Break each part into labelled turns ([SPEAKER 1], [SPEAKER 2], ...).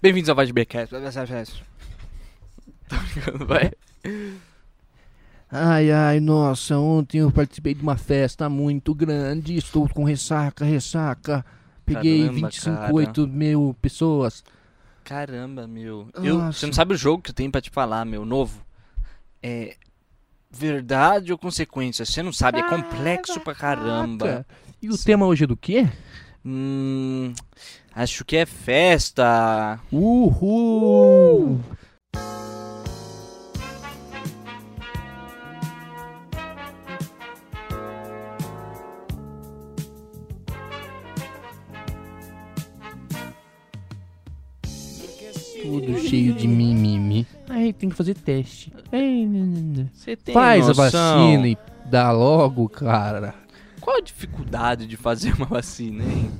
[SPEAKER 1] Bem-vindos ao Vai de Beercast. Tô brincando, vai.
[SPEAKER 2] Ai, ai, nossa, ontem eu participei de uma festa muito grande, estou com ressaca, ressaca. Peguei
[SPEAKER 1] Caramba,
[SPEAKER 2] 25,
[SPEAKER 1] cara.
[SPEAKER 2] 8 mil pessoas.
[SPEAKER 1] Caramba, meu. Eu- você
[SPEAKER 2] Nossa.
[SPEAKER 1] não sabe o jogo que eu tenho pra te falar, meu, novo. É. Verdade ou consequência? Você não sabe, é complexo pra caramba.
[SPEAKER 2] Caraca. E o tema hoje é do quê?
[SPEAKER 1] Hum. Acho que é festa.
[SPEAKER 2] Uhul! Tudo cheio de mimimi. Aí tem que fazer teste. Ai, nã, nã, nã.
[SPEAKER 1] Você tem
[SPEAKER 2] Faz a
[SPEAKER 1] noção?
[SPEAKER 2] vacina e dá logo, cara.
[SPEAKER 1] Qual a dificuldade de fazer uma vacina, hein?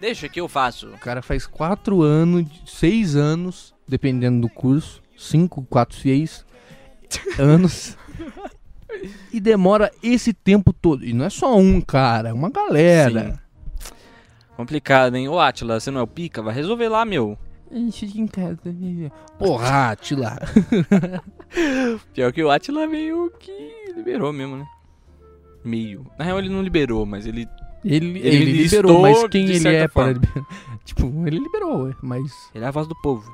[SPEAKER 1] Deixa que eu faço.
[SPEAKER 2] O cara faz 4 anos, 6 anos, dependendo do curso. 5, 4, 6 anos. E demora esse tempo todo. E não é só um cara, é uma galera.
[SPEAKER 1] Complicado, hein? Ô, Atila, você não é o pica? Vai resolver lá, meu.
[SPEAKER 2] Fica em casa. né, Porra, Atila.
[SPEAKER 1] Pior que o Atila meio que liberou mesmo, né? Meio. Na real, ele não liberou, mas ele.
[SPEAKER 2] Ele,
[SPEAKER 1] Ele
[SPEAKER 2] ele
[SPEAKER 1] listou,
[SPEAKER 2] liberou, mas quem
[SPEAKER 1] de
[SPEAKER 2] ele
[SPEAKER 1] certa
[SPEAKER 2] é para
[SPEAKER 1] forma.
[SPEAKER 2] liberar? Tipo, ele liberou, ué, mas
[SPEAKER 1] Ele é a voz do povo.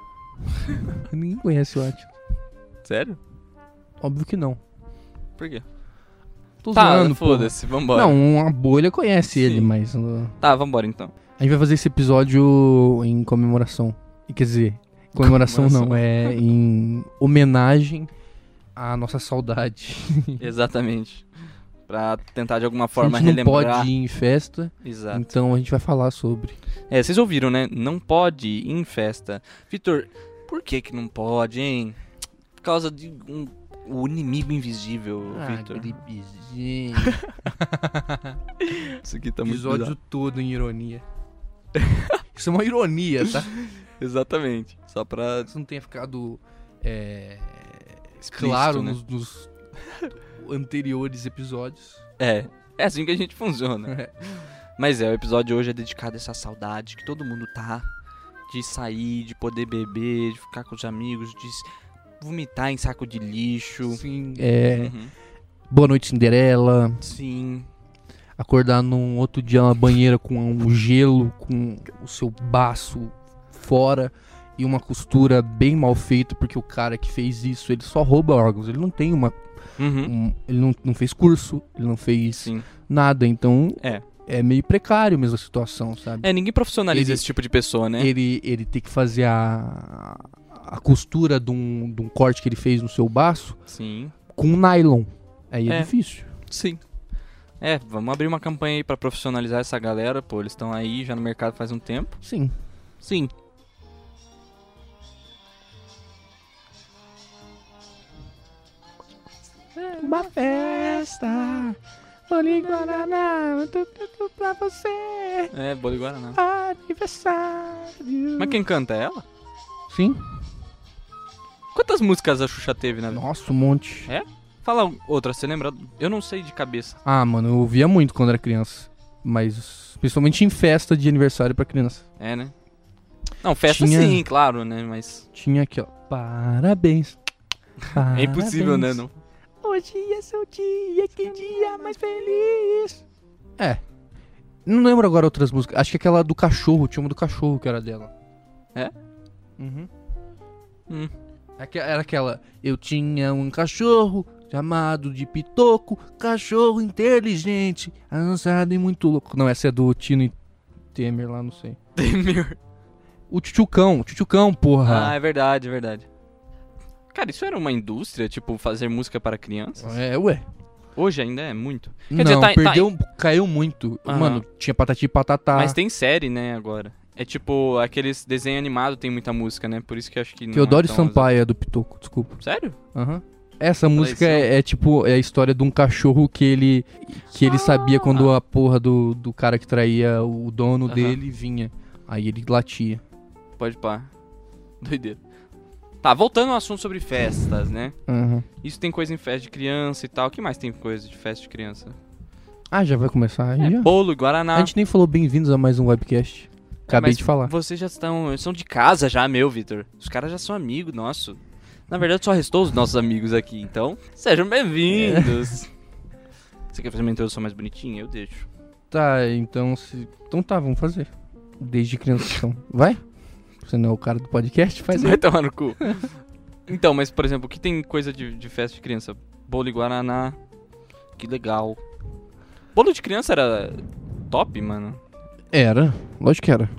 [SPEAKER 2] ninguém conhece o Atila.
[SPEAKER 1] Sério?
[SPEAKER 2] Óbvio que não.
[SPEAKER 1] Por quê?
[SPEAKER 2] Tô
[SPEAKER 1] Tá,
[SPEAKER 2] zoando, pô.
[SPEAKER 1] foda-se, vambora.
[SPEAKER 2] Não, uma bolha conhece
[SPEAKER 1] Sim.
[SPEAKER 2] ele, mas... uh,
[SPEAKER 1] Tá, vambora então.
[SPEAKER 2] A gente vai fazer esse episódio em comemoração. Quer dizer, comemoração, não, é em homenagem à nossa saudade.
[SPEAKER 1] Exatamente. Pra tentar de alguma
[SPEAKER 2] a
[SPEAKER 1] forma
[SPEAKER 2] gente não
[SPEAKER 1] relembrar.
[SPEAKER 2] pode ir em festa,
[SPEAKER 1] Exato.
[SPEAKER 2] então a gente vai falar sobre.
[SPEAKER 1] É, vocês ouviram, né? Não pode ir em festa. Vitor, por que que não pode, hein? Por causa de um, o inimigo invisível,
[SPEAKER 2] Ah,
[SPEAKER 1] Vitor.
[SPEAKER 2] gripezinho.
[SPEAKER 1] Isso aqui tá muito
[SPEAKER 2] Episódio
[SPEAKER 1] bizarro.
[SPEAKER 2] todo em ironia. Isso é uma ironia, tá?
[SPEAKER 1] Exatamente. Só pra...
[SPEAKER 2] Isso não tenha ficado é,
[SPEAKER 1] Explícito,
[SPEAKER 2] claro
[SPEAKER 1] né?
[SPEAKER 2] nos, nos anteriores episódios.
[SPEAKER 1] É, é assim que a gente funciona. Mas é, o episódio de hoje é dedicado a essa saudade que todo mundo tá. De sair, de poder beber, de ficar com os amigos, de s- vomitar em saco de lixo.
[SPEAKER 2] Sim. É,
[SPEAKER 1] Uhum.
[SPEAKER 2] Boa noite, Cinderela.
[SPEAKER 1] Sim.
[SPEAKER 2] acordar num outro dia na banheira com um gelo, com o seu baço fora e uma costura bem mal feita, porque o cara que fez isso, ele só rouba órgãos, ele não tem uma.
[SPEAKER 1] Uhum.
[SPEAKER 2] um- ele não, não fez curso, ele não fez
[SPEAKER 1] Sim.
[SPEAKER 2] nada, então
[SPEAKER 1] É.
[SPEAKER 2] é meio precário mesmo a situação, sabe?
[SPEAKER 1] É, ninguém profissionaliza
[SPEAKER 2] Ele-
[SPEAKER 1] esse tipo de pessoa, né?
[SPEAKER 2] Ele, ele tem que fazer a, a costura de um, de um corte que ele fez no seu baço
[SPEAKER 1] Sim.
[SPEAKER 2] com nylon. Aí é,
[SPEAKER 1] É.
[SPEAKER 2] difícil.
[SPEAKER 1] Sim. É, vamos abrir uma campanha aí pra profissionalizar essa galera, pô. Eles estão aí já no mercado faz um tempo.
[SPEAKER 2] Sim.
[SPEAKER 1] Sim.
[SPEAKER 2] Uma festa, bolinho Guaraná, tudo, tudo pra você,
[SPEAKER 1] É, Bolo e Guaraná.
[SPEAKER 2] aniversário.
[SPEAKER 1] Mas quem canta é ela?
[SPEAKER 2] Sim.
[SPEAKER 1] Quantas músicas a Xuxa teve na vida?
[SPEAKER 2] Nossa, um monte.
[SPEAKER 1] Fala outra, você lembra? Eu não sei de cabeça.
[SPEAKER 2] Ah, mano, eu ouvia muito quando era criança. Mas, principalmente em festa de aniversário pra criança.
[SPEAKER 1] É, né? Não, festa
[SPEAKER 2] Tinha-
[SPEAKER 1] sim, claro, né? Mas
[SPEAKER 2] Tinha aqui, ó, parabéns. Ah,
[SPEAKER 1] é impossível, né?
[SPEAKER 2] parabéns.
[SPEAKER 1] Não.
[SPEAKER 2] Hoje é seu dia, que dia mais feliz. É. Não lembro agora outras músicas. Acho que aquela do cachorro, tinha uma do cachorro que era dela.
[SPEAKER 1] É?
[SPEAKER 2] Uhum.
[SPEAKER 1] Hum.
[SPEAKER 2] Aque- Era aquela. Eu tinha um cachorro chamado de Pitoco, cachorro inteligente, avançado e muito louco. Não, essa é do Tino e Temer lá, não sei.
[SPEAKER 1] Temer.
[SPEAKER 2] O Tchutchucão, Tchutchucão,
[SPEAKER 1] Ah,
[SPEAKER 2] porra.
[SPEAKER 1] é verdade, é verdade. Cara, isso era uma indústria, tipo, fazer música para crianças?
[SPEAKER 2] é, ué.
[SPEAKER 1] Hoje ainda é muito.
[SPEAKER 2] não,
[SPEAKER 1] dizer, tá- tá-
[SPEAKER 2] perdeu, caiu muito.
[SPEAKER 1] Aham.
[SPEAKER 2] Mano, tinha patati e patatá.
[SPEAKER 1] Mas tem série, né, agora. É tipo, aqueles desenho animado tem muita música, né? Por isso que eu acho que não
[SPEAKER 2] Teodoro
[SPEAKER 1] é tão
[SPEAKER 2] Sampaio é do Pitoco, desculpa.
[SPEAKER 1] usado. Sério?
[SPEAKER 2] Aham. Essa música é, é tipo, é a história de um cachorro que ele que ele sabia quando a porra do, do cara que traía o dono
[SPEAKER 1] Aham.
[SPEAKER 2] dele vinha. Aí ele latia.
[SPEAKER 1] Pode pá. Doideira. Tá, voltando ao assunto sobre festas, né? Isso tem coisa em festa de criança e tal. O que mais tem coisa de festa de criança?
[SPEAKER 2] Ah, já vai começar?
[SPEAKER 1] É,
[SPEAKER 2] já?
[SPEAKER 1] bolo, guaraná.
[SPEAKER 2] A gente nem falou bem-vindos a mais um webcast. Acabei
[SPEAKER 1] Mas
[SPEAKER 2] de falar.
[SPEAKER 1] Vocês já estão. São de casa já, meu, Vitor. Os caras já são amigos nosso. Na verdade, só restou os nossos amigos aqui, então. Sejam
[SPEAKER 2] É.
[SPEAKER 1] bem-vindos. Você quer fazer uma introdução mais bonitinha? Eu deixo.
[SPEAKER 2] Tá, então se. Então tá, vamos fazer. Desde criança. Então. Vai? Você não é o cara do podcast? Faz aí.
[SPEAKER 1] Vai tomar no cu. Então, mas por exemplo, o que tem coisa de, de festa de criança? Bolo e Guaraná. Que legal. Bolo de criança era top, mano?
[SPEAKER 2] Era. Lógico que era.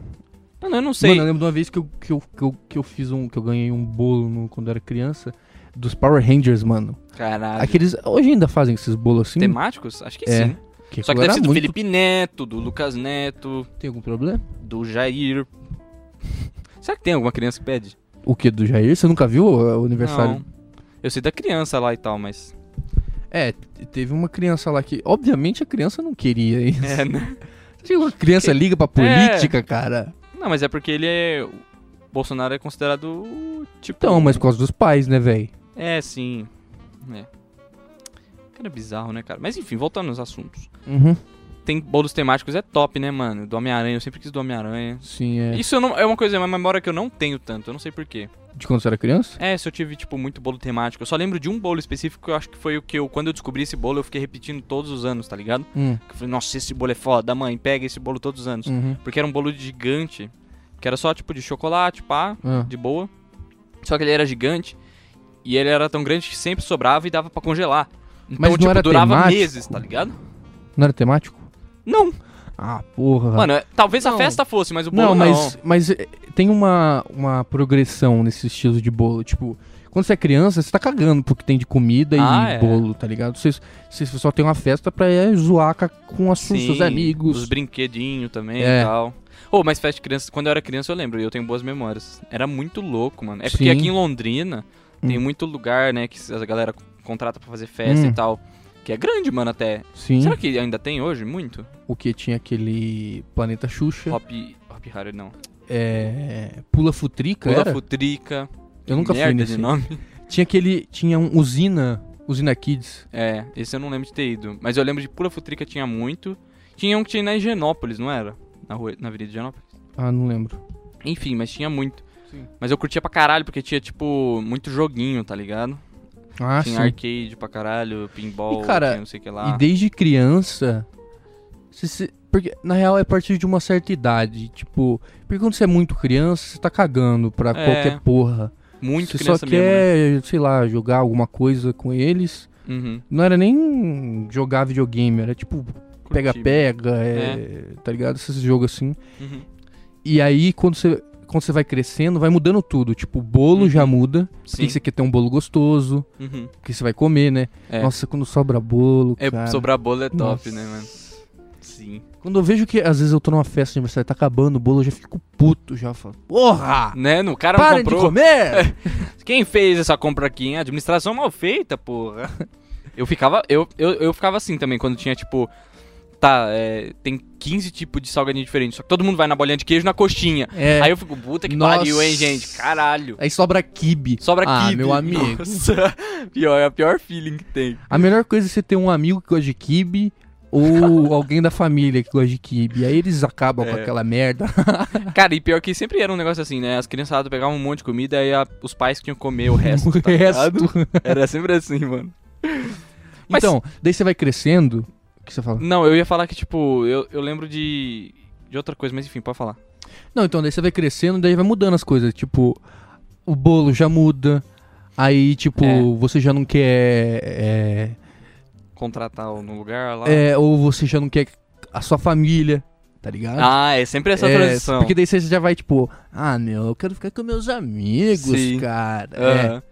[SPEAKER 1] Mano, eu não sei.
[SPEAKER 2] Mano, eu lembro de uma vez que eu, que eu, que eu, que eu fiz um. Que eu ganhei um bolo no- quando eu era criança. Dos Power Rangers, mano.
[SPEAKER 1] Caralho.
[SPEAKER 2] Aqueles. Hoje ainda fazem esses bolos assim.
[SPEAKER 1] Temáticos? Acho que
[SPEAKER 2] É.
[SPEAKER 1] sim.
[SPEAKER 2] que
[SPEAKER 1] Só que
[SPEAKER 2] aquilo
[SPEAKER 1] deve
[SPEAKER 2] era
[SPEAKER 1] ser do
[SPEAKER 2] muito-
[SPEAKER 1] Felipe Neto, do Lucas Neto,
[SPEAKER 2] Tem algum problema?
[SPEAKER 1] do Jair. Será que tem alguma criança que pede?
[SPEAKER 2] O que? Do Jair? Você nunca viu eh, o o aniversário?
[SPEAKER 1] Não. Eu sei da criança lá e tal, mas.
[SPEAKER 2] É, te- teve uma criança lá que. Obviamente a criança não queria isso.
[SPEAKER 1] É, né?
[SPEAKER 2] Tinha Uma criança liga pra política, cara.
[SPEAKER 1] Não, mas é porque ele é. o Bolsonaro é considerado. Tipo.
[SPEAKER 2] Então, mas por causa dos pais, né, velho?
[SPEAKER 1] É, sim. É. Cara, é bizarro, né, cara? Mas enfim, voltando aos assuntos.
[SPEAKER 2] Uhum.
[SPEAKER 1] Tem bolos temáticos, é top, né, mano? Do Homem-Aranha, eu sempre quis do Homem-Aranha.
[SPEAKER 2] Sim, é.
[SPEAKER 1] Isso eu não, é uma coisa, é uma memória que eu não tenho tanto, eu não sei porquê.
[SPEAKER 2] De quando você era criança?
[SPEAKER 1] É, se eu tive, tipo, muito bolo temático. Eu só lembro de um bolo específico que eu acho que foi o que eu, quando eu descobri esse bolo, eu fiquei repetindo todos os anos, tá ligado?
[SPEAKER 2] Hum.
[SPEAKER 1] Que eu falei, nossa, esse bolo é foda, mãe, pega esse bolo todos os anos.
[SPEAKER 2] Uhum.
[SPEAKER 1] Porque era um bolo gigante, que era só, tipo, de chocolate, pá,
[SPEAKER 2] Ah.
[SPEAKER 1] de boa. Só que ele era gigante, e ele era tão grande que sempre sobrava e dava pra congelar. Então,
[SPEAKER 2] Mas não
[SPEAKER 1] tipo,
[SPEAKER 2] era
[SPEAKER 1] durava
[SPEAKER 2] temático?
[SPEAKER 1] meses, tá ligado?
[SPEAKER 2] Não era temático?
[SPEAKER 1] Não,
[SPEAKER 2] Ah, porra.
[SPEAKER 1] mano, é- talvez a
[SPEAKER 2] Não.
[SPEAKER 1] festa fosse, mas o bolo
[SPEAKER 2] não,
[SPEAKER 1] não.
[SPEAKER 2] mas, mas é, tem uma, uma progressão nesse estilo de bolo. Tipo, quando você é criança, você tá cagando porque tem de comida
[SPEAKER 1] Ah,
[SPEAKER 2] e
[SPEAKER 1] é.
[SPEAKER 2] bolo, tá ligado? Você, você só tem uma festa pra é, zoar ca- com as
[SPEAKER 1] Sim,
[SPEAKER 2] seus amigos.
[SPEAKER 1] Os brinquedinhos também
[SPEAKER 2] É.
[SPEAKER 1] e tal. Ô, mas festa de criança, quando eu era criança eu lembro, e eu tenho boas memórias. Era muito louco, mano. É porque
[SPEAKER 2] Sim.
[SPEAKER 1] aqui em Londrina tem
[SPEAKER 2] Hum.
[SPEAKER 1] muito lugar, né, que a galera contrata pra fazer festa
[SPEAKER 2] Hum.
[SPEAKER 1] e tal. Que é grande, mano, até.
[SPEAKER 2] Sim.
[SPEAKER 1] Será que ainda tem hoje? Muito?
[SPEAKER 2] O que tinha aquele Planeta Xuxa.
[SPEAKER 1] Hop. Hop Harry, não.
[SPEAKER 2] É, Pula Futrica,
[SPEAKER 1] Pula
[SPEAKER 2] era?
[SPEAKER 1] Futrica.
[SPEAKER 2] Eu nunca
[SPEAKER 1] merda
[SPEAKER 2] fui nesse.
[SPEAKER 1] de nome.
[SPEAKER 2] Tinha aquele. Tinha um Usina. Usina Kids.
[SPEAKER 1] É, esse eu não lembro de ter ido. Mas eu lembro de Pula Futrica tinha muito. Tinha um que tinha na Higienópolis, não era? Na rua, na Avenida Higienópolis.
[SPEAKER 2] Ah, não lembro.
[SPEAKER 1] Enfim, mas tinha muito.
[SPEAKER 2] Sim.
[SPEAKER 1] Mas eu curtia pra caralho, porque tinha, tipo, muito joguinho, tá ligado?
[SPEAKER 2] Ah,
[SPEAKER 1] tinha
[SPEAKER 2] sim.
[SPEAKER 1] arcade pra caralho, pinball,
[SPEAKER 2] E, cara,
[SPEAKER 1] tinha não sei o que lá.
[SPEAKER 2] E desde criança. se- se- porque, na real, é a partir de uma certa idade. Tipo, porque quando você é muito criança, você tá cagando pra
[SPEAKER 1] É.
[SPEAKER 2] qualquer porra.
[SPEAKER 1] Muito
[SPEAKER 2] você
[SPEAKER 1] criança
[SPEAKER 2] só
[SPEAKER 1] mesmo,
[SPEAKER 2] quer, sei lá, jogar alguma coisa com eles.
[SPEAKER 1] né? Uhum.
[SPEAKER 2] Não era nem jogar videogame, era tipo
[SPEAKER 1] Curti.
[SPEAKER 2] pega-pega, é, tá ligado? Esses jogos assim.
[SPEAKER 1] Uhum.
[SPEAKER 2] E aí, quando você, quando você vai crescendo, vai mudando tudo. Tipo, o bolo
[SPEAKER 1] Uhum.
[SPEAKER 2] já muda.
[SPEAKER 1] Sim.
[SPEAKER 2] Porque você quer ter um bolo gostoso,
[SPEAKER 1] Uhum.
[SPEAKER 2] porque você vai comer, né?
[SPEAKER 1] É.
[SPEAKER 2] Nossa, quando sobra bolo,
[SPEAKER 1] É,
[SPEAKER 2] cara.
[SPEAKER 1] sobrar bolo é top,
[SPEAKER 2] Nossa.
[SPEAKER 1] né, mano? Sim.
[SPEAKER 2] Quando eu vejo que, às vezes, eu tô numa festa de aniversário e tá acabando o bolo, eu já fico puto, já falo, porra!
[SPEAKER 1] Né? No cara não
[SPEAKER 2] Parem Ah. de
[SPEAKER 1] comprou.
[SPEAKER 2] comer!
[SPEAKER 1] Quem fez essa compra aqui, hein? Administração mal feita, porra. eu ficava. Eu, eu, eu ficava assim também, quando tinha, tipo. Tá, é, tem 15 tipos de salgadinho diferente. Só que todo mundo vai na bolinha de queijo e na coxinha.
[SPEAKER 2] É.
[SPEAKER 1] Aí
[SPEAKER 2] Aí,
[SPEAKER 1] eu fico, puta que
[SPEAKER 2] Nossa.
[SPEAKER 1] pariu, hein, gente? Caralho.
[SPEAKER 2] sobra kibe.
[SPEAKER 1] Sobra
[SPEAKER 2] Ah,
[SPEAKER 1] kibe.
[SPEAKER 2] meu amigo.
[SPEAKER 1] Nossa, pior, é a pior feeling que tem.
[SPEAKER 2] A melhor coisa é você ter um amigo que gosta de kibe ou alguém da família que gosta de kibe. Aí eles acabam com
[SPEAKER 1] É.
[SPEAKER 2] aquela merda.
[SPEAKER 1] Cara, e pior que sempre era um negócio assim, né? As criançadas pegavam um monte de comida e a- os pais tinham que comer o resto.
[SPEAKER 2] O
[SPEAKER 1] tá ligado?
[SPEAKER 2] resto.
[SPEAKER 1] Era sempre assim, mano. Mas-
[SPEAKER 2] Então, daí você vai crescendo. O que você fala?
[SPEAKER 1] Não, eu ia falar que, tipo, eu, eu lembro de. De outra coisa, mas enfim, pode falar.
[SPEAKER 2] Não, então daí você vai crescendo, daí vai mudando as coisas. Tipo, o bolo já muda. Aí, tipo,
[SPEAKER 1] É.
[SPEAKER 2] você já não quer. É,
[SPEAKER 1] Contratar no lugar lá.
[SPEAKER 2] é, ou você já não quer a sua família, tá ligado?
[SPEAKER 1] Ah, é sempre essa
[SPEAKER 2] É,
[SPEAKER 1] transição.
[SPEAKER 2] Porque daí você já vai, tipo, ah, meu, eu quero ficar com meus amigos,
[SPEAKER 1] Sim.
[SPEAKER 2] cara. É.
[SPEAKER 1] Aham.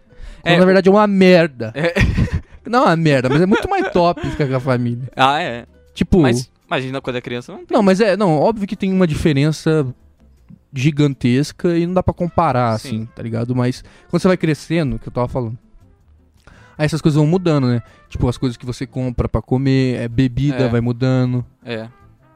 [SPEAKER 2] Quando
[SPEAKER 1] É.
[SPEAKER 2] na verdade é uma merda.
[SPEAKER 1] É.
[SPEAKER 2] Não é uma merda, mas é muito mais top ficar com a família.
[SPEAKER 1] Ah, é.
[SPEAKER 2] Tipo.
[SPEAKER 1] Mas imagina quando é criança, não.
[SPEAKER 2] Não, mas é. Não, óbvio que tem uma diferença gigantesca e não dá pra comparar,
[SPEAKER 1] Sim.
[SPEAKER 2] assim, tá ligado? Mas quando você vai crescendo, que eu tava falando. Aí essas coisas vão mudando, né? Tipo, as coisas que você compra pra comer, é bebida
[SPEAKER 1] É.
[SPEAKER 2] vai mudando.
[SPEAKER 1] É.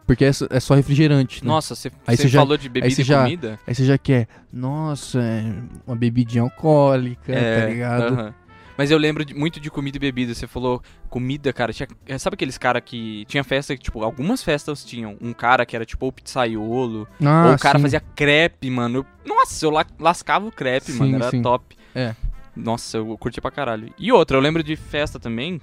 [SPEAKER 2] Porque é, só- é só refrigerante, né?
[SPEAKER 1] Nossa, você
[SPEAKER 2] Aí
[SPEAKER 1] você
[SPEAKER 2] você já-
[SPEAKER 1] falou de
[SPEAKER 2] aí
[SPEAKER 1] bebida
[SPEAKER 2] você
[SPEAKER 1] e
[SPEAKER 2] já-
[SPEAKER 1] comida?
[SPEAKER 2] Aí você já quer, nossa, é uma bebidinha alcoólica, tá ligado?
[SPEAKER 1] aham. Mas eu lembro de- muito de comida e bebida. Você falou comida, cara. Tinha, é, sabe aqueles cara que. Tinha festa que, tipo, algumas festas tinham. Um cara que era tipo o pizzaiolo.
[SPEAKER 2] Ah,
[SPEAKER 1] ou o cara
[SPEAKER 2] sim.
[SPEAKER 1] fazia crepe, mano. Eu- nossa, eu la- lascava o crepe,
[SPEAKER 2] Sim,
[SPEAKER 1] mano. Era
[SPEAKER 2] sim.
[SPEAKER 1] top.
[SPEAKER 2] É.
[SPEAKER 1] Nossa, eu curtia pra caralho. E outra, eu lembro de festa também.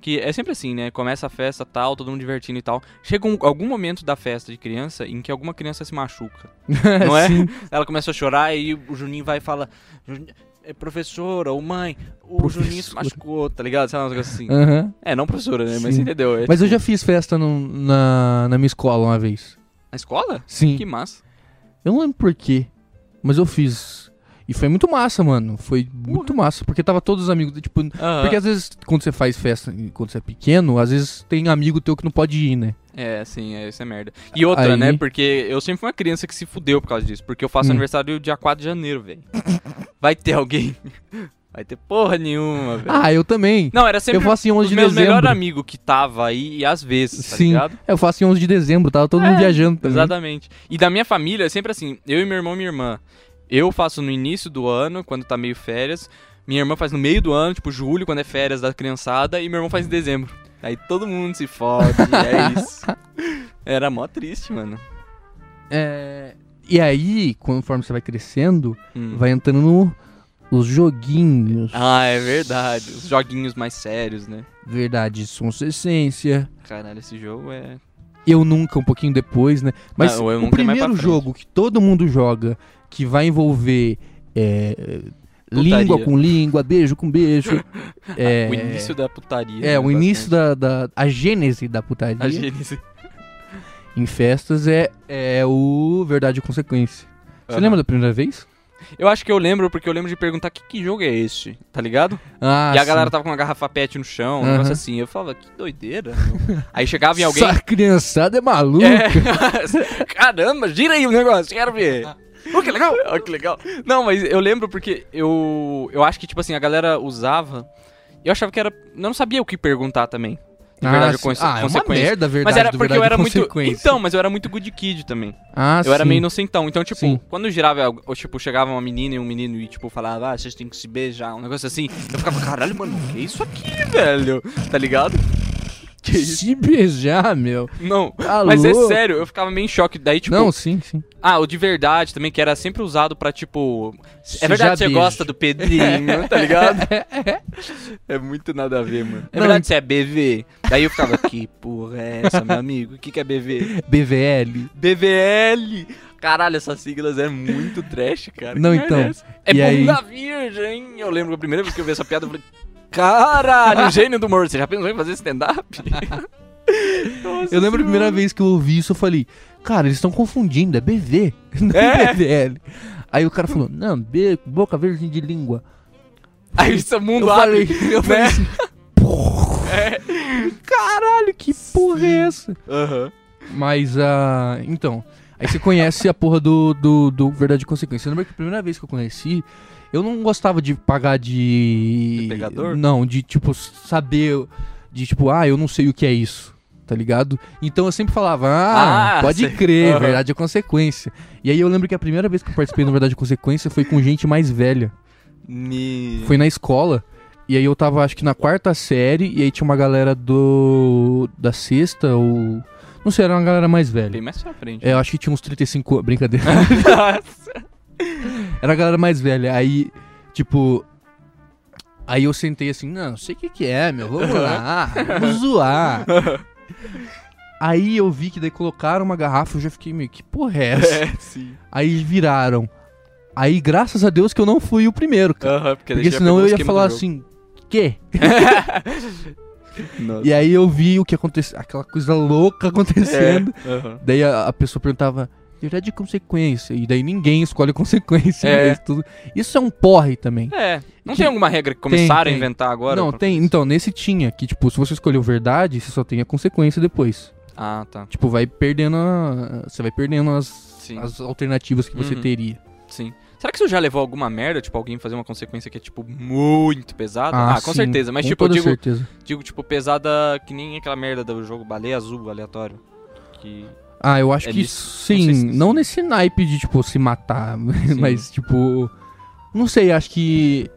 [SPEAKER 1] Que é sempre assim, né? Começa a festa tal, todo mundo divertindo e tal. Chega um- algum momento da festa de criança em que alguma criança se machuca. Não é?
[SPEAKER 2] Sim.
[SPEAKER 1] Ela começa a chorar e o Juninho vai e fala: "Jun- eh, Professora, ou mãe, o
[SPEAKER 2] Professora.
[SPEAKER 1] Juninho se machucou, tá ligado? Sei lá, um negócio assim.
[SPEAKER 2] Aham.
[SPEAKER 1] É, não professora, né? Mas você
[SPEAKER 2] Sim.
[SPEAKER 1] entendeu. é
[SPEAKER 2] Mas eu
[SPEAKER 1] tipo-
[SPEAKER 2] já fiz festa no- na, na minha escola uma vez.
[SPEAKER 1] Na escola?
[SPEAKER 2] Sim.
[SPEAKER 1] Que massa.
[SPEAKER 2] Eu não lembro por quê, mas eu fiz. E foi muito massa, mano. Foi muito massa, porque tava todos os amigos, tipo... Porque às vezes, quando você faz festa, e quando você é pequeno, às vezes tem amigo teu que não pode ir, né?
[SPEAKER 1] É, sim, é, isso é merda. E outra,
[SPEAKER 2] Aí-
[SPEAKER 1] né? Porque eu sempre fui uma criança que se fudeu por causa disso. Porque eu faço
[SPEAKER 2] Hum.
[SPEAKER 1] aniversário dia 4 de janeiro, velho. Vai ter alguém? Vai ter porra nenhuma, velho.
[SPEAKER 2] Ah, eu também.
[SPEAKER 1] É. Não, era sempre
[SPEAKER 2] eu faço em 11
[SPEAKER 1] os
[SPEAKER 2] de
[SPEAKER 1] meus melhores
[SPEAKER 2] dezembro.
[SPEAKER 1] amigos que tava aí, e às vezes, tá
[SPEAKER 2] Sim.
[SPEAKER 1] ligado?
[SPEAKER 2] Eu faço em 11 de dezembro, tava todo
[SPEAKER 1] É,
[SPEAKER 2] mundo viajando também.
[SPEAKER 1] Exatamente. E da minha família é sempre assim, eu e meu irmão e minha irmã. Eu faço no início do ano, quando tá meio férias. Minha irmã faz no meio do ano, tipo julho, quando é férias da criançada, e meu irmão faz em dezembro. Aí todo mundo se fode, é isso. Era mó triste, mano.
[SPEAKER 2] É, E aí, conforme você vai crescendo,
[SPEAKER 1] Hum.
[SPEAKER 2] vai entrando no- os joguinhos.
[SPEAKER 1] Ah, é verdade. Os joguinhos mais sérios, né?
[SPEAKER 2] Verdade, essência.
[SPEAKER 1] Caralho, esse jogo é.
[SPEAKER 2] Eu nunca, um pouquinho depois, né? Mas
[SPEAKER 1] Não, eu
[SPEAKER 2] o
[SPEAKER 1] nunca é mais pra
[SPEAKER 2] primeiro
[SPEAKER 1] frente.
[SPEAKER 2] jogo que todo mundo joga, que vai envolver é,
[SPEAKER 1] Putaria.
[SPEAKER 2] língua com língua, beijo com beijo. é,
[SPEAKER 1] O início da putaria. né,
[SPEAKER 2] é, o início da, da- A gênese da putaria
[SPEAKER 1] A gênese.
[SPEAKER 2] em festas é, é o Verdade e Consequência. Você
[SPEAKER 1] Aham.
[SPEAKER 2] lembra da primeira vez?
[SPEAKER 1] Eu acho que eu lembro, porque eu lembro de perguntar que, que jogo é esse, tá ligado?
[SPEAKER 2] Ah,
[SPEAKER 1] e a galera tava com uma garrafa pet no chão, um
[SPEAKER 2] Aham.
[SPEAKER 1] negócio assim. Eu falava, que doideira. meu. Aí chegava em alguém.
[SPEAKER 2] Essa criançada é maluca.
[SPEAKER 1] É. Caramba, gira aí o negócio, quero ver. Oh, que legal! Oh, que legal. Não, mas eu lembro porque eu. Eu acho que, tipo assim, a galera usava. Eu achava que era. Eu não sabia o que perguntar também. Na verdade, eu
[SPEAKER 2] sim.
[SPEAKER 1] conheço
[SPEAKER 2] ah, é uma
[SPEAKER 1] consequência.
[SPEAKER 2] merda, a verdade.
[SPEAKER 1] Mas era
[SPEAKER 2] do
[SPEAKER 1] porque eu
[SPEAKER 2] verdade e
[SPEAKER 1] era muito.
[SPEAKER 2] consequência.
[SPEAKER 1] Então, mas eu era muito good kid também.
[SPEAKER 2] ah,
[SPEAKER 1] eu era
[SPEAKER 2] sim.
[SPEAKER 1] meio inocentão. Então, tipo,
[SPEAKER 2] Sim.
[SPEAKER 1] quando girava, eu- eu, tipo, chegava uma menina e um menino e, tipo, falava, ah, vocês têm que se beijar, um negócio assim. Eu ficava, caralho, mano, que isso aqui, velho? Tá ligado? Que isso?
[SPEAKER 2] Se beijar, meu.
[SPEAKER 1] Não.
[SPEAKER 2] Tá
[SPEAKER 1] Mas é
[SPEAKER 2] louco.
[SPEAKER 1] sério, eu ficava meio em choque. Daí, tipo,
[SPEAKER 2] Não, sim, sim.
[SPEAKER 1] ah, o de verdade também, que era sempre usado pra, tipo. É
[SPEAKER 2] Sujar
[SPEAKER 1] verdade que você
[SPEAKER 2] beijo.
[SPEAKER 1] gosta do Pedrinho, tá ligado? É muito nada a ver, mano. É
[SPEAKER 2] Não,
[SPEAKER 1] verdade que você é BV. Daí eu ficava, que porra é essa, meu amigo? O que, que é BV?
[SPEAKER 2] BVL.
[SPEAKER 1] BVL! Caralho, essas siglas é muito trash, cara. Que
[SPEAKER 2] Não,
[SPEAKER 1] merda
[SPEAKER 2] então,
[SPEAKER 1] É, essa? é
[SPEAKER 2] e aí-
[SPEAKER 1] bunda virgem! Eu lembro que a primeira vez que eu vi essa piada, eu falei, caralho, gênio do humor, você já pensou em fazer stand-up?
[SPEAKER 2] Eu lembro a primeira vez que eu ouvi isso, eu falei, cara, eles estão confundindo, é BV, não
[SPEAKER 1] É.
[SPEAKER 2] é BVL. Aí o cara falou, não, B, boca verde de língua.
[SPEAKER 1] Aí esse mundo
[SPEAKER 2] eu falei,
[SPEAKER 1] abre.
[SPEAKER 2] eu falei
[SPEAKER 1] né?
[SPEAKER 2] assim, porra. Caralho, que porra é essa?
[SPEAKER 1] Aham.
[SPEAKER 2] Mas, ah, então, aí você conhece a porra do, do, do Verdade e Consequência. Eu lembro que a primeira vez que eu conheci, eu não gostava de pagar de...
[SPEAKER 1] De pegador?
[SPEAKER 2] Não, de, tipo, saber, de tipo, ah, eu não sei o que é isso. Tá ligado? Então eu sempre falava, ah,
[SPEAKER 1] Ah,
[SPEAKER 2] pode
[SPEAKER 1] sei.
[SPEAKER 2] crer,
[SPEAKER 1] Aham.
[SPEAKER 2] verdade é consequência. E aí eu lembro que a primeira vez que eu participei no Verdade é Consequência foi com gente mais velha.
[SPEAKER 1] Ni-
[SPEAKER 2] Foi na escola. E aí eu tava, acho que na quarta série, e aí tinha uma galera do. da sexta, ou. Não sei, era uma galera mais velha.
[SPEAKER 1] Bem mais pra frente.
[SPEAKER 2] É, eu acho que tinha uns 35. Brincadeira.
[SPEAKER 1] É.
[SPEAKER 2] era a galera mais velha. Aí, tipo. Aí eu sentei assim, não, não sei o que, que é, meu, vamos lá, vamos zoar. Aí eu vi que daí colocaram uma garrafa, eu já fiquei meio, que porra é essa?
[SPEAKER 1] É, sim.
[SPEAKER 2] Aí viraram. Aí, graças a Deus que eu não fui o primeiro, cara.
[SPEAKER 1] Aham, porque, É, daí
[SPEAKER 2] Porque
[SPEAKER 1] já
[SPEAKER 2] senão
[SPEAKER 1] pegou o
[SPEAKER 2] eu ia
[SPEAKER 1] esquema do
[SPEAKER 2] falar
[SPEAKER 1] jogo.
[SPEAKER 2] assim, quê?
[SPEAKER 1] Nossa.
[SPEAKER 2] E aí eu vi o que aconteceu, aquela coisa louca acontecendo.
[SPEAKER 1] É, aham.
[SPEAKER 2] Daí a, a pessoa perguntava, verdade e consequência. E daí ninguém escolhe consequência.
[SPEAKER 1] É.
[SPEAKER 2] né? Isso, tudo. Isso é um porre também.
[SPEAKER 1] É, não
[SPEAKER 2] Que-
[SPEAKER 1] tem alguma regra que começaram
[SPEAKER 2] tem.
[SPEAKER 1] a inventar agora?
[SPEAKER 2] Não,
[SPEAKER 1] pra-
[SPEAKER 2] tem. Então, nesse tinha que, tipo, se você escolheu verdade, você só tem a consequência depois.
[SPEAKER 1] Ah, tá.
[SPEAKER 2] Tipo, vai perdendo a. Você vai perdendo as,
[SPEAKER 1] Sim.
[SPEAKER 2] as alternativas que você
[SPEAKER 1] Uhum.
[SPEAKER 2] teria.
[SPEAKER 1] Sim. Será que isso já levou a alguma merda? Tipo, alguém fazer uma consequência que é, tipo, muito pesada? Ah, com
[SPEAKER 2] sim,
[SPEAKER 1] certeza. Mas,
[SPEAKER 2] com
[SPEAKER 1] tipo, eu
[SPEAKER 2] toda
[SPEAKER 1] digo,
[SPEAKER 2] certeza.
[SPEAKER 1] digo, tipo, pesada que nem aquela merda do jogo Baleia Azul aleatório. Que...
[SPEAKER 2] Ah, eu acho
[SPEAKER 1] É
[SPEAKER 2] que
[SPEAKER 1] nisso.
[SPEAKER 2] sim.
[SPEAKER 1] Não
[SPEAKER 2] Não,
[SPEAKER 1] sei se-
[SPEAKER 2] nesse naipe de, tipo, se matar, mas, tipo. Não sei, acho que.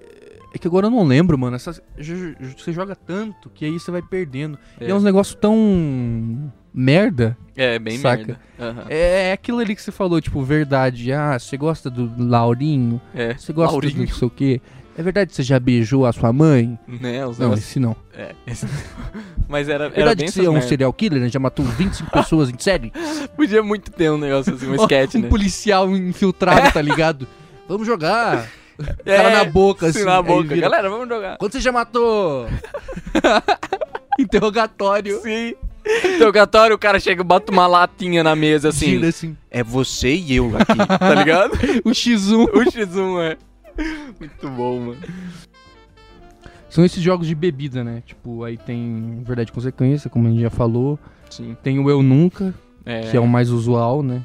[SPEAKER 2] É que agora eu não lembro, mano. Essas- j- j- você joga tanto que aí você vai perdendo. E é uns negócios tão. merda.
[SPEAKER 1] É, bem
[SPEAKER 2] Saca?
[SPEAKER 1] merda. Aham.
[SPEAKER 2] É, é aquilo ali que você falou, tipo, verdade. Ah, você gosta do Laurinho?
[SPEAKER 1] É.
[SPEAKER 2] Você gosta do
[SPEAKER 1] Laurinho,
[SPEAKER 2] não sei o quê? É verdade que você já beijou a sua mãe?
[SPEAKER 1] né? Os
[SPEAKER 2] Não,
[SPEAKER 1] negócios-
[SPEAKER 2] esse não.
[SPEAKER 1] É. esse- Mas era,
[SPEAKER 2] É
[SPEAKER 1] era
[SPEAKER 2] verdade
[SPEAKER 1] bem
[SPEAKER 2] que você é
[SPEAKER 1] essas
[SPEAKER 2] um
[SPEAKER 1] merda.
[SPEAKER 2] serial killer, né? Já matou 25 pessoas em série?
[SPEAKER 1] Podia muito ter um negócio assim, um
[SPEAKER 2] Ó,
[SPEAKER 1] sketch,
[SPEAKER 2] um
[SPEAKER 1] né?
[SPEAKER 2] policial infiltrado, tá ligado? Vamos jogar. O cara na boca, assim.
[SPEAKER 1] É, sim, na
[SPEAKER 2] aí
[SPEAKER 1] boca.
[SPEAKER 2] vira,
[SPEAKER 1] Galera, vamos jogar.
[SPEAKER 2] Quando você já matou? Interrogatório.
[SPEAKER 1] Sim. Interrogatório, o cara chega e bota uma latinha na mesa assim.
[SPEAKER 2] Gira assim.
[SPEAKER 1] É você e eu aqui, tá ligado?
[SPEAKER 2] O X1.
[SPEAKER 1] o X1 é. Muito bom, mano.
[SPEAKER 2] São esses jogos de bebida, né? Tipo, aí tem Verdade e Consequência, como a gente já falou.
[SPEAKER 1] Sim.
[SPEAKER 2] Tem o Eu Nunca,
[SPEAKER 1] É.
[SPEAKER 2] que é o mais usual, né?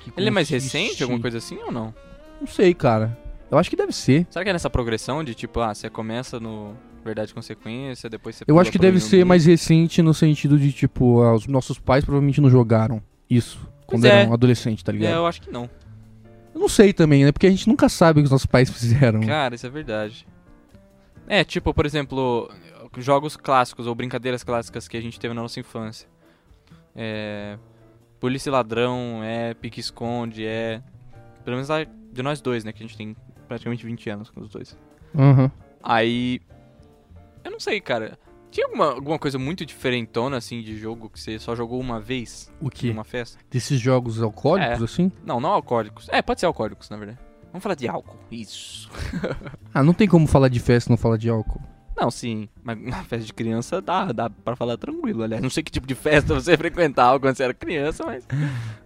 [SPEAKER 2] Que
[SPEAKER 1] Ele é mais
[SPEAKER 2] consiste-
[SPEAKER 1] recente, alguma coisa assim ou não?
[SPEAKER 2] Não sei, cara. Eu acho que deve ser.
[SPEAKER 1] Será que é nessa progressão de tipo, ah, você começa no Verdade e Consequência, depois você.
[SPEAKER 2] Eu
[SPEAKER 1] pula
[SPEAKER 2] acho que
[SPEAKER 1] pro
[SPEAKER 2] deve
[SPEAKER 1] Yumbi.
[SPEAKER 2] ser mais recente no sentido de, tipo, ah, os nossos pais provavelmente não jogaram isso
[SPEAKER 1] Pois
[SPEAKER 2] quando
[SPEAKER 1] é.
[SPEAKER 2] eram adolescentes, tá ligado?
[SPEAKER 1] É, eu acho que não.
[SPEAKER 2] Eu não sei também, né? Porque a gente nunca sabe o que os nossos pais fizeram.
[SPEAKER 1] Cara, isso é verdade. É, tipo, por exemplo, jogos clássicos ou brincadeiras clássicas que a gente teve na nossa infância. É. Polícia e ladrão, é pique-esconde, é. Pelo menos lá de nós dois, né? Que a gente tem praticamente 20 anos com os dois.
[SPEAKER 2] Aham.
[SPEAKER 1] Aí. Eu não sei, cara. Tinha alguma, alguma coisa muito diferentona, assim, de jogo que você só jogou uma vez
[SPEAKER 2] O
[SPEAKER 1] em
[SPEAKER 2] que?
[SPEAKER 1] uma festa?
[SPEAKER 2] Desses jogos
[SPEAKER 1] É.
[SPEAKER 2] alcoólicos, assim?
[SPEAKER 1] Não, não alcoólicos. É, pode ser alcoólicos, na verdade. Vamos falar de álcool. Isso.
[SPEAKER 2] Ah, não tem como falar de festa e não falar de álcool.
[SPEAKER 1] Não, sim. Mas uma festa de criança dá, dá pra falar tranquilo, aliás. Não sei que tipo de festa você frequentava quando você era criança, mas.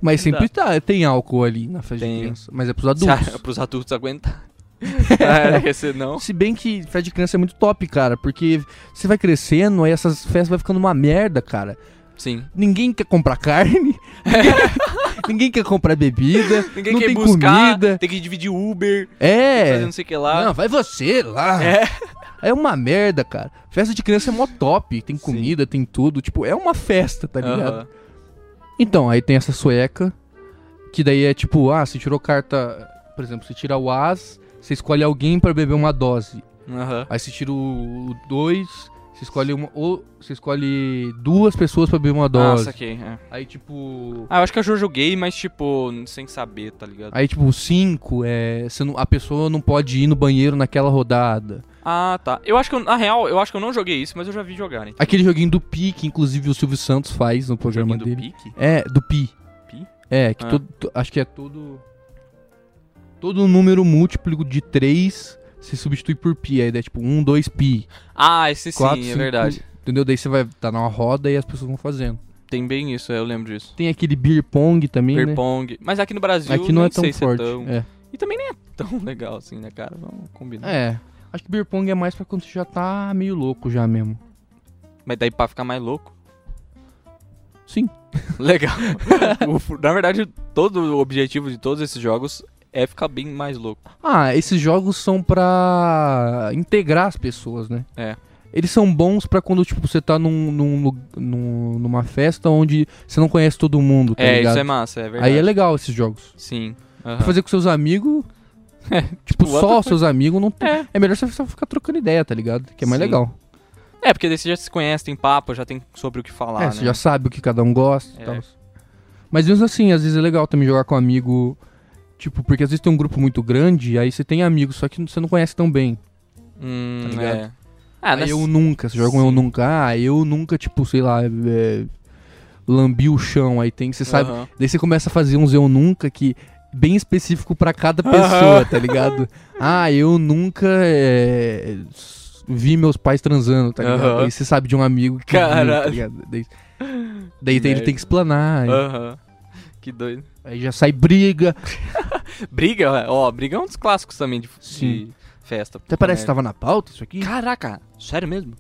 [SPEAKER 2] Mas sempre tá, tem álcool ali na festa
[SPEAKER 1] Tem.
[SPEAKER 2] de criança. Mas é pros adultos.
[SPEAKER 1] Pros adultos aguentar. é, esse não.
[SPEAKER 2] Se bem que festa de criança é muito top, cara. Porque você vai crescendo, aí essas festas vai ficando uma merda, cara.
[SPEAKER 1] Sim.
[SPEAKER 2] Ninguém quer comprar carne. Ninguém quer comprar bebida.
[SPEAKER 1] Ninguém
[SPEAKER 2] não
[SPEAKER 1] quer
[SPEAKER 2] tem
[SPEAKER 1] buscar,
[SPEAKER 2] comida.
[SPEAKER 1] tem que dividir Uber, fazer
[SPEAKER 2] É.
[SPEAKER 1] não sei o que lá.
[SPEAKER 2] Não, vai você lá.
[SPEAKER 1] É.
[SPEAKER 2] É uma merda, cara. Festa de criança é mó top. Tem
[SPEAKER 1] Sim.
[SPEAKER 2] comida, tem tudo. Tipo, é uma festa, tá ligado?
[SPEAKER 1] Aham.
[SPEAKER 2] Então, aí tem essa sueca, que daí é tipo, ah, você tirou carta. Por exemplo, você tira o As, você escolhe alguém pra beber uma dose.
[SPEAKER 1] Aham.
[SPEAKER 2] Aí você tira o 2, você escolhe uma. Ou você escolhe duas pessoas pra beber uma
[SPEAKER 1] Ah,
[SPEAKER 2] dose.
[SPEAKER 1] saquei. É.
[SPEAKER 2] aí tipo.
[SPEAKER 1] Ah, eu acho que eu já joguei, mas tipo, sem saber, tá ligado?
[SPEAKER 2] Aí tipo, 5, é. Você não, a pessoa não pode ir no banheiro naquela rodada.
[SPEAKER 1] Ah, tá. Eu acho que, eu, na real, eu acho que eu não joguei isso, mas eu já vi jogar, né?
[SPEAKER 2] Aquele joguinho do Pi, que inclusive o Silvio Santos faz no programa
[SPEAKER 1] Joguinho do
[SPEAKER 2] dele.
[SPEAKER 1] pique?
[SPEAKER 2] É, do Pi.
[SPEAKER 1] Pi?
[SPEAKER 2] É, que
[SPEAKER 1] Ah.
[SPEAKER 2] todo, to- acho que é todo. Todo número múltiplo de 3 se substitui por pi. Aí dá tipo 1, 2 pi.
[SPEAKER 1] Ah, esse sim,
[SPEAKER 2] Quatro,
[SPEAKER 1] é
[SPEAKER 2] cinco.
[SPEAKER 1] verdade.
[SPEAKER 2] Entendeu? Daí você vai tá numa roda e as pessoas vão fazendo.
[SPEAKER 1] Tem bem isso, é, eu lembro disso.
[SPEAKER 2] Tem aquele beer pong também,
[SPEAKER 1] Beer
[SPEAKER 2] né?
[SPEAKER 1] pong. Mas aqui no Brasil,
[SPEAKER 2] Aqui não
[SPEAKER 1] nem
[SPEAKER 2] é tão
[SPEAKER 1] sei se
[SPEAKER 2] forte.
[SPEAKER 1] É tão...
[SPEAKER 2] É.
[SPEAKER 1] E também nem é tão legal assim, né, cara? Vamos combinar.
[SPEAKER 2] É. Acho que beer pong é mais pra quando você já tá meio louco já mesmo.
[SPEAKER 1] Mas daí pra ficar mais louco.
[SPEAKER 2] Sim.
[SPEAKER 1] Legal. O- na verdade, todo o objetivo de todos esses jogos é ficar bem mais louco.
[SPEAKER 2] Ah, esses jogos são pra integrar as pessoas, né?
[SPEAKER 1] É.
[SPEAKER 2] Eles são bons pra quando, tipo, você tá num, num lu- num- numa festa onde você não conhece todo mundo, tá
[SPEAKER 1] é,
[SPEAKER 2] ligado?
[SPEAKER 1] isso é massa, é verdade.
[SPEAKER 2] Aí é legal esses jogos.
[SPEAKER 1] Sim.
[SPEAKER 2] Pra
[SPEAKER 1] aham.
[SPEAKER 2] fazer com seus amigos. tipo,
[SPEAKER 1] tipo, what the
[SPEAKER 2] só
[SPEAKER 1] fuck?
[SPEAKER 2] seus amigos não tem.
[SPEAKER 1] É.
[SPEAKER 2] É. melhor você só ficar trocando ideia, tá ligado? Que é mais
[SPEAKER 1] Sim.
[SPEAKER 2] legal.
[SPEAKER 1] É, porque daí você já se conhece, tem papo, já tem sobre o que falar,
[SPEAKER 2] é,
[SPEAKER 1] né?
[SPEAKER 2] você já sabe o que cada um gosta e
[SPEAKER 1] É.
[SPEAKER 2] tal. Mas mesmo assim, às vezes é legal também jogar com amigo. Tipo, porque às vezes tem um grupo muito grande, aí você tem amigos, só que você não conhece tão bem.
[SPEAKER 1] Hum,
[SPEAKER 2] Tá ligado?
[SPEAKER 1] é. Ah,
[SPEAKER 2] aí
[SPEAKER 1] nessa...
[SPEAKER 2] eu nunca, você joga um eu
[SPEAKER 1] Sim.
[SPEAKER 2] nunca. Ah, eu nunca, tipo, sei lá, é, lambi o chão. Aí tem que você sabe.
[SPEAKER 1] Aham.
[SPEAKER 2] Daí você começa a fazer uns eu nunca que bem específico pra cada pessoa,
[SPEAKER 1] Aham.
[SPEAKER 2] tá ligado? Ah, eu nunca é, s- vi meus pais transando, tá ligado?
[SPEAKER 1] Aham.
[SPEAKER 2] Aí você sabe de um amigo que viu, tá
[SPEAKER 1] Caralho.
[SPEAKER 2] ligado? Daí, daí
[SPEAKER 1] Que
[SPEAKER 2] ele
[SPEAKER 1] merda.
[SPEAKER 2] tem que explanar, aí,
[SPEAKER 1] Aham. Que doido.
[SPEAKER 2] aí já sai briga.
[SPEAKER 1] Briga, ó, briga é um dos clássicos também de, de
[SPEAKER 2] Sim.
[SPEAKER 1] festa.
[SPEAKER 2] Até parece que tava na pauta isso aqui.
[SPEAKER 1] Caraca, sério mesmo?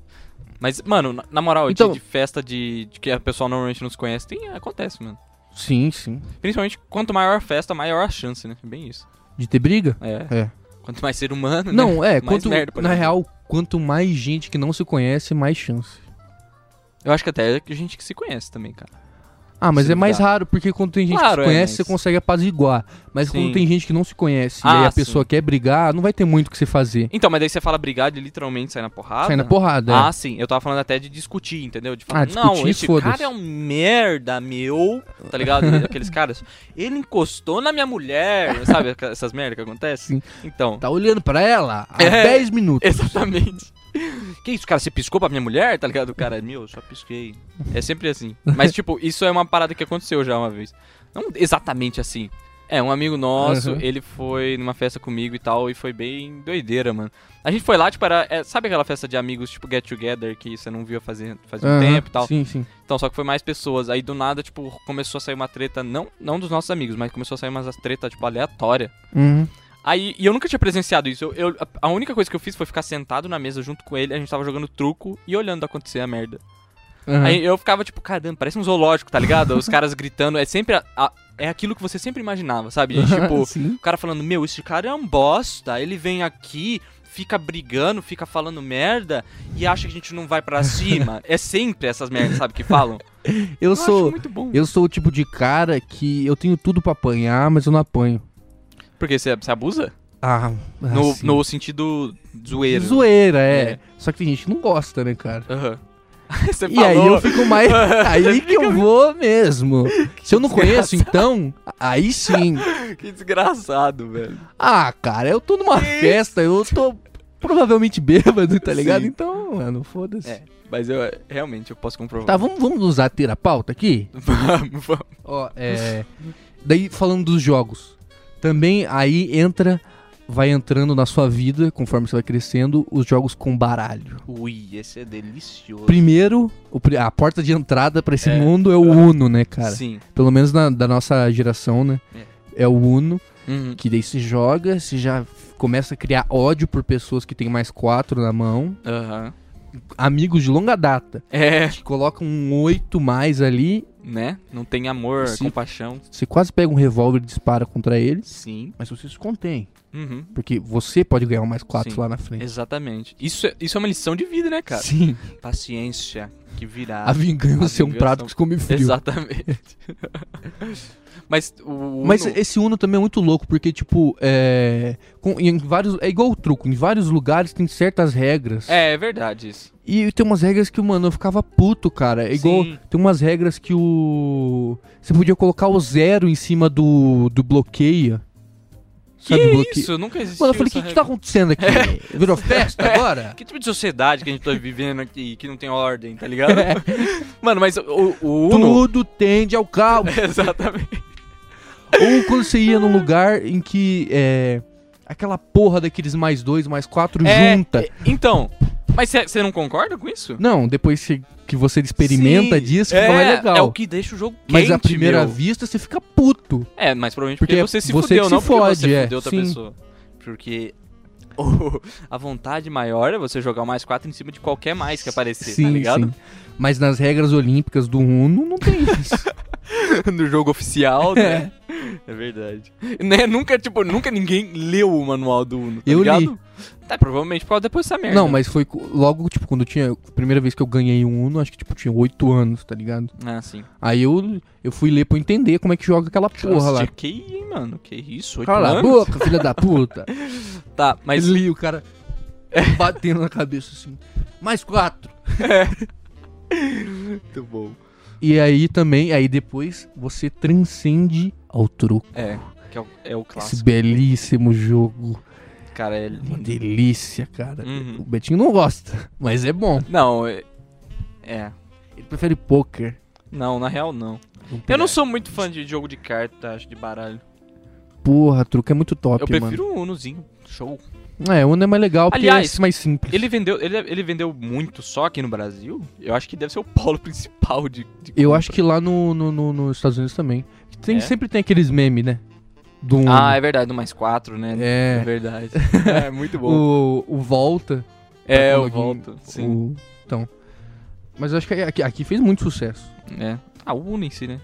[SPEAKER 1] Mas, mano, na, na moral, de-
[SPEAKER 2] Então-
[SPEAKER 1] de, festa de, de que a pessoa normalmente não se conhece, tem, acontece, mano.
[SPEAKER 2] Sim, sim.
[SPEAKER 1] Principalmente quanto maior a festa, maior a chance, né? Bem isso.
[SPEAKER 2] De ter briga?
[SPEAKER 1] É.
[SPEAKER 2] É.
[SPEAKER 1] Quanto mais ser humano, né?
[SPEAKER 2] Não, é,
[SPEAKER 1] Mais
[SPEAKER 2] quanto,
[SPEAKER 1] merda pra
[SPEAKER 2] na
[SPEAKER 1] gente.
[SPEAKER 2] real, quanto mais gente que não se conhece, mais chance.
[SPEAKER 1] Eu acho que até é gente que se conhece também, cara.
[SPEAKER 2] Ah, mas
[SPEAKER 1] Se
[SPEAKER 2] é mais
[SPEAKER 1] ligar.
[SPEAKER 2] raro, porque quando tem gente
[SPEAKER 1] Claro,
[SPEAKER 2] que
[SPEAKER 1] é,
[SPEAKER 2] se conhece,
[SPEAKER 1] mas-
[SPEAKER 2] você consegue apaziguar. Mas
[SPEAKER 1] Sim.
[SPEAKER 2] quando tem gente que não se conhece e
[SPEAKER 1] Ah,
[SPEAKER 2] aí a pessoa quer brigar, não vai ter muito o que você fazer.
[SPEAKER 1] Então, mas daí você fala brigar de literalmente sair na porrada?
[SPEAKER 2] Sai na porrada.
[SPEAKER 1] Ah, sim. Eu tava falando até de discutir, entendeu? De falar,
[SPEAKER 2] é. Ah,
[SPEAKER 1] não,
[SPEAKER 2] discutir,
[SPEAKER 1] esse
[SPEAKER 2] foda-se."
[SPEAKER 1] cara é um merda meu, tá ligado? Aqueles caras. Ele encostou na minha mulher, sabe? Essas merdas que acontecem? Então,
[SPEAKER 2] Tá olhando pra ela há
[SPEAKER 1] É.
[SPEAKER 2] 10 minutos.
[SPEAKER 1] exatamente. Que isso, cara? Você piscou pra minha mulher, tá ligado? O cara, meu, eu só pisquei. É sempre assim. Mas, tipo, isso é uma parada que aconteceu já uma vez. Não exatamente assim. É, um amigo nosso,
[SPEAKER 2] Uhum.
[SPEAKER 1] ele foi numa festa comigo e tal, e foi bem doideira, mano. A gente foi lá, tipo, era. é, sabe aquela festa de amigos, tipo, get together, que você não via fazer, faz um
[SPEAKER 2] Aham,
[SPEAKER 1] tempo e tal?
[SPEAKER 2] Sim, sim.
[SPEAKER 1] Então, só que foi mais pessoas. Aí do nada, tipo, começou a sair uma treta, não, não dos nossos amigos, mas começou a sair umas treta, tipo, aleatória.
[SPEAKER 2] Uhum.
[SPEAKER 1] Aí, e eu nunca tinha presenciado isso. Eu, eu- a- a única coisa que eu fiz foi ficar sentado na mesa junto com ele, a gente tava jogando truco e olhando acontecer a merda.
[SPEAKER 2] Aham.
[SPEAKER 1] Aí eu ficava tipo, caramba, parece um zoológico, tá ligado? Os caras gritando, é sempre. a- a- é aquilo que você sempre imaginava, sabe? De, tipo,
[SPEAKER 2] Sim.
[SPEAKER 1] o cara falando, meu, esse cara é um bosta, ele vem aqui, fica brigando, fica falando merda e acha que a gente não vai pra cima. é sempre essas merdas, sabe, que falam.
[SPEAKER 2] Eu
[SPEAKER 1] acho
[SPEAKER 2] sou.
[SPEAKER 1] muito bom.
[SPEAKER 2] Eu sou o tipo de cara que eu tenho tudo pra apanhar, mas eu não apanho.
[SPEAKER 1] Porque você, você abusa?
[SPEAKER 2] Ah,
[SPEAKER 1] No,
[SPEAKER 2] assim.
[SPEAKER 1] no sentido zoeiro.
[SPEAKER 2] Zoeira, é.
[SPEAKER 1] É.
[SPEAKER 2] Só que tem gente que não gosta, né, cara?
[SPEAKER 1] Aham. você
[SPEAKER 2] e aí
[SPEAKER 1] falou.
[SPEAKER 2] eu fico mais. aí que eu vou mesmo. Se eu não conheço,
[SPEAKER 1] desgraçado.
[SPEAKER 2] então, aí sim.
[SPEAKER 1] Que desgraçado, velho.
[SPEAKER 2] Ah, cara, eu tô numa
[SPEAKER 1] Que
[SPEAKER 2] festa, eu tô provavelmente bêbado, tá ligado?
[SPEAKER 1] Sim.
[SPEAKER 2] Então, mano, foda-se.
[SPEAKER 1] É, mas eu realmente eu posso comprovar.
[SPEAKER 2] Tá, vamos, vamos usar a ter a pauta aqui?
[SPEAKER 1] vamos, vamos.
[SPEAKER 2] Ó, é. Daí falando dos jogos. Também aí entra, vai entrando na sua vida, conforme você vai crescendo, os jogos com baralho.
[SPEAKER 1] Ui, esse é delicioso.
[SPEAKER 2] Primeiro, o pri- a porta de entrada pra esse
[SPEAKER 1] É.
[SPEAKER 2] mundo é o Uno, né, cara?
[SPEAKER 1] Sim.
[SPEAKER 2] Pelo menos na- da nossa geração, né? É o Uno,
[SPEAKER 1] Uhum.
[SPEAKER 2] que daí se joga, você já f- começa a criar ódio por pessoas que tem mais quatro na mão.
[SPEAKER 1] Aham.
[SPEAKER 2] Amigos de longa data,
[SPEAKER 1] É,
[SPEAKER 2] que colocam um oito mais ali,
[SPEAKER 1] né? Não tem amor,
[SPEAKER 2] Sim.
[SPEAKER 1] compaixão.
[SPEAKER 2] você quase pega um revólver e dispara contra eles,
[SPEAKER 1] Sim.
[SPEAKER 2] mas você se contém.
[SPEAKER 1] Uhum.
[SPEAKER 2] Porque você pode ganhar um mais quatro
[SPEAKER 1] Sim.
[SPEAKER 2] lá na frente.
[SPEAKER 1] Exatamente. Isso é, isso é uma lição de vida, né, cara?
[SPEAKER 2] Sim,
[SPEAKER 1] Paciência que virá.
[SPEAKER 2] a
[SPEAKER 1] a
[SPEAKER 2] vingança é um prato
[SPEAKER 1] vingança-
[SPEAKER 2] que se come frio.
[SPEAKER 1] Exatamente. mas o.
[SPEAKER 2] Mas
[SPEAKER 1] Uno-
[SPEAKER 2] esse Uno também é muito louco, porque, tipo, é. com- em vários, é igual o truco, em vários lugares tem certas regras.
[SPEAKER 1] É, é verdade isso.
[SPEAKER 2] E tem umas regras que, mano, eu ficava puto, cara. É igual.
[SPEAKER 1] Sim.
[SPEAKER 2] Tem umas regras que o. Você podia colocar o zero em cima do, do bloqueia.
[SPEAKER 1] Que
[SPEAKER 2] Sabe, bloqueia.
[SPEAKER 1] isso? Nunca existiu.
[SPEAKER 2] Mano, eu falei, o que,
[SPEAKER 1] essa É.
[SPEAKER 2] que tá acontecendo aqui? Virou festa agora?
[SPEAKER 1] Que tipo de sociedade que a gente tá vivendo aqui, que não tem ordem, tá ligado? Mano, mas o, o Uno...
[SPEAKER 2] É. Tudo tende ao caos.
[SPEAKER 1] Exatamente.
[SPEAKER 2] Ou quando você ia num lugar em que é. Aquela porra daqueles mais dois, mais quatro
[SPEAKER 1] É,
[SPEAKER 2] junta.
[SPEAKER 1] Então, mas você não concorda com isso?
[SPEAKER 2] Não, depois que, que você experimenta
[SPEAKER 1] Sim,
[SPEAKER 2] disso,
[SPEAKER 1] é,
[SPEAKER 2] fica mais legal.
[SPEAKER 1] É o que deixa o jogo quente,
[SPEAKER 2] Mas à primeira
[SPEAKER 1] meu.
[SPEAKER 2] vista você fica puto.
[SPEAKER 1] É, mas provavelmente porque,
[SPEAKER 2] Porque
[SPEAKER 1] você se
[SPEAKER 2] você
[SPEAKER 1] fudeu,
[SPEAKER 2] que se
[SPEAKER 1] não porque
[SPEAKER 2] fode,
[SPEAKER 1] você
[SPEAKER 2] é,
[SPEAKER 1] fudeu outra
[SPEAKER 2] sim.
[SPEAKER 1] pessoa. Porque o- a vontade maior é você jogar o mais quatro em cima de qualquer mais que aparecer, tá ligado?
[SPEAKER 2] Mas nas regras olímpicas do Uno não tem isso.
[SPEAKER 1] no jogo oficial, né? É verdade. Né? Nunca, tipo, nunca ninguém leu o manual do Uno, tá
[SPEAKER 2] Eu li.
[SPEAKER 1] ligado? Tá, provavelmente por causa depois dessa merda.
[SPEAKER 2] não, mas foi co- logo, tipo, quando eu tinha. a Primeira vez que eu ganhei um Uno, acho que tipo, tinha oito anos, tá ligado?
[SPEAKER 1] Ah, sim.
[SPEAKER 2] Aí eu, eu fui ler pra eu entender como é que joga aquela porra lá.
[SPEAKER 1] Nossa, Que hein, mano? Que isso? tipo Oito
[SPEAKER 2] Cala a
[SPEAKER 1] anos?
[SPEAKER 2] boca, filha da puta.
[SPEAKER 1] Tá, mas.
[SPEAKER 2] Li o cara batendo na cabeça assim. Mais quatro.
[SPEAKER 1] Muito bom.
[SPEAKER 2] E aí também, aí depois você transcende ao truco.
[SPEAKER 1] É, que é o, é o
[SPEAKER 2] Esse
[SPEAKER 1] clássico.
[SPEAKER 2] belíssimo jogo.
[SPEAKER 1] Cara, é
[SPEAKER 2] Uma
[SPEAKER 1] lindo.
[SPEAKER 2] delícia, cara.
[SPEAKER 1] Uhum.
[SPEAKER 2] O Betinho não gosta, mas é bom.
[SPEAKER 1] Não, é. É.
[SPEAKER 2] Ele prefere poker.
[SPEAKER 1] Não, na real, não. É. Eu não sou muito fã de jogo de carta, acho, de baralho.
[SPEAKER 2] Porra, truco é muito top,
[SPEAKER 1] Eu prefiro o Unozinho. Show.
[SPEAKER 2] mano. É, o Uno é mais legal porque
[SPEAKER 1] Aliás,
[SPEAKER 2] é mais simples.
[SPEAKER 1] Ele vendeu, ele, ele vendeu muito só aqui no Brasil? Eu acho que deve ser o polo principal de. de
[SPEAKER 2] Eu
[SPEAKER 1] compra.
[SPEAKER 2] acho que lá no, no, no- nos Estados Unidos também. Tem,
[SPEAKER 1] É?
[SPEAKER 2] Sempre tem aqueles memes, né? Do Uno.
[SPEAKER 1] Ah, é verdade, no mais quatro, né?
[SPEAKER 2] é.
[SPEAKER 1] verdade. É, muito bom.
[SPEAKER 2] O, o Volta.
[SPEAKER 1] é, eu
[SPEAKER 2] quando alguém-
[SPEAKER 1] volto. Sim.
[SPEAKER 2] o- então. Mas eu acho que aqui- aqui fez muito sucesso.
[SPEAKER 1] É. Ah, o Uno em si, né?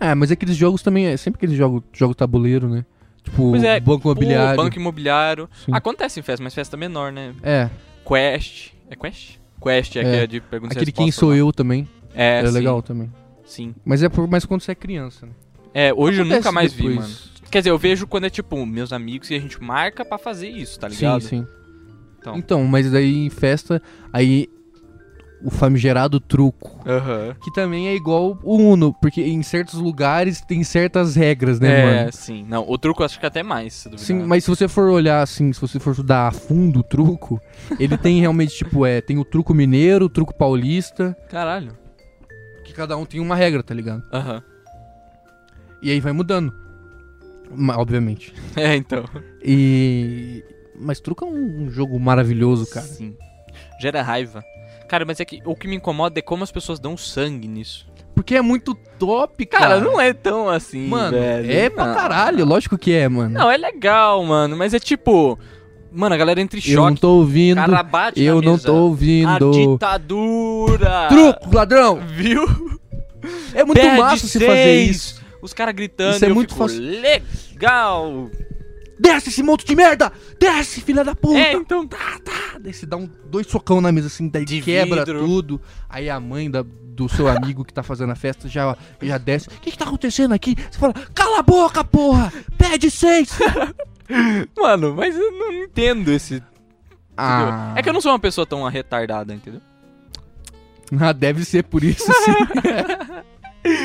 [SPEAKER 2] Ah, mas aqueles jogos também, é sempre aqueles jogos, jogo tabuleiro, né? Tipo,
[SPEAKER 1] Pois é,
[SPEAKER 2] banco imobiliário.
[SPEAKER 1] Pô, banco imobiliário.
[SPEAKER 2] Sim.
[SPEAKER 1] Acontece em festa, mas festa menor, né?
[SPEAKER 2] É,
[SPEAKER 1] Quest. É Quest? Quest é,
[SPEAKER 2] É.
[SPEAKER 1] aquele de perguntas e
[SPEAKER 2] aquele quem
[SPEAKER 1] respostas
[SPEAKER 2] sou
[SPEAKER 1] lá.
[SPEAKER 2] eu também.
[SPEAKER 1] É,
[SPEAKER 2] era
[SPEAKER 1] sim.
[SPEAKER 2] legal também.
[SPEAKER 1] Sim.
[SPEAKER 2] Mas é por, mas quando você é criança, né?
[SPEAKER 1] É, hoje eu
[SPEAKER 2] Acontece
[SPEAKER 1] nunca mais vi,
[SPEAKER 2] depois.
[SPEAKER 1] mano. Quer dizer, eu vejo quando é tipo meus amigos e a gente marca pra fazer isso, tá
[SPEAKER 2] sim,
[SPEAKER 1] ligado?
[SPEAKER 2] sim.
[SPEAKER 1] Então.
[SPEAKER 2] Então. mas daí em festa, aí o famigerado truco.
[SPEAKER 1] Aham.
[SPEAKER 2] Que também é igual o Uno, porque em certos lugares tem certas regras, né,
[SPEAKER 1] é,
[SPEAKER 2] mano?
[SPEAKER 1] sim. Não, o truco eu acho que é até mais, se duvidar.
[SPEAKER 2] Sim, mas se você for olhar assim, se você for estudar a fundo o truco, ele tem realmente, tipo, é, tem o truco mineiro, o truco paulista,
[SPEAKER 1] Caralho.
[SPEAKER 2] que cada um tem uma regra, tá ligado?
[SPEAKER 1] Aham.
[SPEAKER 2] E aí vai mudando. Ma- obviamente.
[SPEAKER 1] É, então.
[SPEAKER 2] E. Mas truco é um, um jogo maravilhoso, cara.
[SPEAKER 1] Sim. Gera raiva. Cara, mas é que o que me incomoda é como as pessoas dão sangue nisso.
[SPEAKER 2] Porque é muito top,
[SPEAKER 1] Cara,
[SPEAKER 2] cara.
[SPEAKER 1] não é tão assim,
[SPEAKER 2] Mano,
[SPEAKER 1] velho.
[SPEAKER 2] é pra
[SPEAKER 1] Não.
[SPEAKER 2] caralho, lógico que é, mano.
[SPEAKER 1] Não, é legal, mano, mas é tipo... Mano, a galera entra em
[SPEAKER 2] eu não
[SPEAKER 1] choque.
[SPEAKER 2] tô ouvindo.
[SPEAKER 1] cara bate na
[SPEAKER 2] eu não
[SPEAKER 1] mesa.
[SPEAKER 2] tô
[SPEAKER 1] A
[SPEAKER 2] ouvindo.
[SPEAKER 1] ditadura!
[SPEAKER 2] Truco, ladrão!
[SPEAKER 1] Viu?
[SPEAKER 2] É muito
[SPEAKER 1] Perde
[SPEAKER 2] massa se fazer
[SPEAKER 1] seis.
[SPEAKER 2] isso.
[SPEAKER 1] Os caras gritando
[SPEAKER 2] Isso é
[SPEAKER 1] e eu
[SPEAKER 2] muito
[SPEAKER 1] fico,
[SPEAKER 2] fácil.
[SPEAKER 1] legal!
[SPEAKER 2] Desce esse monte de merda! Desce, filha da puta!
[SPEAKER 1] É, então...
[SPEAKER 2] Daí você dá um, dois socão na mesa assim, daí
[SPEAKER 1] De
[SPEAKER 2] quebra
[SPEAKER 1] vidro.
[SPEAKER 2] tudo. Aí a mãe da- do seu amigo que tá fazendo a festa já, já desce. O que, que tá acontecendo aqui? Você fala, cala a boca, porra! Pede seis!
[SPEAKER 1] Mano, mas eu não entendo esse...
[SPEAKER 2] ah,
[SPEAKER 1] entendeu? É que eu não sou uma pessoa tão retardada, entendeu?
[SPEAKER 2] ah, deve ser por isso sim.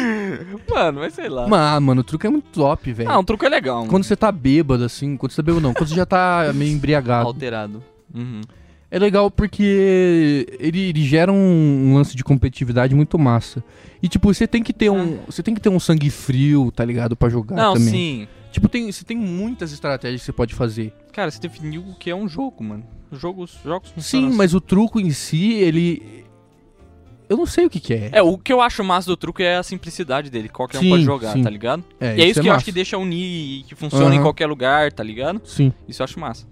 [SPEAKER 1] Mano, mas sei lá.
[SPEAKER 2] Mas, ah, mano, o truque é muito top, velho.
[SPEAKER 1] Ah, um truco é legal.
[SPEAKER 2] Quando você tá bêbado, assim, quando você tá bêbado não, quando você já tá meio embriagado.
[SPEAKER 1] Alterado. Uhum.
[SPEAKER 2] É legal porque ele, ele gera um, um lance de competitividade muito massa. E tipo, você tem que ter um, você tem que ter um sangue frio, tá ligado, Pra jogar
[SPEAKER 1] Ah. não,
[SPEAKER 2] também.
[SPEAKER 1] sim.
[SPEAKER 2] Tipo, tem, você tem muitas estratégias que você pode fazer.
[SPEAKER 1] Cara, você definiu o que é um jogo, mano. Jogos, jogos funcionam
[SPEAKER 2] Sim,
[SPEAKER 1] assim.
[SPEAKER 2] mas o truco em si, ele eu não sei o que que é.
[SPEAKER 1] É, o que eu acho massa do truco é a simplicidade dele. Qualquer um
[SPEAKER 2] Sim,
[SPEAKER 1] pode jogar,
[SPEAKER 2] sim.
[SPEAKER 1] tá ligado?
[SPEAKER 2] É,
[SPEAKER 1] e é isso que eu acho
[SPEAKER 2] massa.
[SPEAKER 1] que deixa unir e que funciona em
[SPEAKER 2] Aham.
[SPEAKER 1] qualquer lugar, tá ligado?
[SPEAKER 2] Sim.
[SPEAKER 1] Isso eu acho massa.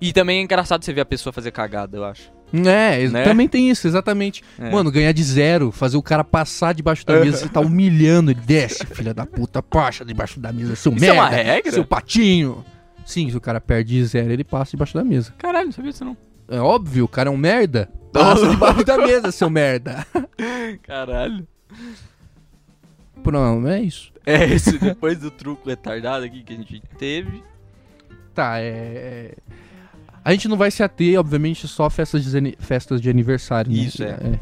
[SPEAKER 1] E também é engraçado você ver a pessoa fazer cagada, eu acho.
[SPEAKER 2] É, ex-
[SPEAKER 1] Né?
[SPEAKER 2] também tem isso, exatamente.
[SPEAKER 1] É.
[SPEAKER 2] Mano, ganhar de zero, fazer o cara passar debaixo da mesa, você tá humilhando ele. Desce, filha da puta, passa debaixo da mesa, seu
[SPEAKER 1] Isso é
[SPEAKER 2] merda.
[SPEAKER 1] uma regra?
[SPEAKER 2] Seu patinho. Sim, se o cara perde de zero, ele passa debaixo da mesa.
[SPEAKER 1] Caralho, não sabia disso não.
[SPEAKER 2] É óbvio, o cara é um merda.
[SPEAKER 1] Tá
[SPEAKER 2] Passa debaixo da mesa, seu merda.
[SPEAKER 1] Caralho.
[SPEAKER 2] Pronto, é isso.
[SPEAKER 1] É, esse depois do truco retardado aqui que a gente teve.
[SPEAKER 2] Tá, é. é- A gente não vai se ater, obviamente, só a festas de, ani- festas de aniversário. né?
[SPEAKER 1] Isso, é.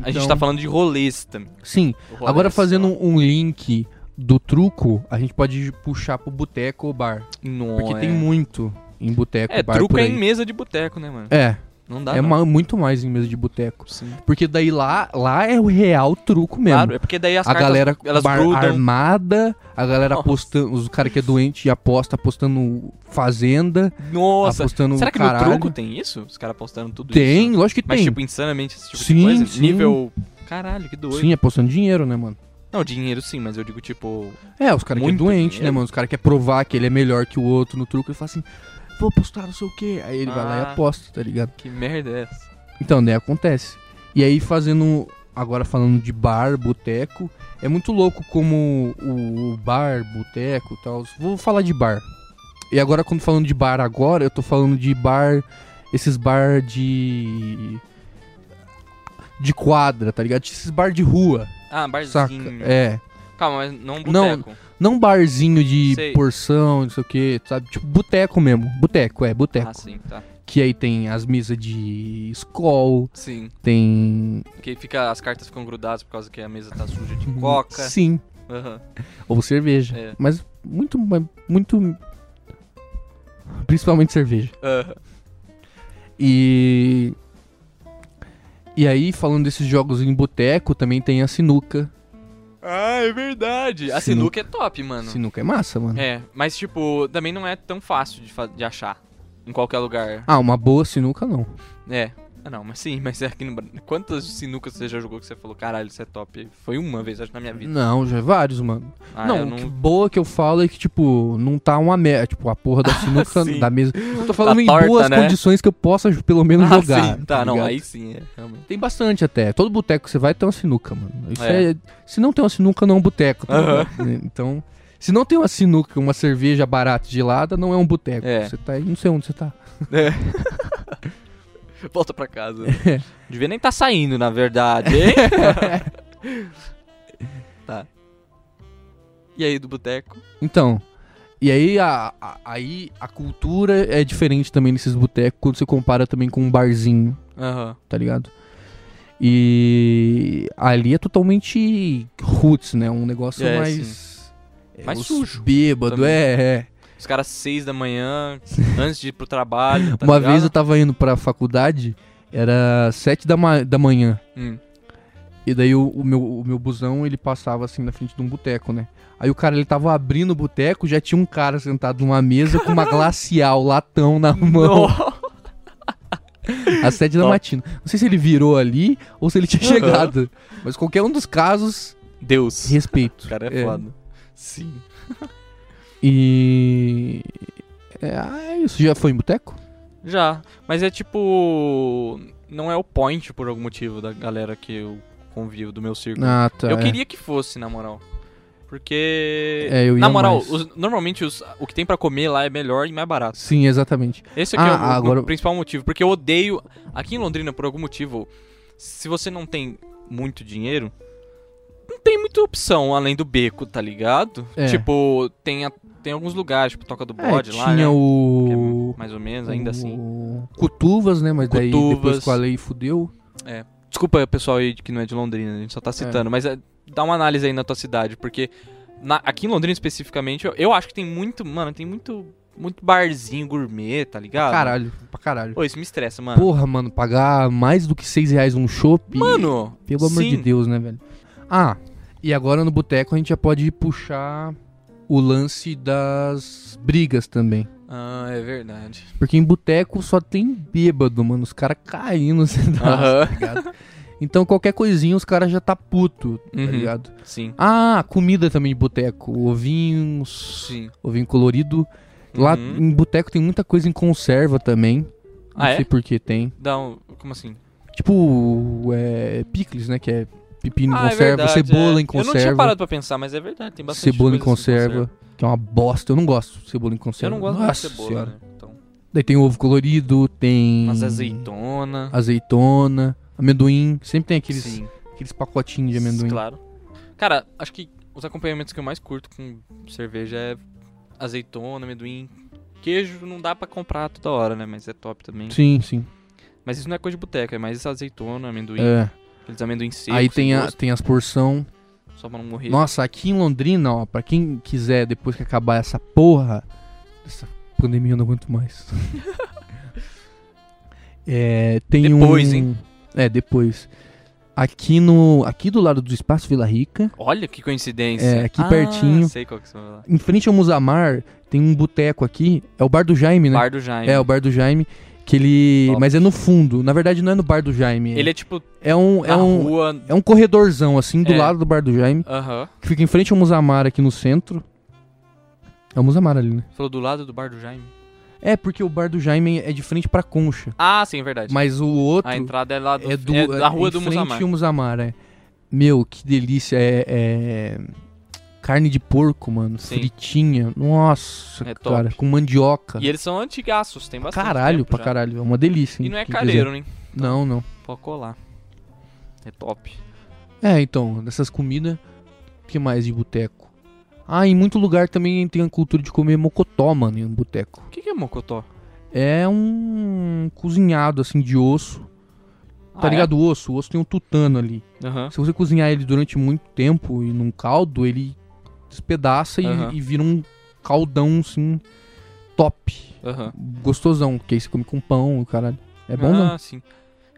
[SPEAKER 1] A gente
[SPEAKER 2] Então,
[SPEAKER 1] tá falando de rolês também. é
[SPEAKER 2] Sim,
[SPEAKER 1] Rolês,
[SPEAKER 2] agora fazendo
[SPEAKER 1] ó.
[SPEAKER 2] um link do truco, a gente pode puxar pro boteco ou bar.
[SPEAKER 1] Não,
[SPEAKER 2] Porque
[SPEAKER 1] é.
[SPEAKER 2] tem muito em boteco,
[SPEAKER 1] É,
[SPEAKER 2] bar
[SPEAKER 1] truco
[SPEAKER 2] por
[SPEAKER 1] é
[SPEAKER 2] aí.
[SPEAKER 1] em mesa de boteco, né, mano?
[SPEAKER 2] É,
[SPEAKER 1] Não dá,
[SPEAKER 2] é
[SPEAKER 1] não.
[SPEAKER 2] ma- muito mais em mesa de boteco.
[SPEAKER 1] Sim.
[SPEAKER 2] Porque daí lá, lá é o real truco mesmo.
[SPEAKER 1] Claro, é porque daí as
[SPEAKER 2] a
[SPEAKER 1] cartas,
[SPEAKER 2] galera
[SPEAKER 1] elas
[SPEAKER 2] bar-
[SPEAKER 1] grudam.
[SPEAKER 2] armada, a galera
[SPEAKER 1] Nossa.
[SPEAKER 2] apostando, os cara que é doente e aposta apostando fazenda,
[SPEAKER 1] Nossa,
[SPEAKER 2] tá apostando
[SPEAKER 1] será que
[SPEAKER 2] caralho.
[SPEAKER 1] no truco tem isso? Os caras postando tudo
[SPEAKER 2] Tem,
[SPEAKER 1] isso.
[SPEAKER 2] lógico que
[SPEAKER 1] Mas,
[SPEAKER 2] tem.
[SPEAKER 1] tipo, insanamente esse tipo de
[SPEAKER 2] Sim,
[SPEAKER 1] coisa.
[SPEAKER 2] sim.
[SPEAKER 1] Nível. Caralho, que doido.
[SPEAKER 2] Sim, apostando dinheiro, né, mano?
[SPEAKER 1] Não, dinheiro sim, mas eu digo, tipo.
[SPEAKER 2] É, os caras que é
[SPEAKER 1] Muito
[SPEAKER 2] doente, né,
[SPEAKER 1] dinheiro.
[SPEAKER 2] mano? Os caras querem provar que ele é melhor que o outro no truco, ele fala assim, vou apostar não sei o quê. Aí ele vai lá e
[SPEAKER 1] Ah.
[SPEAKER 2] aposta, tá ligado?
[SPEAKER 1] Que merda é essa?
[SPEAKER 2] Então, daí acontece. E aí fazendo. Agora falando de bar, boteco, é muito louco como o, o bar, boteco e tal. Vou falar de bar. E agora, quando falando de bar agora, eu tô falando de bar. Esses bar de. De quadra, tá ligado? Esses bar de rua,
[SPEAKER 1] Ah,
[SPEAKER 2] saca?
[SPEAKER 1] barzinho.
[SPEAKER 2] É.
[SPEAKER 1] Calma, mas não um
[SPEAKER 2] Não. um
[SPEAKER 1] boteco. Ah,
[SPEAKER 2] Não barzinho de
[SPEAKER 1] Sei.
[SPEAKER 2] porção, não sei o que, sabe? Tipo boteco mesmo. Boteco, é, boteco.
[SPEAKER 1] Ah, sim, tá.
[SPEAKER 2] Que aí tem as mesas de escol,
[SPEAKER 1] Sim.
[SPEAKER 2] tem.
[SPEAKER 1] Porque fica, as cartas ficam grudadas por causa que a mesa tá suja de coca.
[SPEAKER 2] Uhum. Sim.
[SPEAKER 1] Aham.
[SPEAKER 2] Ou cerveja.
[SPEAKER 1] É.
[SPEAKER 2] Mas muito. mas Muito. Principalmente cerveja.
[SPEAKER 1] Aham.
[SPEAKER 2] E. E aí, falando desses jogos em boteco, também tem a sinuca.
[SPEAKER 1] Ah, é verdade. A sinuca
[SPEAKER 2] Sinuca.
[SPEAKER 1] é top, mano.
[SPEAKER 2] Sinuca é massa, mano.
[SPEAKER 1] É, mas tipo, também não é tão fácil de, fa- de achar. Em qualquer lugar.
[SPEAKER 2] Ah, uma boa sinuca não.
[SPEAKER 1] É. Ah, não, mas sim, mas é aqui no Brasil. Quantas sinucas você já jogou que você falou, caralho, isso é top? Foi uma vez, acho, na minha vida.
[SPEAKER 2] Não, já é vários, mano.
[SPEAKER 1] Ah, eu
[SPEAKER 2] não,
[SPEAKER 1] não...
[SPEAKER 2] que boa que eu falo é que, tipo, não tá uma merda. Tipo, a porra da sinuca
[SPEAKER 1] Ah, Sim.
[SPEAKER 2] da mesa. Eu tô falando em
[SPEAKER 1] torta,
[SPEAKER 2] boas
[SPEAKER 1] né?
[SPEAKER 2] condições que eu possa pelo menos
[SPEAKER 1] Ah,
[SPEAKER 2] jogar.
[SPEAKER 1] sim. Tá, não,
[SPEAKER 2] ligado?
[SPEAKER 1] aí sim, é, realmente.
[SPEAKER 2] Tem bastante até. Todo boteco que você vai tem uma sinuca, mano. Isso
[SPEAKER 1] É.
[SPEAKER 2] é. se não tem uma sinuca, não é um boteco. tá
[SPEAKER 1] Aham.
[SPEAKER 2] ligado? Então, se não tem uma sinuca, uma cerveja barata gelada, não é um boteco.
[SPEAKER 1] É.
[SPEAKER 2] Você tá aí, não sei onde você tá.
[SPEAKER 1] Volta pra casa. Devia nem tá saindo, na verdade, hein? Tá. E aí, do boteco?
[SPEAKER 2] Então, e aí a, a- aí a cultura é diferente também nesses botecos quando você compara também com um barzinho,
[SPEAKER 1] Aham.
[SPEAKER 2] tá ligado? E ali é totalmente roots, né? Um negócio
[SPEAKER 1] É,
[SPEAKER 2] mais. é,
[SPEAKER 1] Mais
[SPEAKER 2] os
[SPEAKER 1] sujo
[SPEAKER 2] Bêbado,
[SPEAKER 1] também.
[SPEAKER 2] é, é.
[SPEAKER 1] Os caras seis da manhã, antes de ir pro trabalho. Tá
[SPEAKER 2] Uma
[SPEAKER 1] ligado?
[SPEAKER 2] vez eu tava indo pra faculdade, era sete da, ma- da manhã.
[SPEAKER 1] Hum.
[SPEAKER 2] E daí o, o meu, o meu busão, ele passava assim na frente de um boteco, né? Aí o cara, ele tava abrindo o boteco, já tinha um cara sentado numa mesa com uma glacial, latão na mão,
[SPEAKER 1] Não.
[SPEAKER 2] às sete da
[SPEAKER 1] Top.
[SPEAKER 2] matina. Não sei se ele virou ali ou se ele tinha
[SPEAKER 1] Aham.
[SPEAKER 2] chegado. Mas qualquer um dos casos,
[SPEAKER 1] Deus.
[SPEAKER 2] respeito.
[SPEAKER 1] O cara é, foda. Sim.
[SPEAKER 2] E... É, ah, isso já foi em boteco?
[SPEAKER 1] Já. Mas é tipo. Não é o point por algum motivo da galera que eu convivo, do meu círculo.
[SPEAKER 2] Ah, tá.
[SPEAKER 1] Eu
[SPEAKER 2] é.
[SPEAKER 1] queria que fosse, na moral. Porque.
[SPEAKER 2] É, eu ia
[SPEAKER 1] na moral,
[SPEAKER 2] mais.
[SPEAKER 1] os- normalmente os- o que tem pra comer lá é melhor e mais barato.
[SPEAKER 2] Sim, exatamente.
[SPEAKER 1] Esse aqui
[SPEAKER 2] Ah,
[SPEAKER 1] é o, o
[SPEAKER 2] agora-
[SPEAKER 1] principal motivo. Porque eu odeio. Aqui em Londrina, por algum motivo, se você não tem muito dinheiro, não tem muita opção além do beco, tá ligado?
[SPEAKER 2] É.
[SPEAKER 1] Tipo, tem, a- tem alguns lugares, tipo, Toca do
[SPEAKER 2] É,
[SPEAKER 1] Bode lá.
[SPEAKER 2] tinha
[SPEAKER 1] né? Que
[SPEAKER 2] o...
[SPEAKER 1] é mais ou menos, ainda assim.
[SPEAKER 2] o- Cutuvas, né? Mas daí depois
[SPEAKER 1] Cutuvas.
[SPEAKER 2] com a lei fudeu.
[SPEAKER 1] Desculpa, pessoal aí que não é de Londrina, a gente só tá citando, mas é, dá uma análise aí na tua cidade, porque na- aqui em Londrina especificamente, eu, eu acho que tem muito, mano, tem muito, muito barzinho gourmet, tá ligado?
[SPEAKER 2] Caralho, pra caralho.
[SPEAKER 1] Pô, isso me estressa, mano.
[SPEAKER 2] Porra, mano, pagar mais do que 6 reais um chopp.
[SPEAKER 1] mano!
[SPEAKER 2] Pelo amor
[SPEAKER 1] sim.
[SPEAKER 2] de Deus, né, velho? Ah, e agora no boteco a gente já pode puxar o lance das brigas também.
[SPEAKER 1] Ah, é verdade.
[SPEAKER 2] Porque em boteco só tem bêbado, mano. Os caras caindo, sentados,
[SPEAKER 1] Aham.
[SPEAKER 2] tá ligado? Então qualquer coisinha os caras já tá puto, tá
[SPEAKER 1] Uhum.
[SPEAKER 2] ligado?
[SPEAKER 1] Sim.
[SPEAKER 2] Ah, comida também em boteco. Ovinhos,
[SPEAKER 1] Sim.
[SPEAKER 2] ovinho colorido. Lá
[SPEAKER 1] Uhum.
[SPEAKER 2] em boteco tem muita coisa em conserva também. Não
[SPEAKER 1] Ah, é?
[SPEAKER 2] sei por que tem.
[SPEAKER 1] Dá um. Como assim?
[SPEAKER 2] Tipo, é, picles, né? Que é pepino em
[SPEAKER 1] ah, é
[SPEAKER 2] conserva,
[SPEAKER 1] verdade,
[SPEAKER 2] cebola
[SPEAKER 1] é. Eu
[SPEAKER 2] em
[SPEAKER 1] não tinha
[SPEAKER 2] conserva.
[SPEAKER 1] parado pra pensar, mas é verdade, tem bastante
[SPEAKER 2] Cebola em
[SPEAKER 1] coisa assim,
[SPEAKER 2] conserva, que é uma bosta. Eu não gosto de cebola em
[SPEAKER 1] Eu
[SPEAKER 2] conserva.
[SPEAKER 1] não gosto
[SPEAKER 2] Nossa
[SPEAKER 1] de cebola,
[SPEAKER 2] senhora.
[SPEAKER 1] né? Então,
[SPEAKER 2] Daí tem ovo colorido, tem.
[SPEAKER 1] mas azeitona.
[SPEAKER 2] azeitona, amendoim. Sempre tem Hum. aqueles,
[SPEAKER 1] Sim.
[SPEAKER 2] aqueles pacotinhos de amendoim.
[SPEAKER 1] Claro. Cara, acho que os acompanhamentos que eu mais curto com cerveja é azeitona, amendoim. Queijo não dá pra comprar toda hora, né? Mas é top também.
[SPEAKER 2] Sim, sim.
[SPEAKER 1] Mas isso não é coisa de boteca, é mais azeitona, amendoim.
[SPEAKER 2] É.
[SPEAKER 1] Aqueles amendoim seco.
[SPEAKER 2] Aí
[SPEAKER 1] sem
[SPEAKER 2] tem, a,
[SPEAKER 1] gosto,
[SPEAKER 2] tem as porção.
[SPEAKER 1] Só pra não morrer.
[SPEAKER 2] Nossa, aqui em Londrina, ó, pra quem quiser, depois que acabar essa porra, essa pandemia eu não aguento mais. é, tem
[SPEAKER 1] Depois,
[SPEAKER 2] um...
[SPEAKER 1] hein?
[SPEAKER 2] É, depois. Aqui no, aqui do lado do Espaço Vila Rica,
[SPEAKER 1] Olha que coincidência.
[SPEAKER 2] É, aqui
[SPEAKER 1] Ah,
[SPEAKER 2] pertinho.
[SPEAKER 1] sei qual que você vai falar.
[SPEAKER 2] em frente ao Musamar, tem um boteco aqui, é o Bar do Jaime, né?
[SPEAKER 1] Bar do Jaime.
[SPEAKER 2] É, o Bar do Jaime, que ele,
[SPEAKER 1] Top.
[SPEAKER 2] mas é no fundo, na verdade não é no Bar do Jaime,
[SPEAKER 1] Ele é tipo
[SPEAKER 2] é um,
[SPEAKER 1] na
[SPEAKER 2] é um,
[SPEAKER 1] rua...
[SPEAKER 2] é um corredorzão assim do
[SPEAKER 1] É.
[SPEAKER 2] lado do Bar do Jaime,
[SPEAKER 1] Aham.
[SPEAKER 2] que fica em frente ao Musamar aqui no centro. É o Musamar ali, né?
[SPEAKER 1] Falou do lado do bar do Jaime.
[SPEAKER 2] É, porque o bar do Jaime é de frente pra concha.
[SPEAKER 1] Ah, sim, verdade.
[SPEAKER 2] Mas o outro
[SPEAKER 1] a entrada é lá do...
[SPEAKER 2] é, do,
[SPEAKER 1] é da rua
[SPEAKER 2] em
[SPEAKER 1] do
[SPEAKER 2] frente
[SPEAKER 1] Musamar.
[SPEAKER 2] ao Musamar, é. Meu, que delícia. É, é- Carne de porco, mano.
[SPEAKER 1] Sim.
[SPEAKER 2] Fritinha. Nossa,
[SPEAKER 1] É top.
[SPEAKER 2] cara. Com mandioca.
[SPEAKER 1] E eles são antigaços, tem bastante
[SPEAKER 2] um caralho,
[SPEAKER 1] tempo
[SPEAKER 2] pra
[SPEAKER 1] já.
[SPEAKER 2] caralho. É uma delícia.
[SPEAKER 1] E
[SPEAKER 2] hein,
[SPEAKER 1] não é
[SPEAKER 2] quer dizer.
[SPEAKER 1] careiro, hein?
[SPEAKER 2] Não, não.
[SPEAKER 1] Pode colar. É top.
[SPEAKER 2] É, então, dessas comidas, o que mais de boteco? Ah, em muito lugar também tem a cultura de comer mocotó, mano, em um boteco.
[SPEAKER 1] O que, que é mocotó?
[SPEAKER 2] É um cozinhado, assim, de osso. Tá
[SPEAKER 1] Ah,
[SPEAKER 2] ligado? O osso, o osso tem um tutano ali.
[SPEAKER 1] É? Aham.
[SPEAKER 2] Se você cozinhar ele durante muito tempo e num caldo, ele despedaça e,
[SPEAKER 1] Aham.
[SPEAKER 2] e vira um caldão assim top.
[SPEAKER 1] Aham.
[SPEAKER 2] Gostosão, que aí você come com pão e caralho. É bom,
[SPEAKER 1] ah,
[SPEAKER 2] mano?
[SPEAKER 1] sim.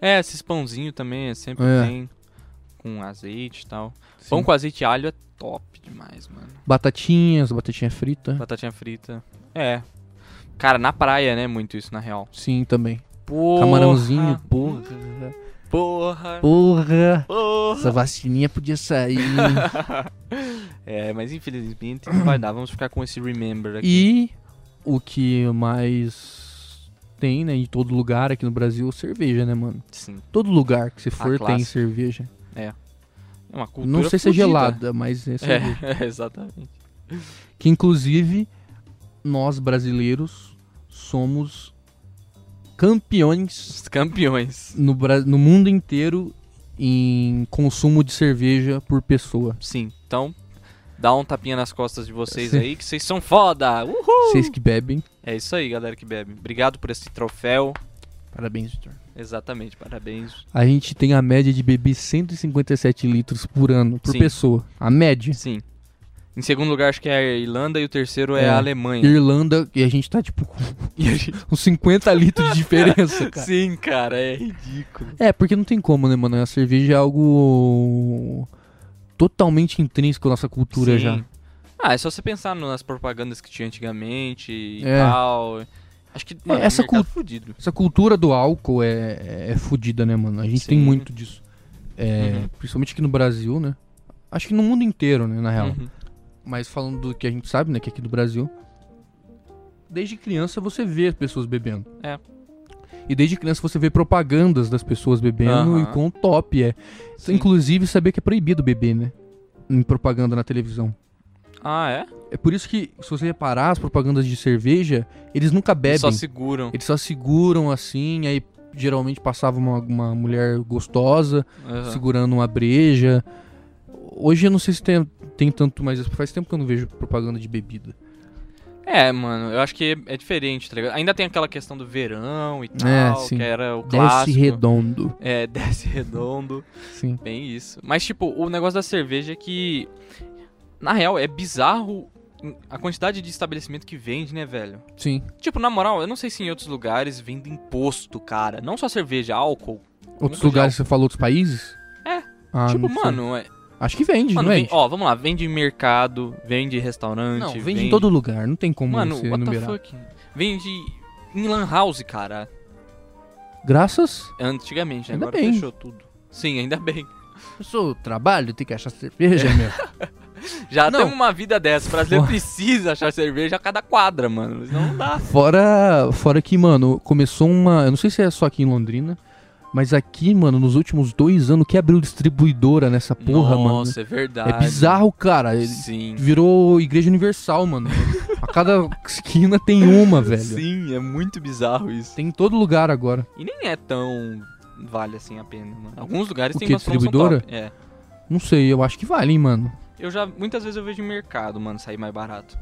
[SPEAKER 1] É, esses pãozinhos também sempre
[SPEAKER 2] É.
[SPEAKER 1] tem. Com azeite e tal.
[SPEAKER 2] Sim.
[SPEAKER 1] Pão com azeite e alho é top demais, mano.
[SPEAKER 2] Batatinhas, batatinha frita.
[SPEAKER 1] Batatinha frita. É. Cara, na praia, né? Muito isso, na real.
[SPEAKER 2] Sim, também.
[SPEAKER 1] Porra.
[SPEAKER 2] Camarãozinho, porra.
[SPEAKER 1] Porra.
[SPEAKER 2] Porra.
[SPEAKER 1] Porra.
[SPEAKER 2] Essa vacininha podia sair.
[SPEAKER 1] é, mas infelizmente não vai dar. Vamos ficar com esse remember aqui.
[SPEAKER 2] e o que mais tem, né, em todo lugar aqui no Brasil, cerveja, né, mano?
[SPEAKER 1] Sim.
[SPEAKER 2] Todo lugar que você for tem
[SPEAKER 1] clássica.
[SPEAKER 2] cerveja.
[SPEAKER 1] É uma cultura
[SPEAKER 2] Não sei se é
[SPEAKER 1] fodida.
[SPEAKER 2] gelada, mas é cerveja.
[SPEAKER 1] É, exatamente.
[SPEAKER 2] Que inclusive nós brasileiros somos campeões
[SPEAKER 1] Os campeões.
[SPEAKER 2] no, Bra- no mundo inteiro em consumo de cerveja por pessoa.
[SPEAKER 1] Sim, então dá um tapinha nas costas de vocês aí, que vocês são foda! Uhul!
[SPEAKER 2] Vocês que bebem,
[SPEAKER 1] É isso aí, galera que bebe. Obrigado por esse troféu.
[SPEAKER 2] parabéns, Vitor.
[SPEAKER 1] Exatamente, parabéns.
[SPEAKER 2] A gente tem a média de beber 157 litros por ano, por
[SPEAKER 1] Sim.
[SPEAKER 2] pessoa. A média.
[SPEAKER 1] Sim. Em segundo lugar, acho que é a Irlanda e o terceiro é,
[SPEAKER 2] É.
[SPEAKER 1] a Alemanha.
[SPEAKER 2] Irlanda, e a gente tá tipo com
[SPEAKER 1] E a gente-
[SPEAKER 2] uns 50 litros de diferença, cara.
[SPEAKER 1] Sim, cara, é ridículo.
[SPEAKER 2] É, porque não tem como, né, mano? A cerveja é algo totalmente intrínseco à nossa cultura
[SPEAKER 1] Sim.
[SPEAKER 2] já.
[SPEAKER 1] Ah, é só você pensar no- nas propagandas que tinha antigamente e
[SPEAKER 2] É.
[SPEAKER 1] tal. Acho que, mano,
[SPEAKER 2] essa
[SPEAKER 1] é um mercado
[SPEAKER 2] cult-
[SPEAKER 1] fudido.
[SPEAKER 2] Essa cultura do álcool é, é fodida, né, mano? A gente tem
[SPEAKER 1] Sim.
[SPEAKER 2] muito disso. É,
[SPEAKER 1] Uhum.
[SPEAKER 2] Principalmente aqui no Brasil, né? Acho que no mundo inteiro, né, na real.
[SPEAKER 1] Uhum.
[SPEAKER 2] Mas falando do que a gente sabe, né, que aqui do Brasil, desde criança você vê as pessoas bebendo.
[SPEAKER 1] É.
[SPEAKER 2] E desde criança você vê propagandas das pessoas bebendo
[SPEAKER 1] Aham.
[SPEAKER 2] e quão top é.
[SPEAKER 1] Sim.
[SPEAKER 2] Inclusive saber que é proibido beber, né? Em propaganda na televisão.
[SPEAKER 1] Ah, é?
[SPEAKER 2] É por isso que, se você reparar, as propagandas de cerveja, eles nunca bebem.
[SPEAKER 1] Eles Só seguram.
[SPEAKER 2] Eles só seguram assim, aí geralmente passava uma, uma mulher gostosa
[SPEAKER 1] Aham.
[SPEAKER 2] segurando uma breja. Hoje eu não sei se tem, tem tanto mais isso, porque faz tempo que eu não vejo propaganda de bebida.
[SPEAKER 1] É, mano, eu acho que é diferente, tá ligado? Ainda tem aquela questão do verão e tal,
[SPEAKER 2] É, sim.
[SPEAKER 1] que era o clássico.
[SPEAKER 2] Desce redondo.
[SPEAKER 1] É, desce redondo.
[SPEAKER 2] Sim.
[SPEAKER 1] Bem isso. Mas, tipo, o negócio da cerveja é que. Na real, é bizarro a quantidade de estabelecimento que vende, né, velho?
[SPEAKER 2] Sim.
[SPEAKER 1] Tipo, na moral, eu não sei se em outros lugares vende imposto, cara. Não só cerveja, álcool.
[SPEAKER 2] Outros
[SPEAKER 1] Nunca
[SPEAKER 2] lugares você falou outros países?
[SPEAKER 1] É.
[SPEAKER 2] Ah,
[SPEAKER 1] tipo,
[SPEAKER 2] não sei.
[SPEAKER 1] mano, é,
[SPEAKER 2] Acho que vende,
[SPEAKER 1] mano
[SPEAKER 2] não
[SPEAKER 1] vem-
[SPEAKER 2] vende?
[SPEAKER 1] ó, vamos lá, vende em mercado, vende em restaurante.
[SPEAKER 2] Não, vende, em todo lugar, não tem como
[SPEAKER 1] Mano,
[SPEAKER 2] você
[SPEAKER 1] what the
[SPEAKER 2] enumerar.
[SPEAKER 1] fuck? Vende em lan house, cara.
[SPEAKER 2] Graças.
[SPEAKER 1] Antigamente, né?
[SPEAKER 2] Ainda
[SPEAKER 1] agora
[SPEAKER 2] bem.
[SPEAKER 1] fechou tudo. Sim, ainda bem.
[SPEAKER 2] Eu sou trabalho, tem que achar cerveja, meu.
[SPEAKER 1] Já
[SPEAKER 2] Não.
[SPEAKER 1] temos uma vida dessa. O brasileiro precisa achar cerveja a cada quadra, mano. Senão não dá.
[SPEAKER 2] Fora, fora que, mano, começou uma. Eu não sei se é só aqui em Londrina, mas aqui, mano, nos últimos dois anos, que abriu distribuidora nessa porra, mano?
[SPEAKER 1] Nossa, é verdade.
[SPEAKER 2] É bizarro, cara. Ele
[SPEAKER 1] Sim.
[SPEAKER 2] Virou Igreja Universal, mano. a cada esquina tem uma, velho.
[SPEAKER 1] Sim, é muito bizarro isso.
[SPEAKER 2] Tem em todo lugar agora.
[SPEAKER 1] E nem é tão vale assim a pena, mano. Alguns lugares
[SPEAKER 2] O
[SPEAKER 1] tem
[SPEAKER 2] quê?
[SPEAKER 1] umas promoção
[SPEAKER 2] Distribuidora?
[SPEAKER 1] top. É.
[SPEAKER 2] Não sei, eu acho que vale, hein, mano.
[SPEAKER 1] Eu já muitas vezes eu vejo em mercado, mano, sair mais barato.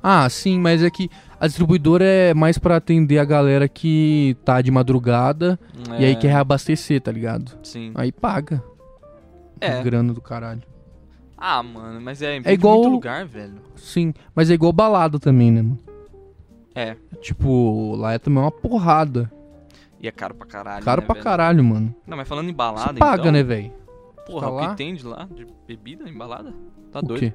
[SPEAKER 2] Ah, sim, mas é que a distribuidora é mais pra atender a galera que tá de madrugada e
[SPEAKER 1] É,
[SPEAKER 2] aí quer reabastecer, tá ligado?
[SPEAKER 1] Sim.
[SPEAKER 2] Aí paga.
[SPEAKER 1] É.
[SPEAKER 2] Grana do caralho.
[SPEAKER 1] Ah, mano, mas é, é
[SPEAKER 2] igual-
[SPEAKER 1] muito lugar, velho.
[SPEAKER 2] Sim, mas é igual balada também, né, mano?
[SPEAKER 1] É.
[SPEAKER 2] Tipo, lá é também uma porrada.
[SPEAKER 1] E é caro pra caralho.
[SPEAKER 2] Caro
[SPEAKER 1] né,
[SPEAKER 2] pra
[SPEAKER 1] velho?
[SPEAKER 2] caralho, mano.
[SPEAKER 1] Não, mas falando em
[SPEAKER 2] Você
[SPEAKER 1] balada,
[SPEAKER 2] paga,
[SPEAKER 1] então,
[SPEAKER 2] né, velho?
[SPEAKER 1] Porra,
[SPEAKER 2] Tá
[SPEAKER 1] o
[SPEAKER 2] lá?
[SPEAKER 1] que tem de lá? De bebida em balada? Tá
[SPEAKER 2] O
[SPEAKER 1] doido.
[SPEAKER 2] quê?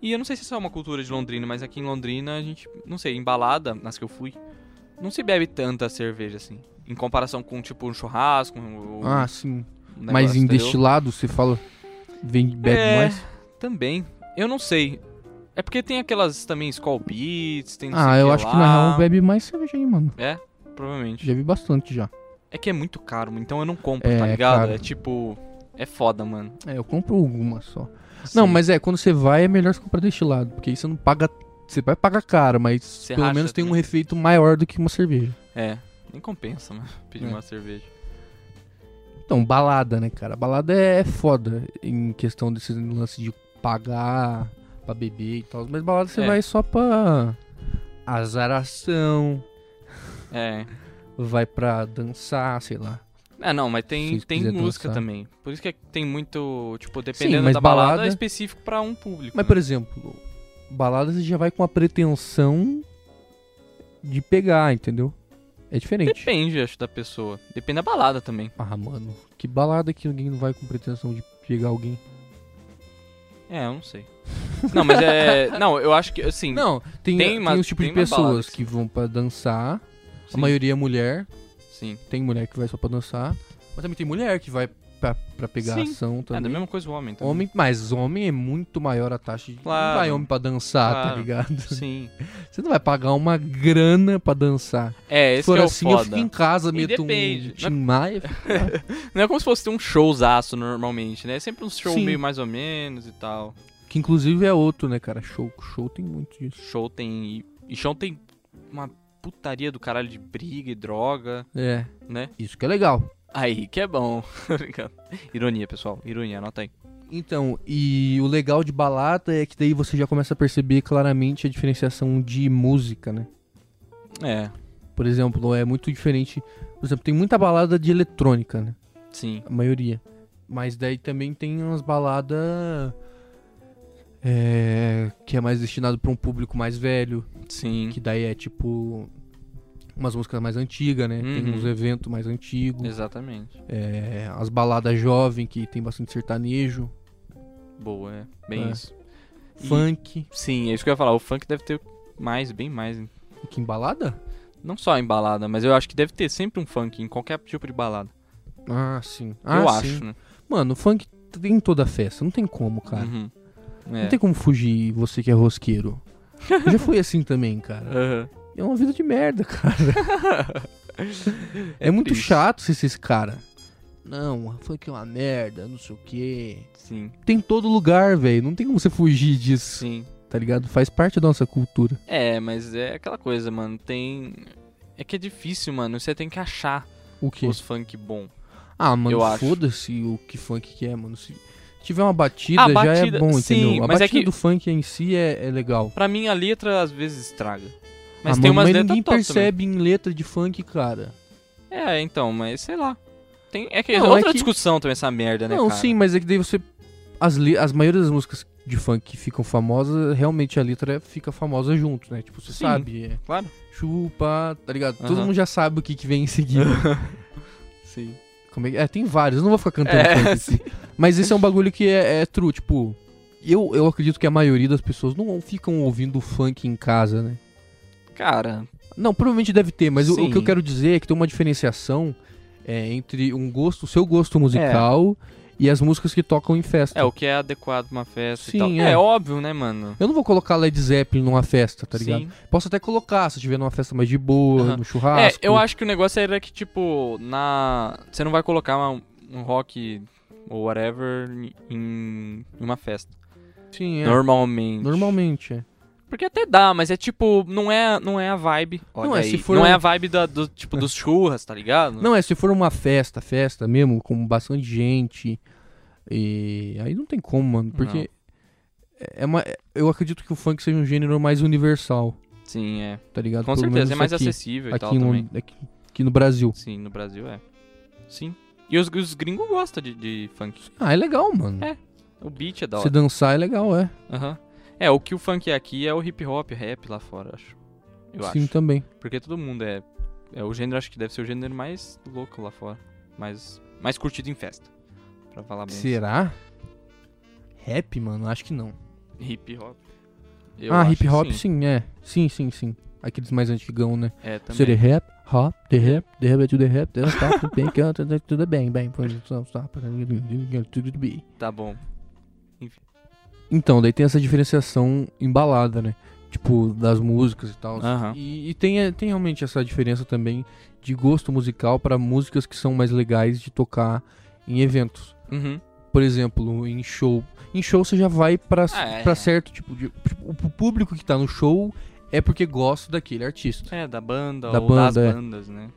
[SPEAKER 1] E eu não sei se isso é uma cultura de Londrina, mas aqui em Londrina a gente, não sei, em balada, nas que eu fui, não se bebe tanta cerveja assim. Em comparação com, tipo, um churrasco, um,
[SPEAKER 2] Ah, sim.
[SPEAKER 1] um negócio,
[SPEAKER 2] Mas em
[SPEAKER 1] entendeu?
[SPEAKER 2] destilado, você fala. Vem bebe
[SPEAKER 1] É.
[SPEAKER 2] mais?
[SPEAKER 1] Também. Eu não sei. É porque tem aquelas também Skull Beats, tem não
[SPEAKER 2] Ah,
[SPEAKER 1] sei
[SPEAKER 2] eu
[SPEAKER 1] que
[SPEAKER 2] acho
[SPEAKER 1] lá,
[SPEAKER 2] que na real bebe mais cerveja aí, mano.
[SPEAKER 1] Provavelmente.
[SPEAKER 2] Já vi bastante já.
[SPEAKER 1] É que é muito caro, então eu não compro,
[SPEAKER 2] É,
[SPEAKER 1] tá ligado?
[SPEAKER 2] cara.
[SPEAKER 1] É tipo... É foda, mano. Assim,
[SPEAKER 2] É, eu compro alguma só. Não,
[SPEAKER 1] Sim.
[SPEAKER 2] mas é, quando você vai é melhor você comprar destilado, porque aí você não paga. Você vai pagar caro, mas
[SPEAKER 1] Você
[SPEAKER 2] pelo
[SPEAKER 1] racha
[SPEAKER 2] menos tem um
[SPEAKER 1] também.
[SPEAKER 2] refeito maior do que uma cerveja.
[SPEAKER 1] É, nem compensa, mano, pedir
[SPEAKER 2] É.
[SPEAKER 1] uma cerveja.
[SPEAKER 2] Então, balada, né, cara? Balada é foda em questão desse lance de pagar pra beber e tal. Mas balada você
[SPEAKER 1] É.
[SPEAKER 2] vai só pra azaração,
[SPEAKER 1] É...
[SPEAKER 2] vai pra dançar, sei lá.
[SPEAKER 1] É, não, mas
[SPEAKER 2] Se
[SPEAKER 1] tem,
[SPEAKER 2] você
[SPEAKER 1] tem
[SPEAKER 2] quiser
[SPEAKER 1] música
[SPEAKER 2] dançar.
[SPEAKER 1] também. Por isso que é- tem muito, tipo, dependendo
[SPEAKER 2] mas
[SPEAKER 1] da balada,
[SPEAKER 2] balada-
[SPEAKER 1] é específico pra um público.
[SPEAKER 2] Mas,
[SPEAKER 1] né?
[SPEAKER 2] por exemplo, balada você já vai com a pretensão de pegar, entendeu? É diferente.
[SPEAKER 1] Depende, acho, da pessoa. Depende da balada também.
[SPEAKER 2] Ah, mano, que balada que ninguém não vai com pretensão de pegar alguém.
[SPEAKER 1] É, eu não sei. Não, mas é. Não, eu acho que, assim.
[SPEAKER 2] Não,
[SPEAKER 1] Tem
[SPEAKER 2] tem, tem,
[SPEAKER 1] uma-
[SPEAKER 2] os tipos
[SPEAKER 1] tem
[SPEAKER 2] de
[SPEAKER 1] uma balada
[SPEAKER 2] pessoas
[SPEAKER 1] que
[SPEAKER 2] que vão pra dançar,
[SPEAKER 1] sim,
[SPEAKER 2] a maioria é mulher,
[SPEAKER 1] Sim.
[SPEAKER 2] tem mulher que vai só pra dançar, mas também tem mulher que vai pra, pra pegar
[SPEAKER 1] Sim.
[SPEAKER 2] ação
[SPEAKER 1] É, da
[SPEAKER 2] também.
[SPEAKER 1] mesma coisa o homem também.
[SPEAKER 2] Homem, mas homem é muito maior a taxa de.
[SPEAKER 1] Claro.
[SPEAKER 2] Não vai homem pra dançar, tá
[SPEAKER 1] Claro.
[SPEAKER 2] ligado?
[SPEAKER 1] Sim.
[SPEAKER 2] Você não vai pagar uma grana pra dançar.
[SPEAKER 1] É,
[SPEAKER 2] Se
[SPEAKER 1] esse
[SPEAKER 2] for
[SPEAKER 1] que é o
[SPEAKER 2] assim, eu
[SPEAKER 1] foda.
[SPEAKER 2] fico em casa,
[SPEAKER 1] E
[SPEAKER 2] meto um
[SPEAKER 1] depende, né?
[SPEAKER 2] Tim Maia.
[SPEAKER 1] Não é como se fosse ter um showzaço normalmente, né? É sempre um show
[SPEAKER 2] Sim.
[SPEAKER 1] meio mais ou menos e tal.
[SPEAKER 2] Que inclusive é outro, né, cara? Show. Show tem muito disso.
[SPEAKER 1] Show tem. E show tem uma putaria do caralho de briga e droga,
[SPEAKER 2] É.
[SPEAKER 1] né?
[SPEAKER 2] Isso que é legal.
[SPEAKER 1] Aí que é bom. Obrigado. Ironia, pessoal. Ironia, anota aí.
[SPEAKER 2] Então, e o legal de balada é que daí você já começa a perceber claramente a diferenciação de música, né?
[SPEAKER 1] É,
[SPEAKER 2] Por exemplo, é muito diferente. Por exemplo, tem muita balada de eletrônica, né?
[SPEAKER 1] sim.
[SPEAKER 2] A maioria. Mas daí também tem umas baladas. É, que é mais destinado pra um público mais velho.
[SPEAKER 1] Sim.
[SPEAKER 2] Que daí é tipo. Umas músicas mais antigas, né? Tem
[SPEAKER 1] Uhum.
[SPEAKER 2] uns eventos mais antigos.
[SPEAKER 1] Exatamente.
[SPEAKER 2] É, as baladas jovem, que tem bastante sertanejo.
[SPEAKER 1] Boa, é. Bem
[SPEAKER 2] É.
[SPEAKER 1] isso. E-
[SPEAKER 2] Funk.
[SPEAKER 1] Sim, é isso que eu ia falar. O funk deve ter mais, bem mais. hein?
[SPEAKER 2] Que em balada?
[SPEAKER 1] Não só em balada, mas eu acho que deve ter sempre um funk em qualquer tipo de balada.
[SPEAKER 2] Ah, sim. Ah,
[SPEAKER 1] eu
[SPEAKER 2] sim.
[SPEAKER 1] acho, né?
[SPEAKER 2] Mano, o funk tem em toda festa. Não tem como, cara.
[SPEAKER 1] Uhum.
[SPEAKER 2] Não
[SPEAKER 1] É.
[SPEAKER 2] tem como fugir, você que é rosqueiro. Eu já fui assim também, cara.
[SPEAKER 1] Aham.
[SPEAKER 2] É uma vida de merda, cara. É, muito
[SPEAKER 1] triste.
[SPEAKER 2] chato ser esse cara. Não, funk é uma merda, não sei o quê.
[SPEAKER 1] Sim,
[SPEAKER 2] Tem em todo lugar, velho. Não tem como você fugir disso,
[SPEAKER 1] sim.
[SPEAKER 2] tá ligado? Faz parte da nossa cultura.
[SPEAKER 1] É, mas é aquela coisa, mano. Tem. É que é difícil, mano. Você tem que achar
[SPEAKER 2] O quê?
[SPEAKER 1] os funk bom.
[SPEAKER 2] Ah, mano,
[SPEAKER 1] Eu acho.
[SPEAKER 2] foda-se o que funk que é, mano. Se tiver uma batida,
[SPEAKER 1] A
[SPEAKER 2] já
[SPEAKER 1] Ah, batida-
[SPEAKER 2] é bom,
[SPEAKER 1] sim,
[SPEAKER 2] entendeu? A
[SPEAKER 1] mas é
[SPEAKER 2] batida
[SPEAKER 1] que-
[SPEAKER 2] do funk em si é, é legal.
[SPEAKER 1] Pra mim, a letra às vezes estraga.
[SPEAKER 2] Ah, Mas
[SPEAKER 1] Mas tem umas letras
[SPEAKER 2] ninguém
[SPEAKER 1] top também.
[SPEAKER 2] percebe em letra de funk, cara.
[SPEAKER 1] É, então, mas sei lá. Tem... É que é
[SPEAKER 2] Não, é
[SPEAKER 1] outra
[SPEAKER 2] que-
[SPEAKER 1] discussão também, essa merda, né?
[SPEAKER 2] Não,
[SPEAKER 1] cara?
[SPEAKER 2] sim, mas é que daí você. As, le- as maioria das músicas de funk que ficam famosas, realmente a letra fica famosa junto, né? Tipo, você
[SPEAKER 1] Sim.
[SPEAKER 2] sabe. é
[SPEAKER 1] Claro.
[SPEAKER 2] chupa, tá ligado? Todo
[SPEAKER 1] Aham.
[SPEAKER 2] mundo já sabe o que, que vem em seguida.
[SPEAKER 1] Sim.
[SPEAKER 2] Como é, que- é, tem vários, eu não vou ficar cantando funk
[SPEAKER 1] É,
[SPEAKER 2] aqui.
[SPEAKER 1] sim.
[SPEAKER 2] Mas esse é um bagulho que é, é true, tipo. Eu, eu acredito que a maioria das pessoas não ficam ouvindo funk em casa, né?
[SPEAKER 1] Cara,
[SPEAKER 2] Não, provavelmente deve ter, mas o, o que eu
[SPEAKER 1] Sim.
[SPEAKER 2] quero dizer é que tem uma diferenciação é, entre um gosto, o seu gosto musical e as músicas que tocam em festa.
[SPEAKER 1] é o que é adequado pra uma festa
[SPEAKER 2] Sim,
[SPEAKER 1] e tal.
[SPEAKER 2] é.
[SPEAKER 1] É. óbvio, né, mano?
[SPEAKER 2] Eu não vou colocar Led Zeppelin numa festa, tá ligado?
[SPEAKER 1] Sim.
[SPEAKER 2] Posso até colocar se tiver numa festa mais de boa,
[SPEAKER 1] Aham.
[SPEAKER 2] no churrasco.
[SPEAKER 1] É, eu acho que o negócio era que, tipo, na. Você não vai colocar uma- um rock ou whatever em- em uma festa.
[SPEAKER 2] Sim, é.
[SPEAKER 1] Normalmente.
[SPEAKER 2] Normalmente, é.
[SPEAKER 1] Porque até dá, mas é tipo, não é, não é a vibe. Olha
[SPEAKER 2] Não,
[SPEAKER 1] não,
[SPEAKER 2] é,
[SPEAKER 1] é,
[SPEAKER 2] se for
[SPEAKER 1] não
[SPEAKER 2] um-
[SPEAKER 1] é a vibe da, do, tipo, dos churras, tá ligado?
[SPEAKER 2] Não, é se for uma festa, festa mesmo, com bastante gente. E aí não tem como, mano, porque
[SPEAKER 1] Não.
[SPEAKER 2] é uma eu acredito que o funk seja um gênero mais universal,
[SPEAKER 1] Sim, é.
[SPEAKER 2] tá ligado?
[SPEAKER 1] Com
[SPEAKER 2] Pelo menos
[SPEAKER 1] certeza, é mais
[SPEAKER 2] aqui,
[SPEAKER 1] acessível e
[SPEAKER 2] aqui,
[SPEAKER 1] tal
[SPEAKER 2] em Lond-
[SPEAKER 1] também.
[SPEAKER 2] aqui, aqui no Brasil.
[SPEAKER 1] Sim, no Brasil é. Sim. E os, os gringos gostam de, de funk.
[SPEAKER 2] Ah, é legal, mano.
[SPEAKER 1] É O beat é da
[SPEAKER 2] Se
[SPEAKER 1] hora.
[SPEAKER 2] dançar é legal, é.
[SPEAKER 1] Aham. É, o que o funk é aqui é o hip hop, rap lá fora, acho. Eu
[SPEAKER 2] Sim,
[SPEAKER 1] acho.
[SPEAKER 2] também.
[SPEAKER 1] Porque todo mundo é. É o gênero, acho que deve ser o gênero mais louco lá fora. Mais, mais curtido em festa. Pra falar bem.
[SPEAKER 2] Será? Rap, mano? Acho que não.
[SPEAKER 1] assim. Hip hop. Eu
[SPEAKER 2] ah,
[SPEAKER 1] acho
[SPEAKER 2] hip
[SPEAKER 1] que
[SPEAKER 2] hop sim. é. Sim, sim, sim. Aqueles mais antigão, né?
[SPEAKER 1] É, também.
[SPEAKER 2] Seria rap, hop, the rap, the rap, to the rap, the stop, the bang, canta, tá, tudo bem, bem, pois, stop, stop, tudo bem.
[SPEAKER 1] Tá bom.
[SPEAKER 2] Então, daí tem essa diferenciação embalada, né? Tipo, das músicas e tal.
[SPEAKER 1] Aham.
[SPEAKER 2] E, e tem, eh, tem realmente essa diferença também de gosto musical pra músicas que são mais legais de tocar em eventos.
[SPEAKER 1] Uhum.
[SPEAKER 2] Por exemplo, em show. Em show você já vai pra,
[SPEAKER 1] Ah, é.
[SPEAKER 2] pra certo tipo de. tipo, o público que tá no show é porque gosta daquele artista.
[SPEAKER 1] É, da banda
[SPEAKER 2] Da
[SPEAKER 1] ou das
[SPEAKER 2] banda, é.
[SPEAKER 1] bandas, né?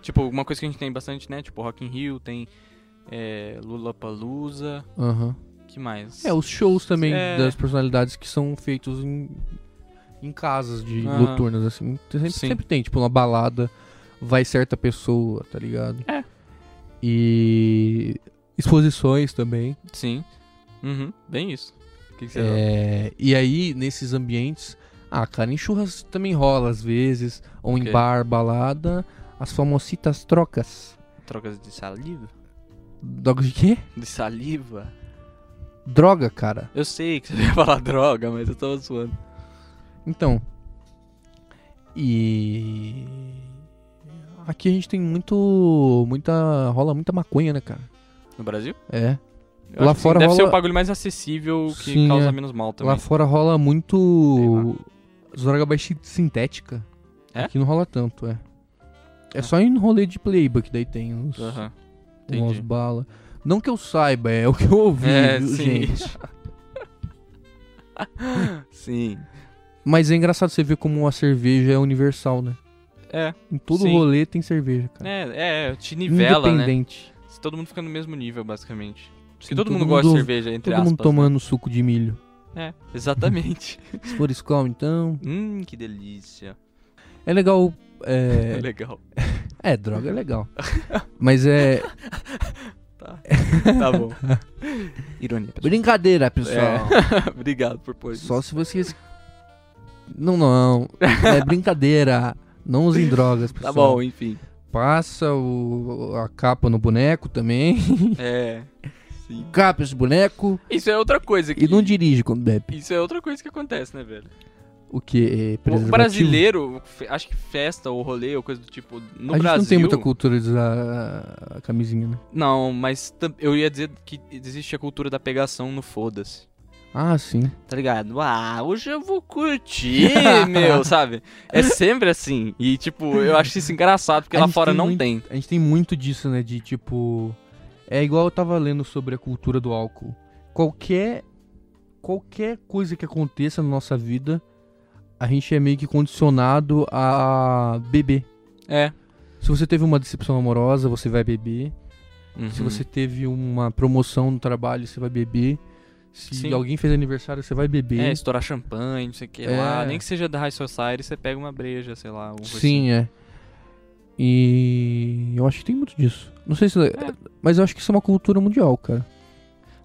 [SPEAKER 1] Tipo, uma coisa que a gente tem bastante, né? Tipo, Rock in Rio, tem é, Lollapalooza,
[SPEAKER 2] Aham.
[SPEAKER 1] que mais?
[SPEAKER 2] É, os shows também
[SPEAKER 1] É.
[SPEAKER 2] das personalidades que são feitos em, em casas de
[SPEAKER 1] Aham.
[SPEAKER 2] noturnas, assim. Sempre,
[SPEAKER 1] Sim.
[SPEAKER 2] sempre tem, tipo, uma balada, vai certa pessoa, tá ligado?
[SPEAKER 1] É.
[SPEAKER 2] E exposições também.
[SPEAKER 1] Sim. Uhum, bem isso. O que, que você acha?
[SPEAKER 2] É, e aí, nesses ambientes, ah, cara, em churras também rola às vezes, ou em
[SPEAKER 1] Ok.
[SPEAKER 2] bar, balada, as famositas trocas.
[SPEAKER 1] Trocas de saliva?
[SPEAKER 2] Droga de quê?
[SPEAKER 1] De saliva?
[SPEAKER 2] Droga, cara.
[SPEAKER 1] Eu sei que você ia falar droga, mas eu tava zoando.
[SPEAKER 2] Então. E. Aqui a gente tem muito. Muita. Rola muita maconha, né, cara?
[SPEAKER 1] No Brasil?
[SPEAKER 2] É.
[SPEAKER 1] Eu
[SPEAKER 2] Lá
[SPEAKER 1] acho que sim.
[SPEAKER 2] fora
[SPEAKER 1] Deve ser
[SPEAKER 2] rola-
[SPEAKER 1] o bagulho mais acessível que
[SPEAKER 2] Sim,
[SPEAKER 1] causa
[SPEAKER 2] é.
[SPEAKER 1] menos mal também.
[SPEAKER 2] Lá fora rola muito. Droga mais sin- sintética.
[SPEAKER 1] É?
[SPEAKER 2] Aqui não rola tanto, é. É
[SPEAKER 1] Ah.
[SPEAKER 2] só em rolê de playboy que daí tem uns.
[SPEAKER 1] Aham.
[SPEAKER 2] uns
[SPEAKER 1] entendi.
[SPEAKER 2] bala. Não que eu saiba, é o que eu ouvi,
[SPEAKER 1] É,
[SPEAKER 2] viu,
[SPEAKER 1] sim.
[SPEAKER 2] gente.
[SPEAKER 1] Sim.
[SPEAKER 2] Mas é engraçado você ver como a cerveja é universal, né?
[SPEAKER 1] É,
[SPEAKER 2] Em todo
[SPEAKER 1] Sim.
[SPEAKER 2] rolê tem cerveja, cara.
[SPEAKER 1] é, é, te nivela, né?
[SPEAKER 2] Independente.
[SPEAKER 1] Se todo mundo fica no mesmo nível, basicamente. Porque
[SPEAKER 2] Sim,
[SPEAKER 1] todo, mundo gosta de cerveja, entre
[SPEAKER 2] Todo
[SPEAKER 1] aspas.
[SPEAKER 2] mundo tomando suco de milho.
[SPEAKER 1] né? É, exatamente.
[SPEAKER 2] Se for Skol, então.
[SPEAKER 1] hum, que delícia.
[SPEAKER 2] É legal.
[SPEAKER 1] É
[SPEAKER 2] É,
[SPEAKER 1] legal.
[SPEAKER 2] é droga é legal. Mas é.
[SPEAKER 1] Tá. tá bom. Ironia, pessoal.
[SPEAKER 2] Brincadeira, pessoal.
[SPEAKER 1] É. Obrigado por pôr isso.
[SPEAKER 2] Só se vocês. Não, não. É brincadeira. Não usem drogas,
[SPEAKER 1] Tá
[SPEAKER 2] pessoal.
[SPEAKER 1] bom, enfim.
[SPEAKER 2] Passa o, a capa no boneco também.
[SPEAKER 1] É. Sim.
[SPEAKER 2] Capa esse boneco.
[SPEAKER 1] Isso é outra coisa que.
[SPEAKER 2] E não dirige quando bebe.
[SPEAKER 1] Isso é outra coisa que acontece, né, velho?
[SPEAKER 2] O que? É
[SPEAKER 1] O
[SPEAKER 2] preservativo?
[SPEAKER 1] brasileiro, fe- acho que festa ou rolê ou coisa do tipo, no
[SPEAKER 2] a gente
[SPEAKER 1] Brasil.
[SPEAKER 2] não tem muita cultura de usar a camisinha, né?
[SPEAKER 1] Não, mas tam- eu ia dizer que existe a cultura da pegação no foda-se.
[SPEAKER 2] Ah, sim.
[SPEAKER 1] Tá ligado? Ah, hoje eu vou curtir, meu, sabe? É sempre assim. E, tipo, eu acho isso engraçado, porque
[SPEAKER 2] A
[SPEAKER 1] lá
[SPEAKER 2] gente
[SPEAKER 1] fora
[SPEAKER 2] tem
[SPEAKER 1] não
[SPEAKER 2] muito-
[SPEAKER 1] tem.
[SPEAKER 2] A gente tem muito disso, né? De tipo. É igual eu tava lendo sobre a cultura do álcool. Qualquer. Qualquer coisa que aconteça na nossa vida, a gente é meio que condicionado a beber.
[SPEAKER 1] É.
[SPEAKER 2] Se você teve uma decepção amorosa, você vai beber. Se
[SPEAKER 1] Uhum.
[SPEAKER 2] você teve uma promoção no trabalho, você vai beber. Se
[SPEAKER 1] Sim.
[SPEAKER 2] alguém fez aniversário, você vai beber.
[SPEAKER 1] É, estourar champanhe, não sei o que
[SPEAKER 2] É.
[SPEAKER 1] lá. Nem que seja da High Society, você pega uma breja, sei lá. alguma coisa assim.
[SPEAKER 2] Sim, é. E eu acho que tem muito disso. Não sei se.
[SPEAKER 1] É.
[SPEAKER 2] Mas eu acho que isso é uma cultura mundial, cara.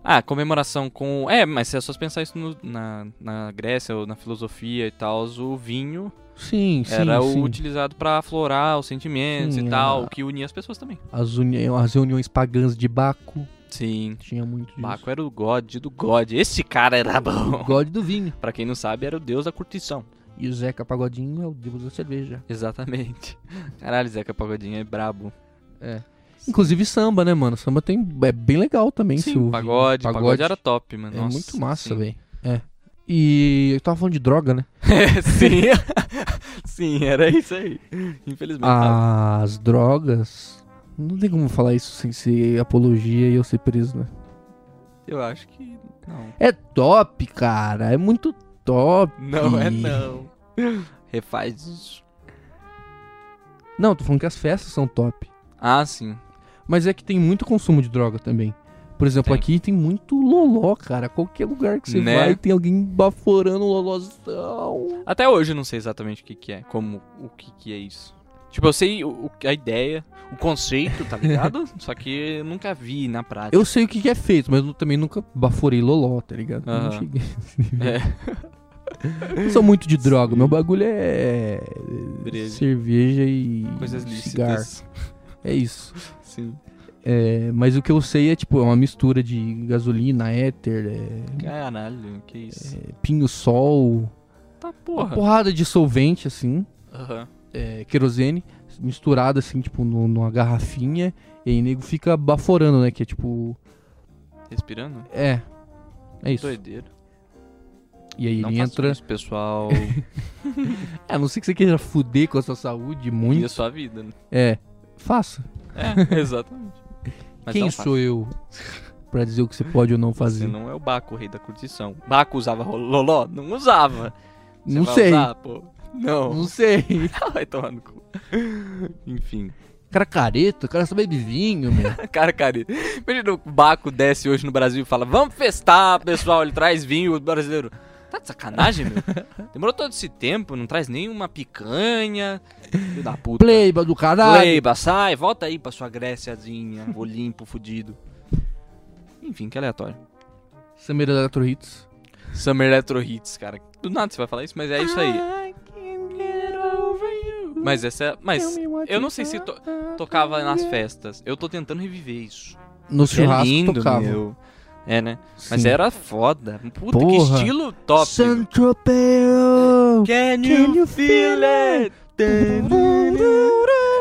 [SPEAKER 1] Ah, comemoração com... É, mas se é só você pensar isso no- na, na Grécia ou na filosofia e tal, o vinho
[SPEAKER 2] Sim, sim.
[SPEAKER 1] era o
[SPEAKER 2] sim.
[SPEAKER 1] utilizado pra aflorar os sentimentos
[SPEAKER 2] Sim, é.
[SPEAKER 1] e tal,
[SPEAKER 2] a-
[SPEAKER 1] que unia as pessoas também.
[SPEAKER 2] As, uni- as reuniões pagãs de Baco.
[SPEAKER 1] Sim.
[SPEAKER 2] Tinha muito disso.
[SPEAKER 1] Baco era o god do god. Esse cara era
[SPEAKER 2] O
[SPEAKER 1] bom.
[SPEAKER 2] God do vinho.
[SPEAKER 1] Pra quem não sabe, era o deus da curtição.
[SPEAKER 2] E o Zeca Pagodinho é o deus da cerveja.
[SPEAKER 1] Exatamente. Caralho, Zeca Pagodinho é brabo.
[SPEAKER 2] Inclusive samba, né, mano? Samba tem, é bem legal também. se o-
[SPEAKER 1] pagode, pagode,
[SPEAKER 2] pagode
[SPEAKER 1] era top, mano.
[SPEAKER 2] É
[SPEAKER 1] Nossa,
[SPEAKER 2] muito massa,
[SPEAKER 1] sim.
[SPEAKER 2] velho. É. E eu tava falando de droga, né?
[SPEAKER 1] É, sim. sim, era isso aí. Infelizmente.
[SPEAKER 2] Ah.
[SPEAKER 1] sabe?
[SPEAKER 2] As drogas. Não tem como falar isso sem ser apologia e eu ser preso, né?
[SPEAKER 1] Eu acho que não.
[SPEAKER 2] É top, cara. É muito top.
[SPEAKER 1] Não é não. Refaz isso.
[SPEAKER 2] Não, tô falando que as festas são top.
[SPEAKER 1] Ah, sim.
[SPEAKER 2] Mas é que tem muito consumo de droga também. Por exemplo,
[SPEAKER 1] Tem.
[SPEAKER 2] aqui tem muito loló, cara. Qualquer lugar que você
[SPEAKER 1] Né?
[SPEAKER 2] vai, tem alguém baforando o lolozão.
[SPEAKER 1] Até hoje eu não sei exatamente o que que é, como, o que que é isso. Tipo, eu sei o, o- a ideia, o conceito, tá ligado? Só que eu nunca vi na prática.
[SPEAKER 2] Eu sei o que que é feito, mas eu também nunca baforei loló, tá ligado? Eu Não
[SPEAKER 1] Aham.
[SPEAKER 2] cheguei. nesse nível.
[SPEAKER 1] É,
[SPEAKER 2] Eu Sou muito de droga. Meu bagulho é.
[SPEAKER 1] Breja.
[SPEAKER 2] Cerveja e.
[SPEAKER 1] coisas
[SPEAKER 2] cigarro.
[SPEAKER 1] lícitas.
[SPEAKER 2] É isso.
[SPEAKER 1] Sim.
[SPEAKER 2] É, mas o que eu sei é, tipo, é uma mistura de gasolina, éter, é,
[SPEAKER 1] Caralho, que isso.
[SPEAKER 2] é, pinho-sol,
[SPEAKER 1] Tá
[SPEAKER 2] uma
[SPEAKER 1] porra.
[SPEAKER 2] porrada de solvente, assim,
[SPEAKER 1] Aham.
[SPEAKER 2] é, querosene, misturada, assim, tipo, no- numa garrafinha, e aí o nego fica baforando, né, que é tipo...
[SPEAKER 1] Respirando?
[SPEAKER 2] É, é isso.
[SPEAKER 1] Doideira.
[SPEAKER 2] E aí
[SPEAKER 1] não
[SPEAKER 2] ele
[SPEAKER 1] façam
[SPEAKER 2] entra...
[SPEAKER 1] isso, pessoal.
[SPEAKER 2] É, a não sei que você queira fuder com a sua saúde
[SPEAKER 1] e a
[SPEAKER 2] muito.
[SPEAKER 1] sua vida. né?
[SPEAKER 2] É, faça.
[SPEAKER 1] É, exatamente. Mas
[SPEAKER 2] Quem
[SPEAKER 1] não faça.
[SPEAKER 2] sou eu pra dizer o que você pode ou não
[SPEAKER 1] Você
[SPEAKER 2] fazer?
[SPEAKER 1] não é o Baco, o rei da curtição. Baco usava ro- loló? Não usava. Você
[SPEAKER 2] Não
[SPEAKER 1] vai
[SPEAKER 2] sei.
[SPEAKER 1] usar, pô? Não.
[SPEAKER 2] Não sei.
[SPEAKER 1] Vai tomar no cu. Enfim.
[SPEAKER 2] Cara careta, o cara só bebe vinho, meu.
[SPEAKER 1] Cara, cara, imagina o Baco desce hoje no Brasil e fala: Vamos festar, pessoal. Ele traz vinho o brasileiro. Tá de sacanagem, meu? Demorou todo esse tempo, não traz nenhuma picanha. Filho da puta.
[SPEAKER 2] Pleiba do caralho.
[SPEAKER 1] Leiba, sai, volta aí pra sua Gréciazinha. Olimpo, fudido. Enfim, que aleatório.
[SPEAKER 2] Samira da Electro Hits.
[SPEAKER 1] Summer Electro Hits, cara. Do nada você vai falar isso, mas é isso aí. Mas essa é. Mas eu não sei se to- tocava nas festas. Eu tô tentando reviver isso.
[SPEAKER 2] No
[SPEAKER 1] é
[SPEAKER 2] churrasco
[SPEAKER 1] lindo,
[SPEAKER 2] tocava.
[SPEAKER 1] meu. É, né? Mas
[SPEAKER 2] Sim.
[SPEAKER 1] era foda. Puta, que
[SPEAKER 2] Porra.
[SPEAKER 1] estilo top.
[SPEAKER 2] San Tropeo.
[SPEAKER 1] Can
[SPEAKER 2] you feel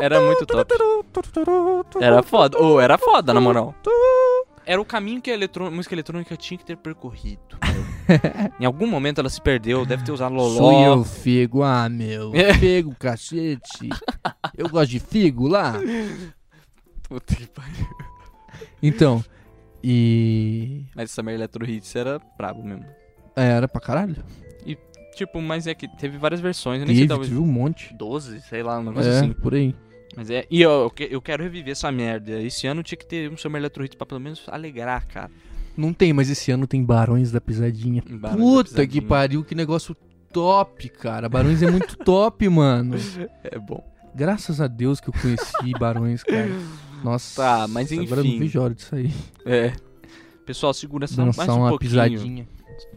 [SPEAKER 1] Era muito top. Era foda. Ou era foda, na moral. Era o caminho que a eletrô- música eletrônica tinha que ter percorrido. em algum momento ela se perdeu, deve ter usado loló.
[SPEAKER 2] Sou eu, figo. Ah, meu.
[SPEAKER 1] É.
[SPEAKER 2] Figo, cacete. Eu gosto de figo lá.
[SPEAKER 1] Puta que pariu.
[SPEAKER 2] Então, e...
[SPEAKER 1] Mas Summer Electro Hits era brabo mesmo.
[SPEAKER 2] é, Era pra caralho.
[SPEAKER 1] Tipo, mas é que teve várias versões. Eu nem
[SPEAKER 2] Teve,
[SPEAKER 1] sei talvez.
[SPEAKER 2] teve um monte.
[SPEAKER 1] 12, sei lá, um negócio
[SPEAKER 2] É,
[SPEAKER 1] assim.
[SPEAKER 2] por aí.
[SPEAKER 1] Mas é. E eu, eu que- eu quero reviver essa merda. Esse ano tinha que ter um Summer Electro Hits pra pelo menos alegrar, cara.
[SPEAKER 2] Não tem, mas esse ano tem Barões da Pisadinha.
[SPEAKER 1] Barões da
[SPEAKER 2] Puta
[SPEAKER 1] Pisadinha.
[SPEAKER 2] que pariu, que negócio top, cara. Barões é muito top, mano.
[SPEAKER 1] É bom.
[SPEAKER 2] Graças a Deus que eu conheci Barões, cara. Nossa.
[SPEAKER 1] Tá, mas
[SPEAKER 2] Agora eu
[SPEAKER 1] enfim.
[SPEAKER 2] não vejo a hora disso aí.
[SPEAKER 1] É. Pessoal, segura essa mais
[SPEAKER 2] Lançar
[SPEAKER 1] um
[SPEAKER 2] uma
[SPEAKER 1] pouquinho.
[SPEAKER 2] pisadinha.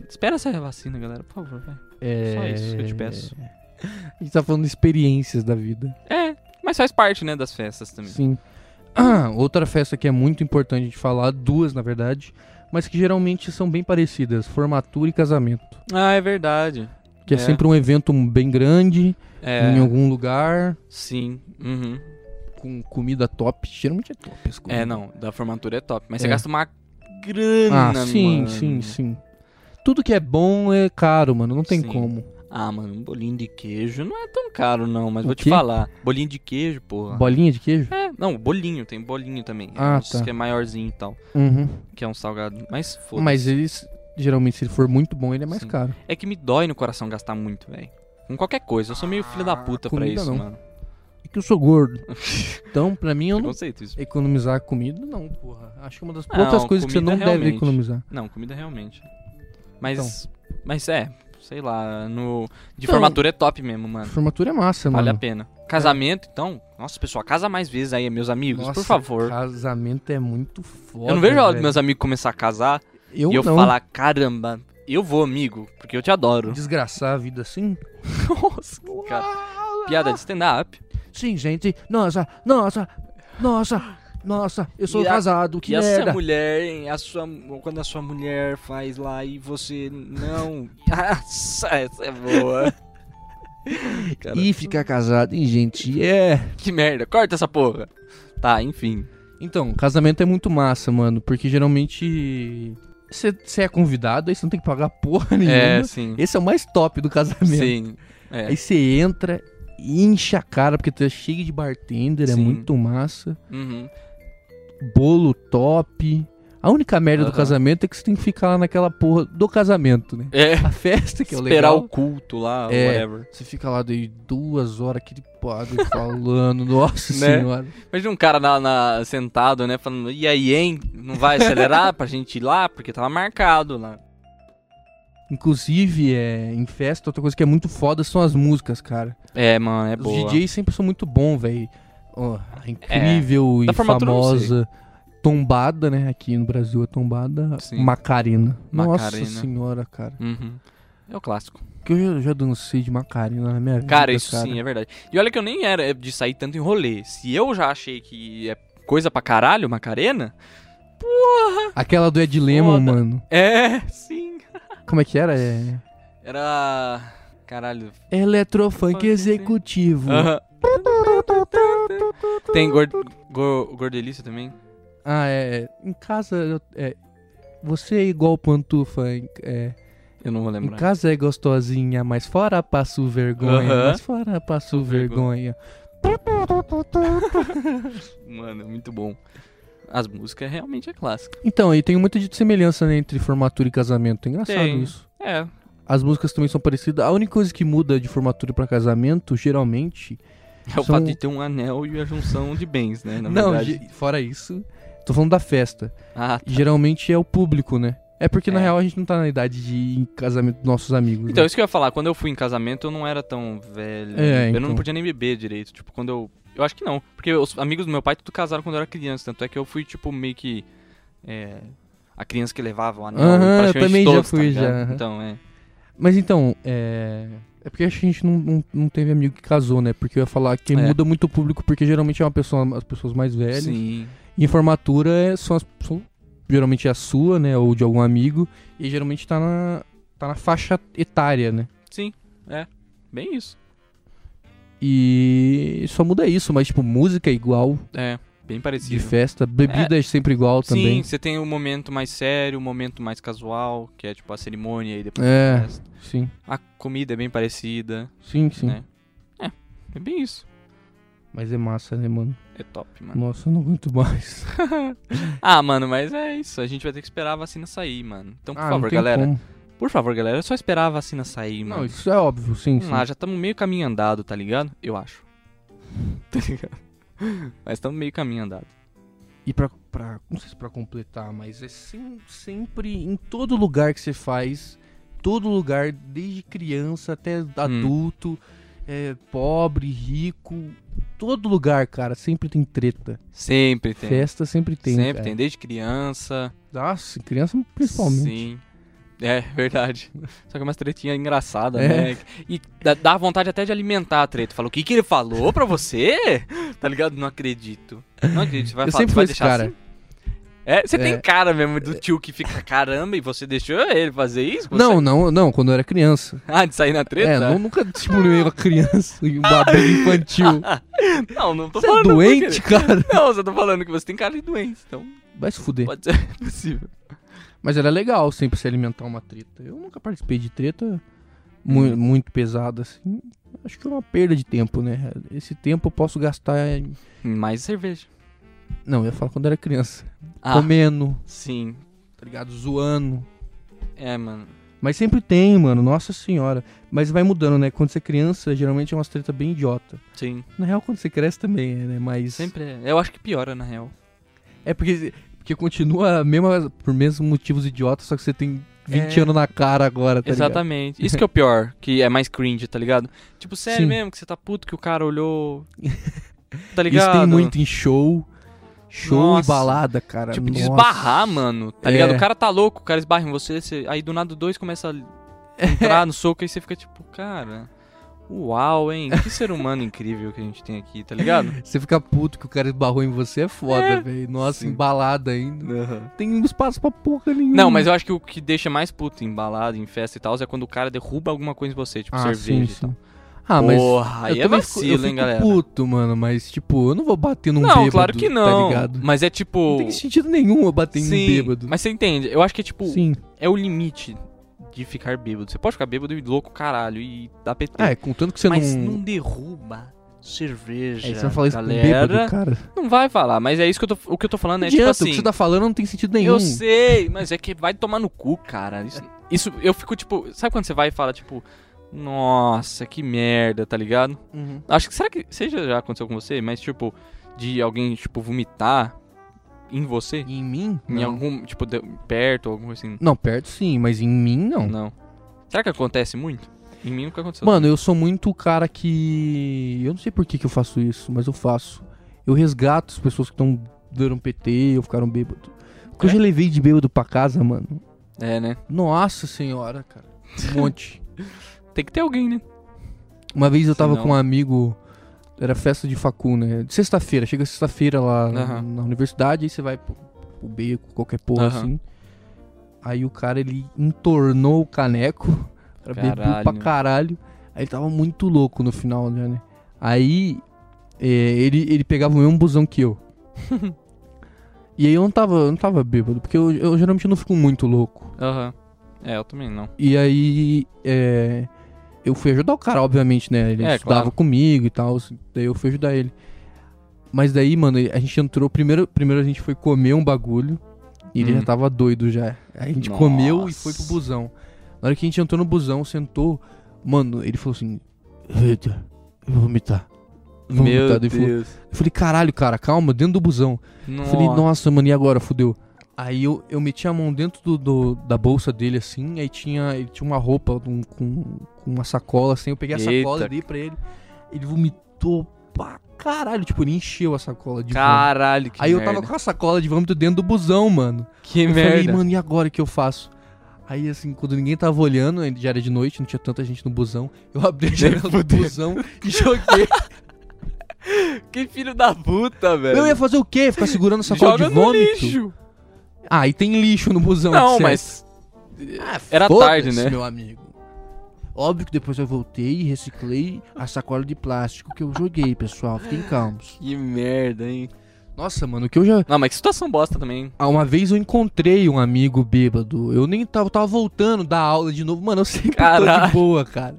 [SPEAKER 1] Espera sair a vacina, galera, por favor, vai.
[SPEAKER 2] É...
[SPEAKER 1] Só isso que eu te peço.
[SPEAKER 2] A gente tá falando de experiências da vida.
[SPEAKER 1] É, mas faz parte, né, das festas também.
[SPEAKER 2] Sim. Ah, outra festa que é muito importante de falar, duas na verdade, mas que geralmente são bem parecidas, formatura e casamento.
[SPEAKER 1] Ah, é verdade.
[SPEAKER 2] Que é,
[SPEAKER 1] É.
[SPEAKER 2] sempre um evento bem grande,
[SPEAKER 1] É,
[SPEAKER 2] em algum lugar,
[SPEAKER 1] sim. Uhum.
[SPEAKER 2] com comida top. Geralmente é top essa comida.
[SPEAKER 1] É, não, da formatura é top. Mas você
[SPEAKER 2] É.
[SPEAKER 1] gasta uma grana,
[SPEAKER 2] Ah, sim,
[SPEAKER 1] mano.
[SPEAKER 2] sim, sim. Tudo que é bom é caro, mano, não tem
[SPEAKER 1] Sim.
[SPEAKER 2] como.
[SPEAKER 1] Ah, mano, um bolinho de queijo não é tão caro, não, mas
[SPEAKER 2] O
[SPEAKER 1] vou te
[SPEAKER 2] quê?
[SPEAKER 1] falar. Bolinho de queijo, porra.
[SPEAKER 2] Bolinha de queijo?
[SPEAKER 1] É, não, bolinho, tem bolinho também. É
[SPEAKER 2] Ah,
[SPEAKER 1] uns
[SPEAKER 2] tá.
[SPEAKER 1] que é maiorzinho e tal,
[SPEAKER 2] Uhum.
[SPEAKER 1] que é um salgado, mas foda
[SPEAKER 2] Mas eles, geralmente, se ele for muito bom, ele é mais
[SPEAKER 1] Sim.
[SPEAKER 2] caro.
[SPEAKER 1] É que me dói no coração gastar muito, velho. Com qualquer coisa, eu sou meio filho da puta pra
[SPEAKER 2] Ah, comida
[SPEAKER 1] isso,
[SPEAKER 2] não.
[SPEAKER 1] mano.
[SPEAKER 2] É que eu sou gordo. então, pra mim, eu não
[SPEAKER 1] Preconceito isso.
[SPEAKER 2] economizar comida, não, porra. Acho que é uma das
[SPEAKER 1] Não,
[SPEAKER 2] poucas coisas que você não
[SPEAKER 1] comida
[SPEAKER 2] deve
[SPEAKER 1] realmente.
[SPEAKER 2] economizar.
[SPEAKER 1] Não, comida realmente. Mas. Mas é, sei lá, no. De
[SPEAKER 2] Então-
[SPEAKER 1] formatura é top mesmo, mano.
[SPEAKER 2] Formatura é massa,
[SPEAKER 1] Vale a
[SPEAKER 2] mano.
[SPEAKER 1] pena. Casamento, então. Nossa, pessoal, casa mais vezes aí, meus amigos,
[SPEAKER 2] Nossa,
[SPEAKER 1] por favor.
[SPEAKER 2] Casamento é muito foda.
[SPEAKER 1] Eu não vejo a hora dos
[SPEAKER 2] velho.
[SPEAKER 1] meus amigos começar a casar
[SPEAKER 2] Eu
[SPEAKER 1] e eu
[SPEAKER 2] não.
[SPEAKER 1] falar, caramba, eu vou, amigo, porque eu te adoro.
[SPEAKER 2] Desgraçar a vida assim?
[SPEAKER 1] Nossa, cara. Piada de stand-up.
[SPEAKER 2] Sim, gente. Nossa, nossa, nossa, nossa. Eu sou
[SPEAKER 1] E a-
[SPEAKER 2] casado, que
[SPEAKER 1] e a
[SPEAKER 2] merda.
[SPEAKER 1] sua mulher, hein, a sua, quando a sua mulher faz lá e você não. Nossa, essa é boa. Cara,
[SPEAKER 2] E ficar casado, hein, gente? É.
[SPEAKER 1] Que merda, corta essa porra. Tá, enfim.
[SPEAKER 2] Então, casamento é muito massa, mano. Porque geralmente. Você é convidado, aí você não tem que pagar porra nenhuma.
[SPEAKER 1] É, sim.
[SPEAKER 2] Esse é o mais top do casamento.
[SPEAKER 1] Sim. É.
[SPEAKER 2] Aí você entra e enche a cara, porque tu é cheio de bartender, é
[SPEAKER 1] Sim.
[SPEAKER 2] muito massa.
[SPEAKER 1] Uhum.
[SPEAKER 2] Bolo top. A única merda do
[SPEAKER 1] Aham.
[SPEAKER 2] casamento é que você tem que ficar lá naquela porra do casamento, né?
[SPEAKER 1] É.
[SPEAKER 2] A festa que é o
[SPEAKER 1] Esperar
[SPEAKER 2] legal.
[SPEAKER 1] o culto lá,
[SPEAKER 2] É.
[SPEAKER 1] whatever.
[SPEAKER 2] Você fica lá daí duas horas, aquele padre falando, nossa
[SPEAKER 1] Né?
[SPEAKER 2] senhora.
[SPEAKER 1] Imagina um cara na, na- sentado, né? Falando, e aí, hein? Não vai acelerar pra gente ir lá? Porque tava marcado lá.
[SPEAKER 2] Inclusive, é, em festa, outra coisa que é muito foda são as músicas, cara.
[SPEAKER 1] É, mano, é
[SPEAKER 2] Os
[SPEAKER 1] boa.
[SPEAKER 2] DJs sempre são muito bons, velho. Ó, a incrível
[SPEAKER 1] É, Da
[SPEAKER 2] e
[SPEAKER 1] formatura eu não
[SPEAKER 2] famosa tombada, né? Aqui no Brasil a tombada.
[SPEAKER 1] Sim.
[SPEAKER 2] Macarena. Nossa
[SPEAKER 1] Macarena.
[SPEAKER 2] senhora, cara.
[SPEAKER 1] Uhum. É o clássico.
[SPEAKER 2] Que eu já, já dancei de Macarena na minha vida.
[SPEAKER 1] Cara, isso
[SPEAKER 2] cara.
[SPEAKER 1] sim, é verdade. E olha que eu nem era de sair tanto em rolê. Se eu já achei que é coisa pra caralho, Macarena.
[SPEAKER 2] Aquela do Ed Lemon,
[SPEAKER 1] Foda.
[SPEAKER 2] mano.
[SPEAKER 1] É, sim.
[SPEAKER 2] Como é que era? É.
[SPEAKER 1] Era. Caralho.
[SPEAKER 2] Eletrofunk
[SPEAKER 1] Funk,
[SPEAKER 2] executivo.
[SPEAKER 1] Aham. Tem gord... go- gordelícia também?
[SPEAKER 2] Ah, é. é. Em casa. eu- É, você é igual pantufa. em- É,
[SPEAKER 1] Eu não vou
[SPEAKER 2] em
[SPEAKER 1] lembrar.
[SPEAKER 2] casa é gostosinha, mas fora passo vergonha.
[SPEAKER 1] Aham.
[SPEAKER 2] Mas fora passo vergonha.
[SPEAKER 1] Mano, é muito bom. As músicas realmente é clássico.
[SPEAKER 2] Então, e tem muita de semelhança né, entre formatura e casamento. É engraçado
[SPEAKER 1] Tem.
[SPEAKER 2] isso.
[SPEAKER 1] É.
[SPEAKER 2] As músicas também são parecidas. A única coisa que muda de formatura pra casamento, geralmente.
[SPEAKER 1] É o
[SPEAKER 2] São-
[SPEAKER 1] fato de ter um anel e a junção de bens, né? Na
[SPEAKER 2] não,
[SPEAKER 1] verdade.
[SPEAKER 2] ge- fora isso. Tô falando da festa.
[SPEAKER 1] Ah, tá.
[SPEAKER 2] Geralmente é o público, né? É porque na
[SPEAKER 1] É.
[SPEAKER 2] real a gente não tá na idade de ir em casamento dos nossos amigos.
[SPEAKER 1] Então,
[SPEAKER 2] né?
[SPEAKER 1] isso que eu ia falar. Quando eu fui em casamento, eu não era tão velho.
[SPEAKER 2] É,
[SPEAKER 1] eu
[SPEAKER 2] então.
[SPEAKER 1] não podia nem beber direito. Tipo, quando eu... Eu acho que não. Porque os amigos do meu pai tudo casaram quando eu era criança. Tanto é que eu fui, tipo, meio que... é, a criança que levava o anel.
[SPEAKER 2] Aham, eu
[SPEAKER 1] praticamente
[SPEAKER 2] também já
[SPEAKER 1] todos, tá
[SPEAKER 2] fui,
[SPEAKER 1] ligado?
[SPEAKER 2] já, aham.
[SPEAKER 1] Então, é.
[SPEAKER 2] Mas então, é. É porque acho que a gente não, não, não teve amigo que casou, né? Porque eu ia falar que
[SPEAKER 1] É.
[SPEAKER 2] muda muito o público, porque geralmente é uma pessoa, as pessoas mais velhas.
[SPEAKER 1] Sim.
[SPEAKER 2] E formatura é, são, as, são geralmente é a sua, né? Ou de algum amigo. E geralmente tá na, tá na faixa etária, né?
[SPEAKER 1] Sim, é. Bem isso.
[SPEAKER 2] E só muda isso, mas tipo, música é igual
[SPEAKER 1] É, bem parecido.
[SPEAKER 2] de festa, bebida é, sempre igual
[SPEAKER 1] Sim,
[SPEAKER 2] também.
[SPEAKER 1] você tem o momento mais sério, o momento mais casual, que é tipo a cerimônia e depois a
[SPEAKER 2] É,
[SPEAKER 1] festa.
[SPEAKER 2] sim,
[SPEAKER 1] A comida é bem parecida,
[SPEAKER 2] sim, sim.
[SPEAKER 1] né? É, é bem isso.
[SPEAKER 2] Mas é massa, né, mano?
[SPEAKER 1] É top, mano.
[SPEAKER 2] Nossa, eu não aguento mais.
[SPEAKER 1] Ah, mano, mas é isso. A gente vai ter que esperar a vacina sair, mano. Então, por
[SPEAKER 2] Ah, não
[SPEAKER 1] favor,
[SPEAKER 2] tem
[SPEAKER 1] galera,
[SPEAKER 2] como.
[SPEAKER 1] Por favor, galera, é só esperar a vacina sair, mano.
[SPEAKER 2] Não, isso é óbvio, sim,
[SPEAKER 1] Vamos lá,
[SPEAKER 2] sim.
[SPEAKER 1] já estamos meio caminho andado, tá ligado? Eu acho. Tá ligado? Mas estamos meio caminho andado.
[SPEAKER 2] E pra, pra, não sei se pra completar, mas é sem- sempre em todo lugar que você faz, todo lugar, desde criança até
[SPEAKER 1] Hum.
[SPEAKER 2] adulto, é, pobre, rico, todo lugar, cara, sempre tem treta.
[SPEAKER 1] Sempre tem.
[SPEAKER 2] Festa sempre tem. é.
[SPEAKER 1] sempre
[SPEAKER 2] cara.
[SPEAKER 1] tem, desde criança.
[SPEAKER 2] Nossa, criança principalmente.
[SPEAKER 1] Sim. É, verdade. Só que é umas tretinhas engraçadas,
[SPEAKER 2] É.
[SPEAKER 1] né? E dá, dá vontade até de alimentar a treta. Falou, o que que ele falou pra você? Tá ligado? Não acredito. Não acredito. Você vai,
[SPEAKER 2] Eu
[SPEAKER 1] falar,
[SPEAKER 2] sempre
[SPEAKER 1] você vai
[SPEAKER 2] fui esse
[SPEAKER 1] deixar
[SPEAKER 2] cara.
[SPEAKER 1] assim? É, você tem
[SPEAKER 2] É.
[SPEAKER 1] cara mesmo do tio que fica, caramba, e você deixou ele fazer isso? com
[SPEAKER 2] Não,
[SPEAKER 1] você?
[SPEAKER 2] não, não, quando eu era criança.
[SPEAKER 1] Ah, de sair na treta?
[SPEAKER 2] É, não, nunca estimulei uma criança e um bagulho infantil.
[SPEAKER 1] Não, não tô
[SPEAKER 2] Você é
[SPEAKER 1] falando.
[SPEAKER 2] doente, cara?
[SPEAKER 1] Não, eu só tô falando que você tem cara de doente, então
[SPEAKER 2] Vai se fuder.
[SPEAKER 1] pode ser possível.
[SPEAKER 2] Mas era legal sempre se alimentar uma treta. Eu nunca participei de treta mu-
[SPEAKER 1] Hum.
[SPEAKER 2] muito pesada, assim. Acho que é uma perda de tempo, né? Esse tempo eu posso gastar em...
[SPEAKER 1] Mais cerveja.
[SPEAKER 2] Não, eu ia falar quando era criança.
[SPEAKER 1] Ah,
[SPEAKER 2] Comendo,
[SPEAKER 1] sim.
[SPEAKER 2] tá ligado? Zoando.
[SPEAKER 1] É, mano.
[SPEAKER 2] Mas sempre tem, mano. Nossa senhora. Mas vai mudando, né? Quando você é criança, geralmente é umas treta bem idiota.
[SPEAKER 1] Sim.
[SPEAKER 2] Na real, quando você cresce também, é, né? Mas...
[SPEAKER 1] Sempre é. Eu acho que piora, na real.
[SPEAKER 2] É porque, porque continua a mesma, por mesmos motivos idiotas, só que você tem 20
[SPEAKER 1] É.
[SPEAKER 2] anos na cara agora, tá ligado?
[SPEAKER 1] Exatamente. Isso que é o pior, que é mais cringe, tá ligado? Tipo, sério
[SPEAKER 2] Sim.
[SPEAKER 1] mesmo, que você tá puto que o cara olhou. Tá
[SPEAKER 2] Isso
[SPEAKER 1] ligado?
[SPEAKER 2] tem muito em show. Show
[SPEAKER 1] Nossa.
[SPEAKER 2] e balada, cara.
[SPEAKER 1] Tipo,
[SPEAKER 2] Nossa.
[SPEAKER 1] desbarrar, mano. Tá
[SPEAKER 2] É.
[SPEAKER 1] ligado? O cara tá louco, o cara esbarra em você, você- aí do nada dois começa a
[SPEAKER 2] É,
[SPEAKER 1] entrar no soco, aí você fica tipo, cara. Uau, hein? Que ser humano incrível que a gente tem aqui, tá ligado?
[SPEAKER 2] Você fica puto que o cara esbarrou em você é foda, velho. Nossa,
[SPEAKER 1] Sim.
[SPEAKER 2] embalada ainda. Tem um espaço pra porra nenhuma.
[SPEAKER 1] Não, mas eu acho que o que deixa mais puto em balada, em festa e tal, é quando o cara derruba alguma coisa em você, tipo
[SPEAKER 2] ah,
[SPEAKER 1] cerveja
[SPEAKER 2] sim,
[SPEAKER 1] e tal.
[SPEAKER 2] sim. Ah, mas.
[SPEAKER 1] Porra, aí é
[SPEAKER 2] eu também fico- eu
[SPEAKER 1] vacilo, hein,
[SPEAKER 2] fico
[SPEAKER 1] galera.
[SPEAKER 2] puto, mano, mas, tipo, eu não vou bater num
[SPEAKER 1] não,
[SPEAKER 2] bêbado.
[SPEAKER 1] claro que
[SPEAKER 2] Tá
[SPEAKER 1] não.
[SPEAKER 2] ligado?
[SPEAKER 1] mas é tipo.
[SPEAKER 2] Não tem sentido nenhum eu bater em um
[SPEAKER 1] Sim,
[SPEAKER 2] bêbado.
[SPEAKER 1] Mas você entende? Eu acho que é tipo.
[SPEAKER 2] Sim.
[SPEAKER 1] É o limite de ficar bêbado. Você pode ficar bêbado e louco caralho e dar PT.
[SPEAKER 2] Ah, é, contando que você
[SPEAKER 1] mas
[SPEAKER 2] não.
[SPEAKER 1] não... derruba cerveja.
[SPEAKER 2] É, você vai falar isso
[SPEAKER 1] galera,
[SPEAKER 2] com um bêbado, cara.
[SPEAKER 1] Não vai falar, mas é isso que eu tô. O que eu tô falando
[SPEAKER 2] Não
[SPEAKER 1] é
[SPEAKER 2] adianta,
[SPEAKER 1] tipo
[SPEAKER 2] o que
[SPEAKER 1] assim.
[SPEAKER 2] você tá falando não tem sentido nenhum.
[SPEAKER 1] Eu sei, mas é que vai tomar no cu, cara. Isso, isso- eu fico tipo, sabe quando você vai e fala tipo, nossa, que merda, tá ligado?
[SPEAKER 2] Uhum.
[SPEAKER 1] Acho que será que seja já aconteceu com você, mas tipo de alguém tipo vomitar em você,
[SPEAKER 2] Em mim?
[SPEAKER 1] em
[SPEAKER 2] Não.
[SPEAKER 1] algum tipo de- perto, alguma coisa assim.
[SPEAKER 2] Não, perto sim, mas em mim não.
[SPEAKER 1] Não. Será que acontece muito? Em mim nunca aconteceu.
[SPEAKER 2] Mano, eu sou muito o cara que. Eu não sei por que, que eu faço isso, mas eu faço. Eu resgato as pessoas que estão dando um PT ou ficaram bêbado. O que eu
[SPEAKER 1] É?
[SPEAKER 2] já levei de bêbado pra casa, mano.
[SPEAKER 1] É, né?
[SPEAKER 2] Nossa senhora, cara. Um monte.
[SPEAKER 1] Tem que ter alguém, né?
[SPEAKER 2] Uma vez eu tava
[SPEAKER 1] Senão-
[SPEAKER 2] com um amigo. Era festa de facu, né? De sexta-feira. Chega sexta-feira lá na-
[SPEAKER 1] Aham.
[SPEAKER 2] na universidade, aí você vai pro, pro beco, qualquer porra
[SPEAKER 1] Aham.
[SPEAKER 2] assim. Aí o cara, ele entornou o caneco. O cara bebeu pra
[SPEAKER 1] Caralho.
[SPEAKER 2] caralho. Aí ele tava muito louco no final, já, né? Aí é, ele, ele pegava o mesmo busão que eu. e aí eu não tava, eu não tava bêbado, porque eu, eu geralmente não fico muito louco.
[SPEAKER 1] Aham. É, eu também não.
[SPEAKER 2] E aí, é, eu fui ajudar o cara, obviamente, né? Ele
[SPEAKER 1] É,
[SPEAKER 2] estudava
[SPEAKER 1] claro.
[SPEAKER 2] comigo e tal, assim, daí eu fui ajudar ele. Mas daí, mano, a gente entrou, primeiro, primeiro a gente foi comer um bagulho, e ele
[SPEAKER 1] Hum.
[SPEAKER 2] já tava doido já. Aí a gente
[SPEAKER 1] Nossa.
[SPEAKER 2] comeu e foi pro busão. Na hora que a gente entrou no busão, sentou, mano, ele falou assim, Vitor, eu vou vomitar. Eu vou vomitar. Daí ele falou-
[SPEAKER 1] Deus.
[SPEAKER 2] Eu falei, caralho, cara, calma, dentro do busão. Eu
[SPEAKER 1] Nossa.
[SPEAKER 2] Falei, nossa, mano, e agora? Fudeu. Aí eu, eu meti a mão dentro do, do- da bolsa dele, assim, aí tinha, ele tinha uma roupa um- com, com uma sacola, assim, eu peguei a sacola e
[SPEAKER 1] Eita.
[SPEAKER 2] dei pra ele. Ele vomitou pra caralho, tipo, ele encheu a sacola de vômito.
[SPEAKER 1] Caralho, que
[SPEAKER 2] Aí eu
[SPEAKER 1] merda.
[SPEAKER 2] tava com a sacola de vômito dentro do busão, mano.
[SPEAKER 1] Que
[SPEAKER 2] eu
[SPEAKER 1] merda.
[SPEAKER 2] falei, mano, e agora o que eu faço? Aí, assim, quando ninguém tava olhando, ele já era de noite, não tinha tanta gente no busão, eu abri a janela do
[SPEAKER 1] fudeu.
[SPEAKER 2] busão e joguei.
[SPEAKER 1] Que filho da puta, velho.
[SPEAKER 2] eu ia fazer o quê? Ficar segurando a sacola
[SPEAKER 1] Joga
[SPEAKER 2] de
[SPEAKER 1] no
[SPEAKER 2] vômito?
[SPEAKER 1] lixo.
[SPEAKER 2] Ah, e tem lixo no busão,
[SPEAKER 1] Não,
[SPEAKER 2] certo?
[SPEAKER 1] mas...
[SPEAKER 2] Ah,
[SPEAKER 1] Era
[SPEAKER 2] foda-se,
[SPEAKER 1] tarde, né?
[SPEAKER 2] meu amigo. Óbvio que depois eu voltei e reciclei a sacola de plástico que eu joguei, pessoal. Fiquem calmos.
[SPEAKER 1] Que merda, hein.
[SPEAKER 2] Nossa, mano, que eu já.
[SPEAKER 1] Não, mas que situação bosta também. hein?
[SPEAKER 2] Ah, Uma vez eu encontrei um amigo bêbado. Eu nem tava, tava voltando da aula de novo. Mano, eu sempre tô de
[SPEAKER 1] Caralho.
[SPEAKER 2] boa, cara.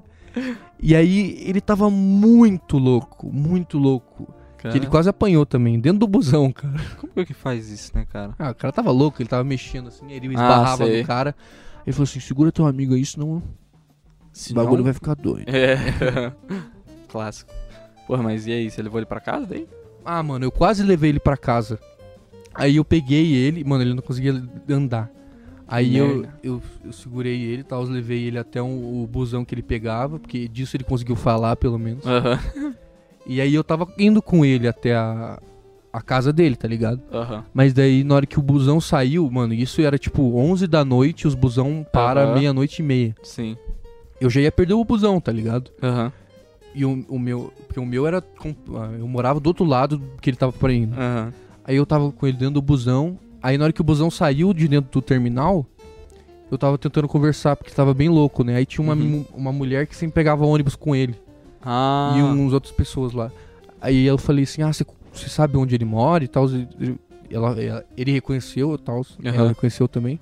[SPEAKER 2] E aí ele tava muito louco, muito louco. Que ele
[SPEAKER 1] Cara,
[SPEAKER 2] quase apanhou também, dentro do busão, cara.
[SPEAKER 1] Como que faz isso, né, cara?
[SPEAKER 2] Ah, o cara tava louco, ele tava mexendo assim, aí ele esbarrava
[SPEAKER 1] sei.
[SPEAKER 2] no cara. Aí Ele falou assim: segura teu amigo aí, senão
[SPEAKER 1] Se
[SPEAKER 2] o bagulho
[SPEAKER 1] não-
[SPEAKER 2] vai ficar doido.
[SPEAKER 1] É. Clássico. Porra, mas e aí? Você levou ele pra casa daí?
[SPEAKER 2] Ah, mano, eu quase levei ele pra casa. Aí eu peguei ele, mano, ele não conseguia andar. Aí eu,
[SPEAKER 1] Merda.
[SPEAKER 2] eu, eu segurei ele e tal, levei ele até um- o busão que ele pegava, porque disso ele conseguiu falar, pelo menos.
[SPEAKER 1] Aham.
[SPEAKER 2] E aí eu tava indo com ele até a, a casa dele, tá ligado?
[SPEAKER 1] Aham.
[SPEAKER 2] Mas daí, na hora que o busão saiu, mano, isso era tipo 11 da noite, os busão para
[SPEAKER 1] Aham.
[SPEAKER 2] meia-noite e meia.
[SPEAKER 1] Sim.
[SPEAKER 2] Eu já ia perder o busão, tá ligado?
[SPEAKER 1] Aham.
[SPEAKER 2] E o, o meu. Porque o meu era. com- ah, Eu morava do outro lado que ele tava né? por aí.
[SPEAKER 1] Aham.
[SPEAKER 2] Aí eu tava com ele dentro do busão. Aí na hora que o busão saiu de dentro do terminal, eu tava tentando conversar, porque tava bem louco, né? Aí tinha uma,
[SPEAKER 1] Uhum.
[SPEAKER 2] mu- uma mulher que sempre pegava ônibus com ele.
[SPEAKER 1] Ah.
[SPEAKER 2] e um, uns outras pessoas lá. Aí eu falei assim, ah, você você sabe onde ele mora e tal. e- e- Ela, ela- ele reconheceu e tal, assim, ela
[SPEAKER 1] Aham.
[SPEAKER 2] reconheceu também.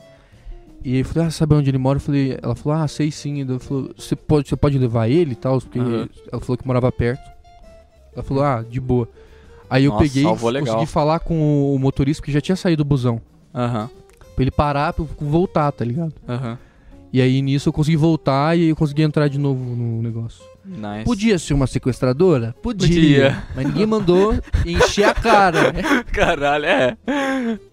[SPEAKER 2] E eu falei, ah, sabe onde ele mora? Eu falei, ela falou, ah, sei sim. Ela falou, você pode, você pode levar ele e tal, porque
[SPEAKER 1] Aham.
[SPEAKER 2] ela falou que morava perto. Ela falou, ah, de boa. Aí eu
[SPEAKER 1] Nossa,
[SPEAKER 2] peguei e
[SPEAKER 1] salvou legal.
[SPEAKER 2] consegui falar com o motorista que já tinha saído do busão.
[SPEAKER 1] Aham.
[SPEAKER 2] Pra ele parar pra eu voltar, tá ligado?
[SPEAKER 1] Aham.
[SPEAKER 2] E aí nisso eu consegui voltar e eu consegui entrar de novo no negócio.
[SPEAKER 1] Nice.
[SPEAKER 2] Podia ser uma sequestradora? Podia.
[SPEAKER 1] Podia.
[SPEAKER 2] Mas ninguém mandou encher a cara. né?
[SPEAKER 1] Caralho, é.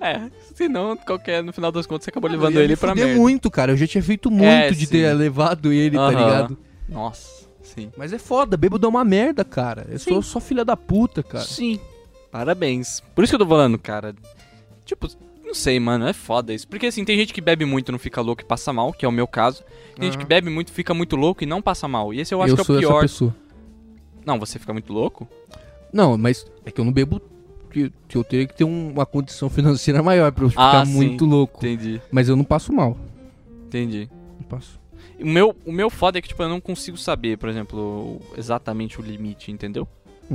[SPEAKER 1] É. Se não, qualquer, no final das contas, você acabou levando
[SPEAKER 2] Eu ia
[SPEAKER 1] Ah, ele
[SPEAKER 2] me
[SPEAKER 1] pra
[SPEAKER 2] fuder
[SPEAKER 1] merda.
[SPEAKER 2] muito, cara. Eu já tinha feito muito
[SPEAKER 1] É,
[SPEAKER 2] de
[SPEAKER 1] sim.
[SPEAKER 2] ter levado ele, tá
[SPEAKER 1] Aham.
[SPEAKER 2] ligado?
[SPEAKER 1] Nossa, sim.
[SPEAKER 2] Mas é foda, bêbado é uma merda, cara. Eu sou
[SPEAKER 1] Sim.
[SPEAKER 2] só filha da puta, cara.
[SPEAKER 1] Sim. Parabéns. Por isso que eu tô falando, cara. Tipo, não sei, mano, é foda isso. Porque assim, tem gente que bebe muito, não fica louco e passa mal, que é o meu caso. Tem gente
[SPEAKER 2] Aham.
[SPEAKER 1] que bebe muito, fica muito louco e não passa mal. E esse eu acho que é
[SPEAKER 2] sou
[SPEAKER 1] o
[SPEAKER 2] essa
[SPEAKER 1] pior.
[SPEAKER 2] pessoa.
[SPEAKER 1] Não, você fica muito louco?
[SPEAKER 2] Não, mas é que eu não bebo. Que que eu teria que ter um- uma condição financeira maior pra eu ficar
[SPEAKER 1] Ah, sim.
[SPEAKER 2] muito louco.
[SPEAKER 1] Entendi,
[SPEAKER 2] Mas eu não passo mal.
[SPEAKER 1] entendi.
[SPEAKER 2] Não passo.
[SPEAKER 1] O meu, o meu foda é que, tipo, eu não consigo saber, por exemplo, o- exatamente o limite, entendeu?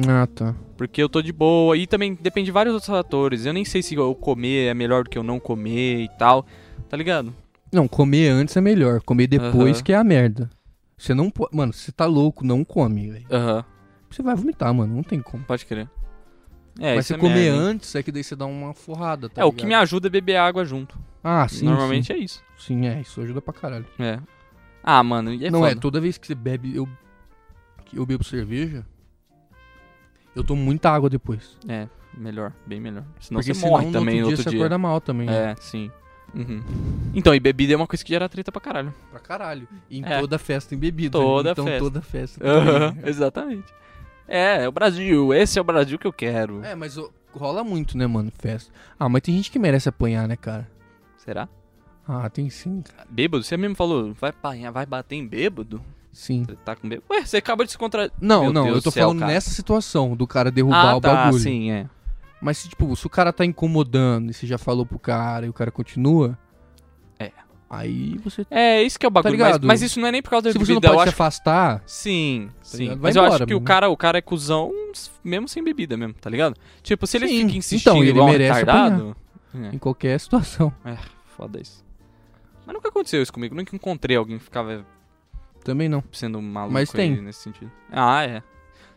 [SPEAKER 2] Ah, tá.
[SPEAKER 1] Porque eu tô de boa e também depende de vários outros fatores. Eu nem sei se eu comer é melhor do que eu não comer e tal. Tá ligado?
[SPEAKER 2] Não, comer antes é melhor. Comer depois
[SPEAKER 1] Aham.
[SPEAKER 2] que é a merda. Você não pode. Mano, você tá louco, não come, velho.
[SPEAKER 1] Aham,
[SPEAKER 2] Você vai vomitar, mano. Não tem como.
[SPEAKER 1] pode crer. É,
[SPEAKER 2] Mas
[SPEAKER 1] isso
[SPEAKER 2] se
[SPEAKER 1] é
[SPEAKER 2] comer
[SPEAKER 1] merda, hein?
[SPEAKER 2] antes, é que daí você dá uma forrada, tá
[SPEAKER 1] é, o que me
[SPEAKER 2] ligado?
[SPEAKER 1] ajuda é beber água junto.
[SPEAKER 2] Ah, sim,
[SPEAKER 1] Normalmente
[SPEAKER 2] Sim.
[SPEAKER 1] é isso.
[SPEAKER 2] Sim, é, isso ajuda pra caralho.
[SPEAKER 1] É. Ah, mano, e é
[SPEAKER 2] Não,
[SPEAKER 1] foda.
[SPEAKER 2] é, toda vez que você bebe, eu... que eu bebo cerveja, eu tomo muita água depois.
[SPEAKER 1] É, melhor, bem melhor. Senão
[SPEAKER 2] porque
[SPEAKER 1] você morre
[SPEAKER 2] senão,
[SPEAKER 1] também
[SPEAKER 2] no outro dia. você acorda mal também. né?
[SPEAKER 1] É, sim. Uhum. Então, e bebida é uma coisa que gera treta pra caralho.
[SPEAKER 2] Pra caralho. E em
[SPEAKER 1] É.
[SPEAKER 2] toda festa tem bebida.
[SPEAKER 1] Toda
[SPEAKER 2] né? então,
[SPEAKER 1] festa.
[SPEAKER 2] toda festa.
[SPEAKER 1] Aham,
[SPEAKER 2] tem.
[SPEAKER 1] exatamente. É, é o Brasil. Esse é o Brasil que eu quero.
[SPEAKER 2] É, mas ô, rola muito, né, mano, festa. Ah, mas tem gente que merece apanhar, né, cara?
[SPEAKER 1] Será?
[SPEAKER 2] Ah, tem sim, cara.
[SPEAKER 1] Bêbado? Você mesmo falou, vai apanhar, vai bater em bêbado?
[SPEAKER 2] Sim.
[SPEAKER 1] Você tá com bêbado? Ué, você acaba de se contra...
[SPEAKER 2] Não,
[SPEAKER 1] Meu
[SPEAKER 2] não,
[SPEAKER 1] Deus
[SPEAKER 2] eu tô
[SPEAKER 1] do céu,
[SPEAKER 2] falando
[SPEAKER 1] cara.
[SPEAKER 2] nessa situação do cara derrubar
[SPEAKER 1] ah,
[SPEAKER 2] o
[SPEAKER 1] tá,
[SPEAKER 2] bagulho.
[SPEAKER 1] sim, é.
[SPEAKER 2] Mas, se, tipo, se o cara tá incomodando e você já falou pro cara e o cara continua.
[SPEAKER 1] É.
[SPEAKER 2] Aí você.
[SPEAKER 1] É, isso que é o bagulho. mas,
[SPEAKER 2] Tá ligado?
[SPEAKER 1] mas isso não é nem por causa da
[SPEAKER 2] Se você
[SPEAKER 1] bebida,
[SPEAKER 2] não pode
[SPEAKER 1] eu acho...
[SPEAKER 2] se afastar.
[SPEAKER 1] Sim, sim.
[SPEAKER 2] Tá ligado? Vai
[SPEAKER 1] mas eu acho
[SPEAKER 2] embora,
[SPEAKER 1] que o
[SPEAKER 2] mano.
[SPEAKER 1] cara, o cara é cuzão mesmo sem bebida mesmo, tá ligado? Tipo, se ele
[SPEAKER 2] Sim,
[SPEAKER 1] fica
[SPEAKER 2] então,
[SPEAKER 1] insistindo
[SPEAKER 2] ele
[SPEAKER 1] igual um
[SPEAKER 2] merece
[SPEAKER 1] retardado... É.
[SPEAKER 2] Em qualquer situação.
[SPEAKER 1] Foda isso. Mas nunca aconteceu isso comigo. Nunca encontrei alguém que ficava
[SPEAKER 2] Também não.
[SPEAKER 1] sendo um maluco
[SPEAKER 2] Mas tem.
[SPEAKER 1] aí nesse sentido. Ah, é.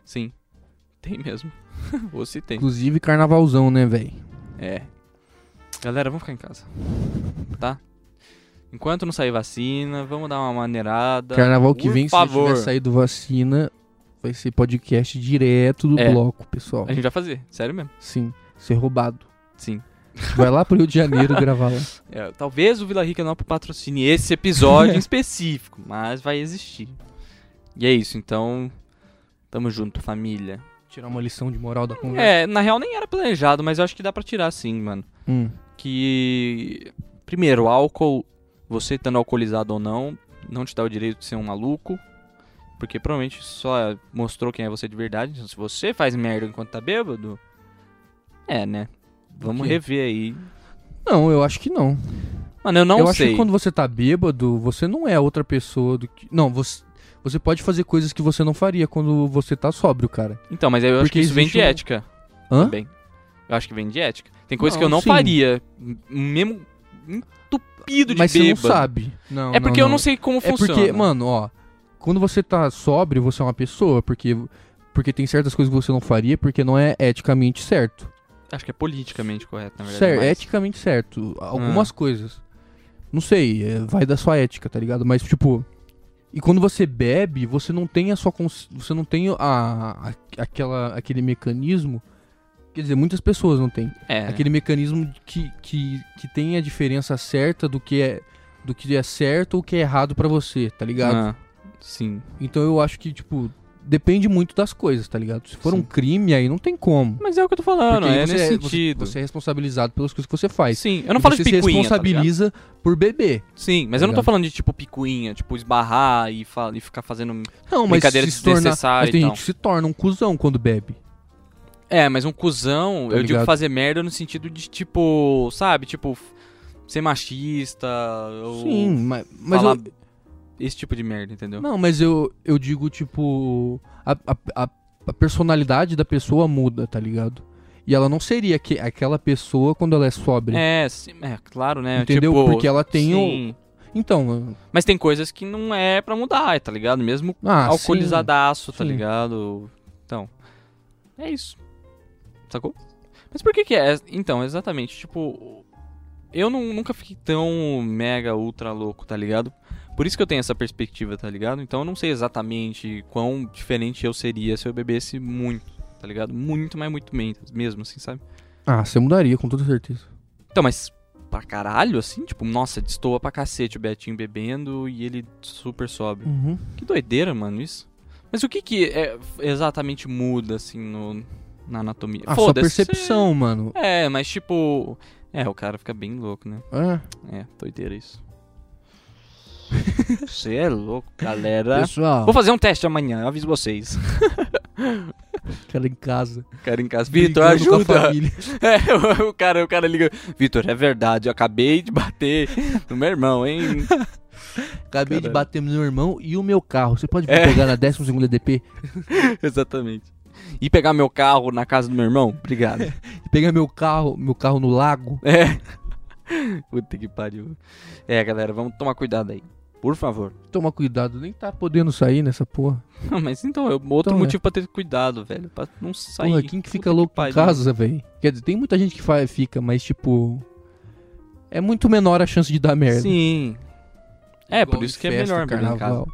[SPEAKER 1] Sim. Tem mesmo. Você tem.
[SPEAKER 2] Inclusive carnavalzão, né, velho?
[SPEAKER 1] É. Galera, vamos ficar em casa. Tá? Enquanto não sair vacina, vamos dar uma maneirada.
[SPEAKER 2] Carnaval que
[SPEAKER 1] Por
[SPEAKER 2] vem,
[SPEAKER 1] favor.
[SPEAKER 2] se já tiver saído vacina, vai ser podcast direto do
[SPEAKER 1] É.
[SPEAKER 2] bloco, pessoal.
[SPEAKER 1] A gente vai fazer, sério mesmo.
[SPEAKER 2] Sim. Ser roubado.
[SPEAKER 1] Sim.
[SPEAKER 2] Vai lá pro Rio de Janeiro gravar lá.
[SPEAKER 1] É, talvez o Vila Rica não patrocine esse episódio em específico, mas vai existir. E é isso, então. Tamo junto, família.
[SPEAKER 2] Tirar uma lição de moral da conversa.
[SPEAKER 1] É, na real nem era planejado, mas eu acho que dá pra tirar sim, mano.
[SPEAKER 2] Hum.
[SPEAKER 1] que primeiro, álcool, você estando alcoolizado ou não, não te dá o direito de ser um maluco, porque provavelmente só mostrou quem é você de verdade. Então, se você faz merda enquanto tá bêbado, é, né? Vamos
[SPEAKER 2] quê?
[SPEAKER 1] rever aí.
[SPEAKER 2] Não, eu acho que não.
[SPEAKER 1] Mano, eu não
[SPEAKER 2] eu acho
[SPEAKER 1] sei.
[SPEAKER 2] que quando você tá bêbado, você não é outra pessoa do que. Não, você. Você pode fazer coisas que você não faria quando você tá sóbrio, cara.
[SPEAKER 1] Então, mas eu acho
[SPEAKER 2] Porque
[SPEAKER 1] que isso vem
[SPEAKER 2] existe
[SPEAKER 1] de
[SPEAKER 2] um-
[SPEAKER 1] ética
[SPEAKER 2] Hã?
[SPEAKER 1] também. Eu acho que vem de ética. Tem coisas
[SPEAKER 2] Não,
[SPEAKER 1] que eu não
[SPEAKER 2] sim.
[SPEAKER 1] faria, m- mesmo entupido de
[SPEAKER 2] Mas
[SPEAKER 1] bêbado.
[SPEAKER 2] você não sabe. Não,
[SPEAKER 1] É porque eu não sei como
[SPEAKER 2] É
[SPEAKER 1] funciona.
[SPEAKER 2] porque, mano, ó. Quando você tá sóbrio, você é uma pessoa, porque. Porque tem certas coisas que você não faria, porque não é eticamente certo.
[SPEAKER 1] Acho que é Ah. politicamente correto, na verdade.
[SPEAKER 2] Cer-
[SPEAKER 1] mas-
[SPEAKER 2] eticamente certo. Algumas coisas. Não sei, é, vai da sua ética, tá ligado? Mas, tipo. E quando você bebe, você não tem a sua. Cons... Você não tem a, a- aquela, aquele mecanismo. Quer dizer, muitas pessoas não têm.
[SPEAKER 1] É.
[SPEAKER 2] Aquele mecanismo de que, que, que tem a diferença certa do que é do que é certo ou o que é errado pra você, tá ligado?
[SPEAKER 1] Ah, sim.
[SPEAKER 2] Então eu acho que, tipo, depende muito das coisas, tá ligado? Se for um
[SPEAKER 1] Sim.
[SPEAKER 2] crime, aí não tem como.
[SPEAKER 1] Mas é o que eu tô falando,
[SPEAKER 2] aí
[SPEAKER 1] é
[SPEAKER 2] você
[SPEAKER 1] nesse
[SPEAKER 2] você-
[SPEAKER 1] sentido.
[SPEAKER 2] Você, é responsabilizado pelas coisas que você faz.
[SPEAKER 1] Sim, eu não
[SPEAKER 2] E
[SPEAKER 1] falo
[SPEAKER 2] você
[SPEAKER 1] de picuinha.
[SPEAKER 2] se
[SPEAKER 1] tá ligado?
[SPEAKER 2] responsabiliza por beber.
[SPEAKER 1] Sim, mas eu não tô
[SPEAKER 2] ligado?
[SPEAKER 1] falando de tipo picuinha, tipo esbarrar e, fa- e ficar fazendo.
[SPEAKER 2] Não, mas
[SPEAKER 1] Brincadeira
[SPEAKER 2] se torna,
[SPEAKER 1] desnecessária
[SPEAKER 2] mas tem
[SPEAKER 1] e
[SPEAKER 2] gente que se torna um cuzão quando bebe.
[SPEAKER 1] É, mas um cuzão,
[SPEAKER 2] Tá
[SPEAKER 1] eu digo
[SPEAKER 2] ligado?
[SPEAKER 1] fazer merda no sentido de tipo, sabe, tipo, f- ser machista ou
[SPEAKER 2] Sim, mas, mas
[SPEAKER 1] falar
[SPEAKER 2] eu,
[SPEAKER 1] esse tipo de merda, entendeu?
[SPEAKER 2] não, mas eu, eu digo tipo a, a, a, a personalidade da pessoa muda, tá ligado? E ela não seria que, aquela pessoa quando ela é sóbria.
[SPEAKER 1] É, sim, é, claro, né?
[SPEAKER 2] Entendeu?
[SPEAKER 1] Tipo,
[SPEAKER 2] Porque ela tem o-
[SPEAKER 1] sim.
[SPEAKER 2] Então,
[SPEAKER 1] Mas tem coisas que não é pra mudar, tá ligado? Mesmo
[SPEAKER 2] ah, sim.
[SPEAKER 1] alcoolizadaço, tá
[SPEAKER 2] Sim.
[SPEAKER 1] ligado? Então, é isso. Sacou? Mas por que que é? Então, exatamente, tipo, eu não- nunca fiquei tão mega ultra louco, tá ligado? Por isso que eu tenho essa perspectiva, tá ligado? Então eu não sei exatamente quão diferente eu seria se eu bebesse muito, tá ligado? Muito, mas muito men- mesmo, assim, sabe?
[SPEAKER 2] Ah, você mudaria com toda certeza.
[SPEAKER 1] Então, mas pra caralho, assim, tipo, nossa, destoa pra cacete o Betinho bebendo e ele super sóbrio.
[SPEAKER 2] Uhum.
[SPEAKER 1] Que doideira, mano, isso. Mas o que que é, exatamente muda, assim, no, na anatomia?
[SPEAKER 2] A sua
[SPEAKER 1] cê-
[SPEAKER 2] Ah, percepção, mano.
[SPEAKER 1] É, mas tipo... É, o cara fica bem louco, né?
[SPEAKER 2] É.
[SPEAKER 1] É, doideira isso. Você é louco, galera.
[SPEAKER 2] Pessoal,
[SPEAKER 1] Vou fazer um teste amanhã, eu aviso vocês.
[SPEAKER 2] cara em casa.
[SPEAKER 1] Cara em casa, Vitor,
[SPEAKER 2] brigando com a
[SPEAKER 1] ajuda.
[SPEAKER 2] família.
[SPEAKER 1] É, o cara, o cara liga. Vitor, é verdade, eu acabei de bater no meu irmão, hein?
[SPEAKER 2] Acabei de
[SPEAKER 1] Caralho.
[SPEAKER 2] bater no meu irmão e o meu carro. Você pode me
[SPEAKER 1] É.
[SPEAKER 2] pegar na 12 ª DP
[SPEAKER 1] Exatamente. E pegar meu carro na casa do meu irmão? Obrigado.
[SPEAKER 2] e pegar meu carro, meu carro no lago?
[SPEAKER 1] É. Puta que pariu. É, galera, vamos tomar cuidado aí. Por favor.
[SPEAKER 2] Toma cuidado, nem tá podendo sair nessa porra.
[SPEAKER 1] Não, mas então, é outro
[SPEAKER 2] Então, é.
[SPEAKER 1] motivo pra ter cuidado, velho. Pra não sair.
[SPEAKER 2] Porra, quem Tá que fica
[SPEAKER 1] Puta
[SPEAKER 2] louco em
[SPEAKER 1] pariu.
[SPEAKER 2] casa, velho? Quer dizer, tem muita gente que fa- fica, mas tipo. É muito menor a chance de dar merda.
[SPEAKER 1] Sim. É, por
[SPEAKER 2] Igual
[SPEAKER 1] isso
[SPEAKER 2] em
[SPEAKER 1] que é
[SPEAKER 2] festa,
[SPEAKER 1] melhor beber em casa.
[SPEAKER 2] carnaval.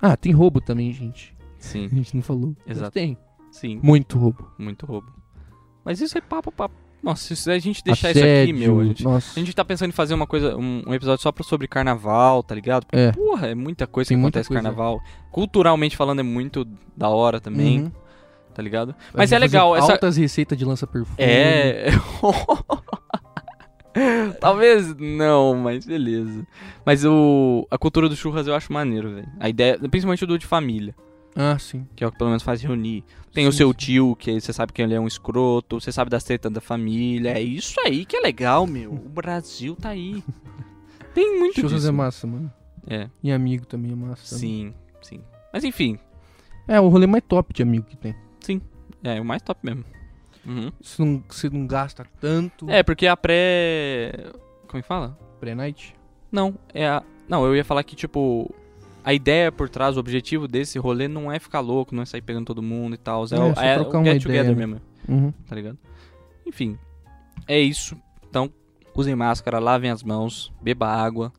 [SPEAKER 2] Ah, tem roubo também, gente.
[SPEAKER 1] Sim,
[SPEAKER 2] A gente não falou. Mas
[SPEAKER 1] Exato.
[SPEAKER 2] Tem.
[SPEAKER 1] sim.
[SPEAKER 2] Muito roubo.
[SPEAKER 1] Muito roubo. Mas isso é papo, papo. Nossa, se a gente deixar isso aqui,
[SPEAKER 2] Assédio,
[SPEAKER 1] meu. A gente,
[SPEAKER 2] Nossa.
[SPEAKER 1] a gente tá pensando em fazer uma coisa, um, um episódio só pra- sobre carnaval, tá ligado? Porque,
[SPEAKER 2] É.
[SPEAKER 1] porra, é muita coisa
[SPEAKER 2] Tem
[SPEAKER 1] que
[SPEAKER 2] muita
[SPEAKER 1] acontece no
[SPEAKER 2] coisa.
[SPEAKER 1] carnaval. Culturalmente falando, é muito da hora também,
[SPEAKER 2] Uhum.
[SPEAKER 1] tá ligado?
[SPEAKER 2] A
[SPEAKER 1] Mas
[SPEAKER 2] gente
[SPEAKER 1] é
[SPEAKER 2] fazer
[SPEAKER 1] legal, essa-
[SPEAKER 2] Altas receitas de lança-perfume.
[SPEAKER 1] É. Talvez não, mas beleza. Mas o a cultura do churras eu acho maneiro, velho. A ideia, principalmente o do de família,
[SPEAKER 2] Ah, sim.
[SPEAKER 1] que é o que pelo menos faz reunir. Tem
[SPEAKER 2] Sim,
[SPEAKER 1] o seu
[SPEAKER 2] sim.
[SPEAKER 1] tio, que você sabe que ele é um escroto, você sabe das tretas da família. É isso aí que é legal, meu. O Brasil tá aí. Tem muito
[SPEAKER 2] Churras
[SPEAKER 1] disso.
[SPEAKER 2] é massa, mano.
[SPEAKER 1] É,
[SPEAKER 2] E amigo também é massa. sabe?
[SPEAKER 1] sim, sim. Mas enfim,
[SPEAKER 2] É, o rolê mais top de amigo que tem.
[SPEAKER 1] é o mais top mesmo. Uhum.
[SPEAKER 2] Você não, você não gasta tanto.
[SPEAKER 1] É, porque a pré. Como é que fala?
[SPEAKER 2] Pré-night.
[SPEAKER 1] Não, é a. Não, eu ia falar que, tipo, a ideia por trás, o objetivo desse rolê não é ficar louco, não é sair pegando todo mundo e tal. É,
[SPEAKER 2] É,
[SPEAKER 1] o-
[SPEAKER 2] só
[SPEAKER 1] é,
[SPEAKER 2] trocar
[SPEAKER 1] o
[SPEAKER 2] uma
[SPEAKER 1] get
[SPEAKER 2] ideia,
[SPEAKER 1] together
[SPEAKER 2] né?
[SPEAKER 1] mesmo,
[SPEAKER 2] Uhum.
[SPEAKER 1] tá ligado? Enfim, é isso. Então, usem máscara, lavem as mãos, beba água.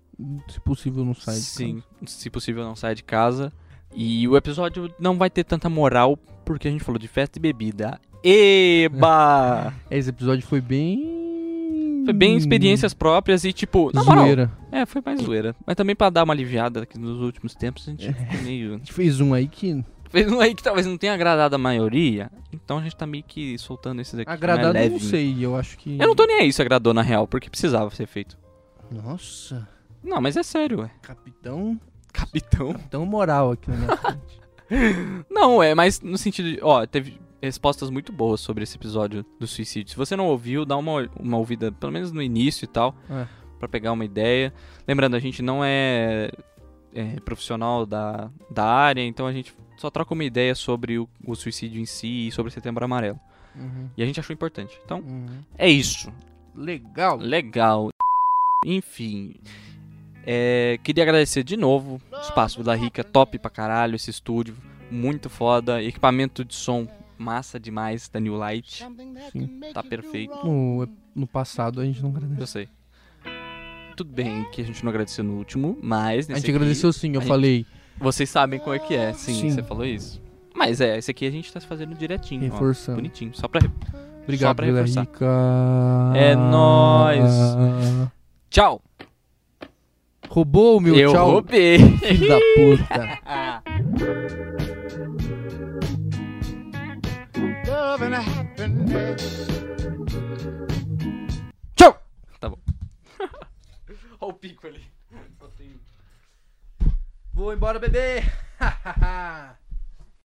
[SPEAKER 2] Se possível, não sai. de
[SPEAKER 1] Sim,
[SPEAKER 2] casa.
[SPEAKER 1] se possível, não saia de casa. E o episódio não vai ter tanta moral, porque a gente falou de festa e bebida. Eba!
[SPEAKER 2] É, esse episódio foi bem.
[SPEAKER 1] Foi bem experiências próprias e, tipo, na moral.
[SPEAKER 2] Hum. Zoeira.
[SPEAKER 1] É, foi mais zoeira. Mas também pra dar uma aliviada que nos últimos tempos, a gente
[SPEAKER 2] É.
[SPEAKER 1] ficou meio.
[SPEAKER 2] A gente fez um aí que.
[SPEAKER 1] Fez um aí que talvez não tenha agradado a maioria. Então a gente tá meio que soltando esses aqui.
[SPEAKER 2] Agradado,
[SPEAKER 1] mais
[SPEAKER 2] eu não
[SPEAKER 1] levinho.
[SPEAKER 2] sei. Eu acho que.
[SPEAKER 1] Eu não tô nem aí se agradou na real, porque precisava ser feito.
[SPEAKER 2] Nossa,
[SPEAKER 1] Não, mas é sério, ué.
[SPEAKER 2] capitão.
[SPEAKER 1] Capitão.
[SPEAKER 2] Capitão moral aqui na minha frente.
[SPEAKER 1] Não, é, mas no sentido de. Ó, teve respostas muito boas sobre esse episódio do suicídio. Se você não ouviu, dá uma, uma ouvida, pelo menos no início e tal,
[SPEAKER 2] É.
[SPEAKER 1] pra pegar uma ideia. Lembrando, a gente não é, é, profissional da, da área, então a gente só troca uma ideia sobre o, o suicídio em si e sobre o Setembro Amarelo.
[SPEAKER 2] Uhum,
[SPEAKER 1] E a gente achou importante. Então,
[SPEAKER 2] uhum.
[SPEAKER 1] é isso.
[SPEAKER 2] Legal.
[SPEAKER 1] Legal. Enfim. é, queria agradecer de novo. Espaço Vila Rica, top pra caralho esse estúdio. Muito foda. Equipamento de som massa demais da New Light.
[SPEAKER 2] Sim.
[SPEAKER 1] Tá perfeito.
[SPEAKER 2] No, no passado a gente não agradeceu.
[SPEAKER 1] Eu sei. Tudo bem que a gente não agradeceu no último, mas
[SPEAKER 2] A
[SPEAKER 1] nesse
[SPEAKER 2] gente
[SPEAKER 1] aqui,
[SPEAKER 2] agradeceu sim, eu
[SPEAKER 1] a
[SPEAKER 2] falei.
[SPEAKER 1] Vocês sabem como é que é, sim,
[SPEAKER 2] Ah, Sim.
[SPEAKER 1] você falou isso. Mas é, esse aqui a gente tá fazendo direitinho, ó,
[SPEAKER 2] Reforçando.
[SPEAKER 1] bonitinho, só pra...
[SPEAKER 2] Obrigado,
[SPEAKER 1] pra
[SPEAKER 2] Vila
[SPEAKER 1] reforçar.
[SPEAKER 2] Rica.
[SPEAKER 1] É nóis. Tchau!
[SPEAKER 2] Roubou o meu
[SPEAKER 1] Eu
[SPEAKER 2] tchau,
[SPEAKER 1] roubei! Ah.
[SPEAKER 2] filho da puta.
[SPEAKER 3] Love and happiness.
[SPEAKER 2] Tchau!
[SPEAKER 1] Tá Olha o pico ali.
[SPEAKER 2] Vou embora beber.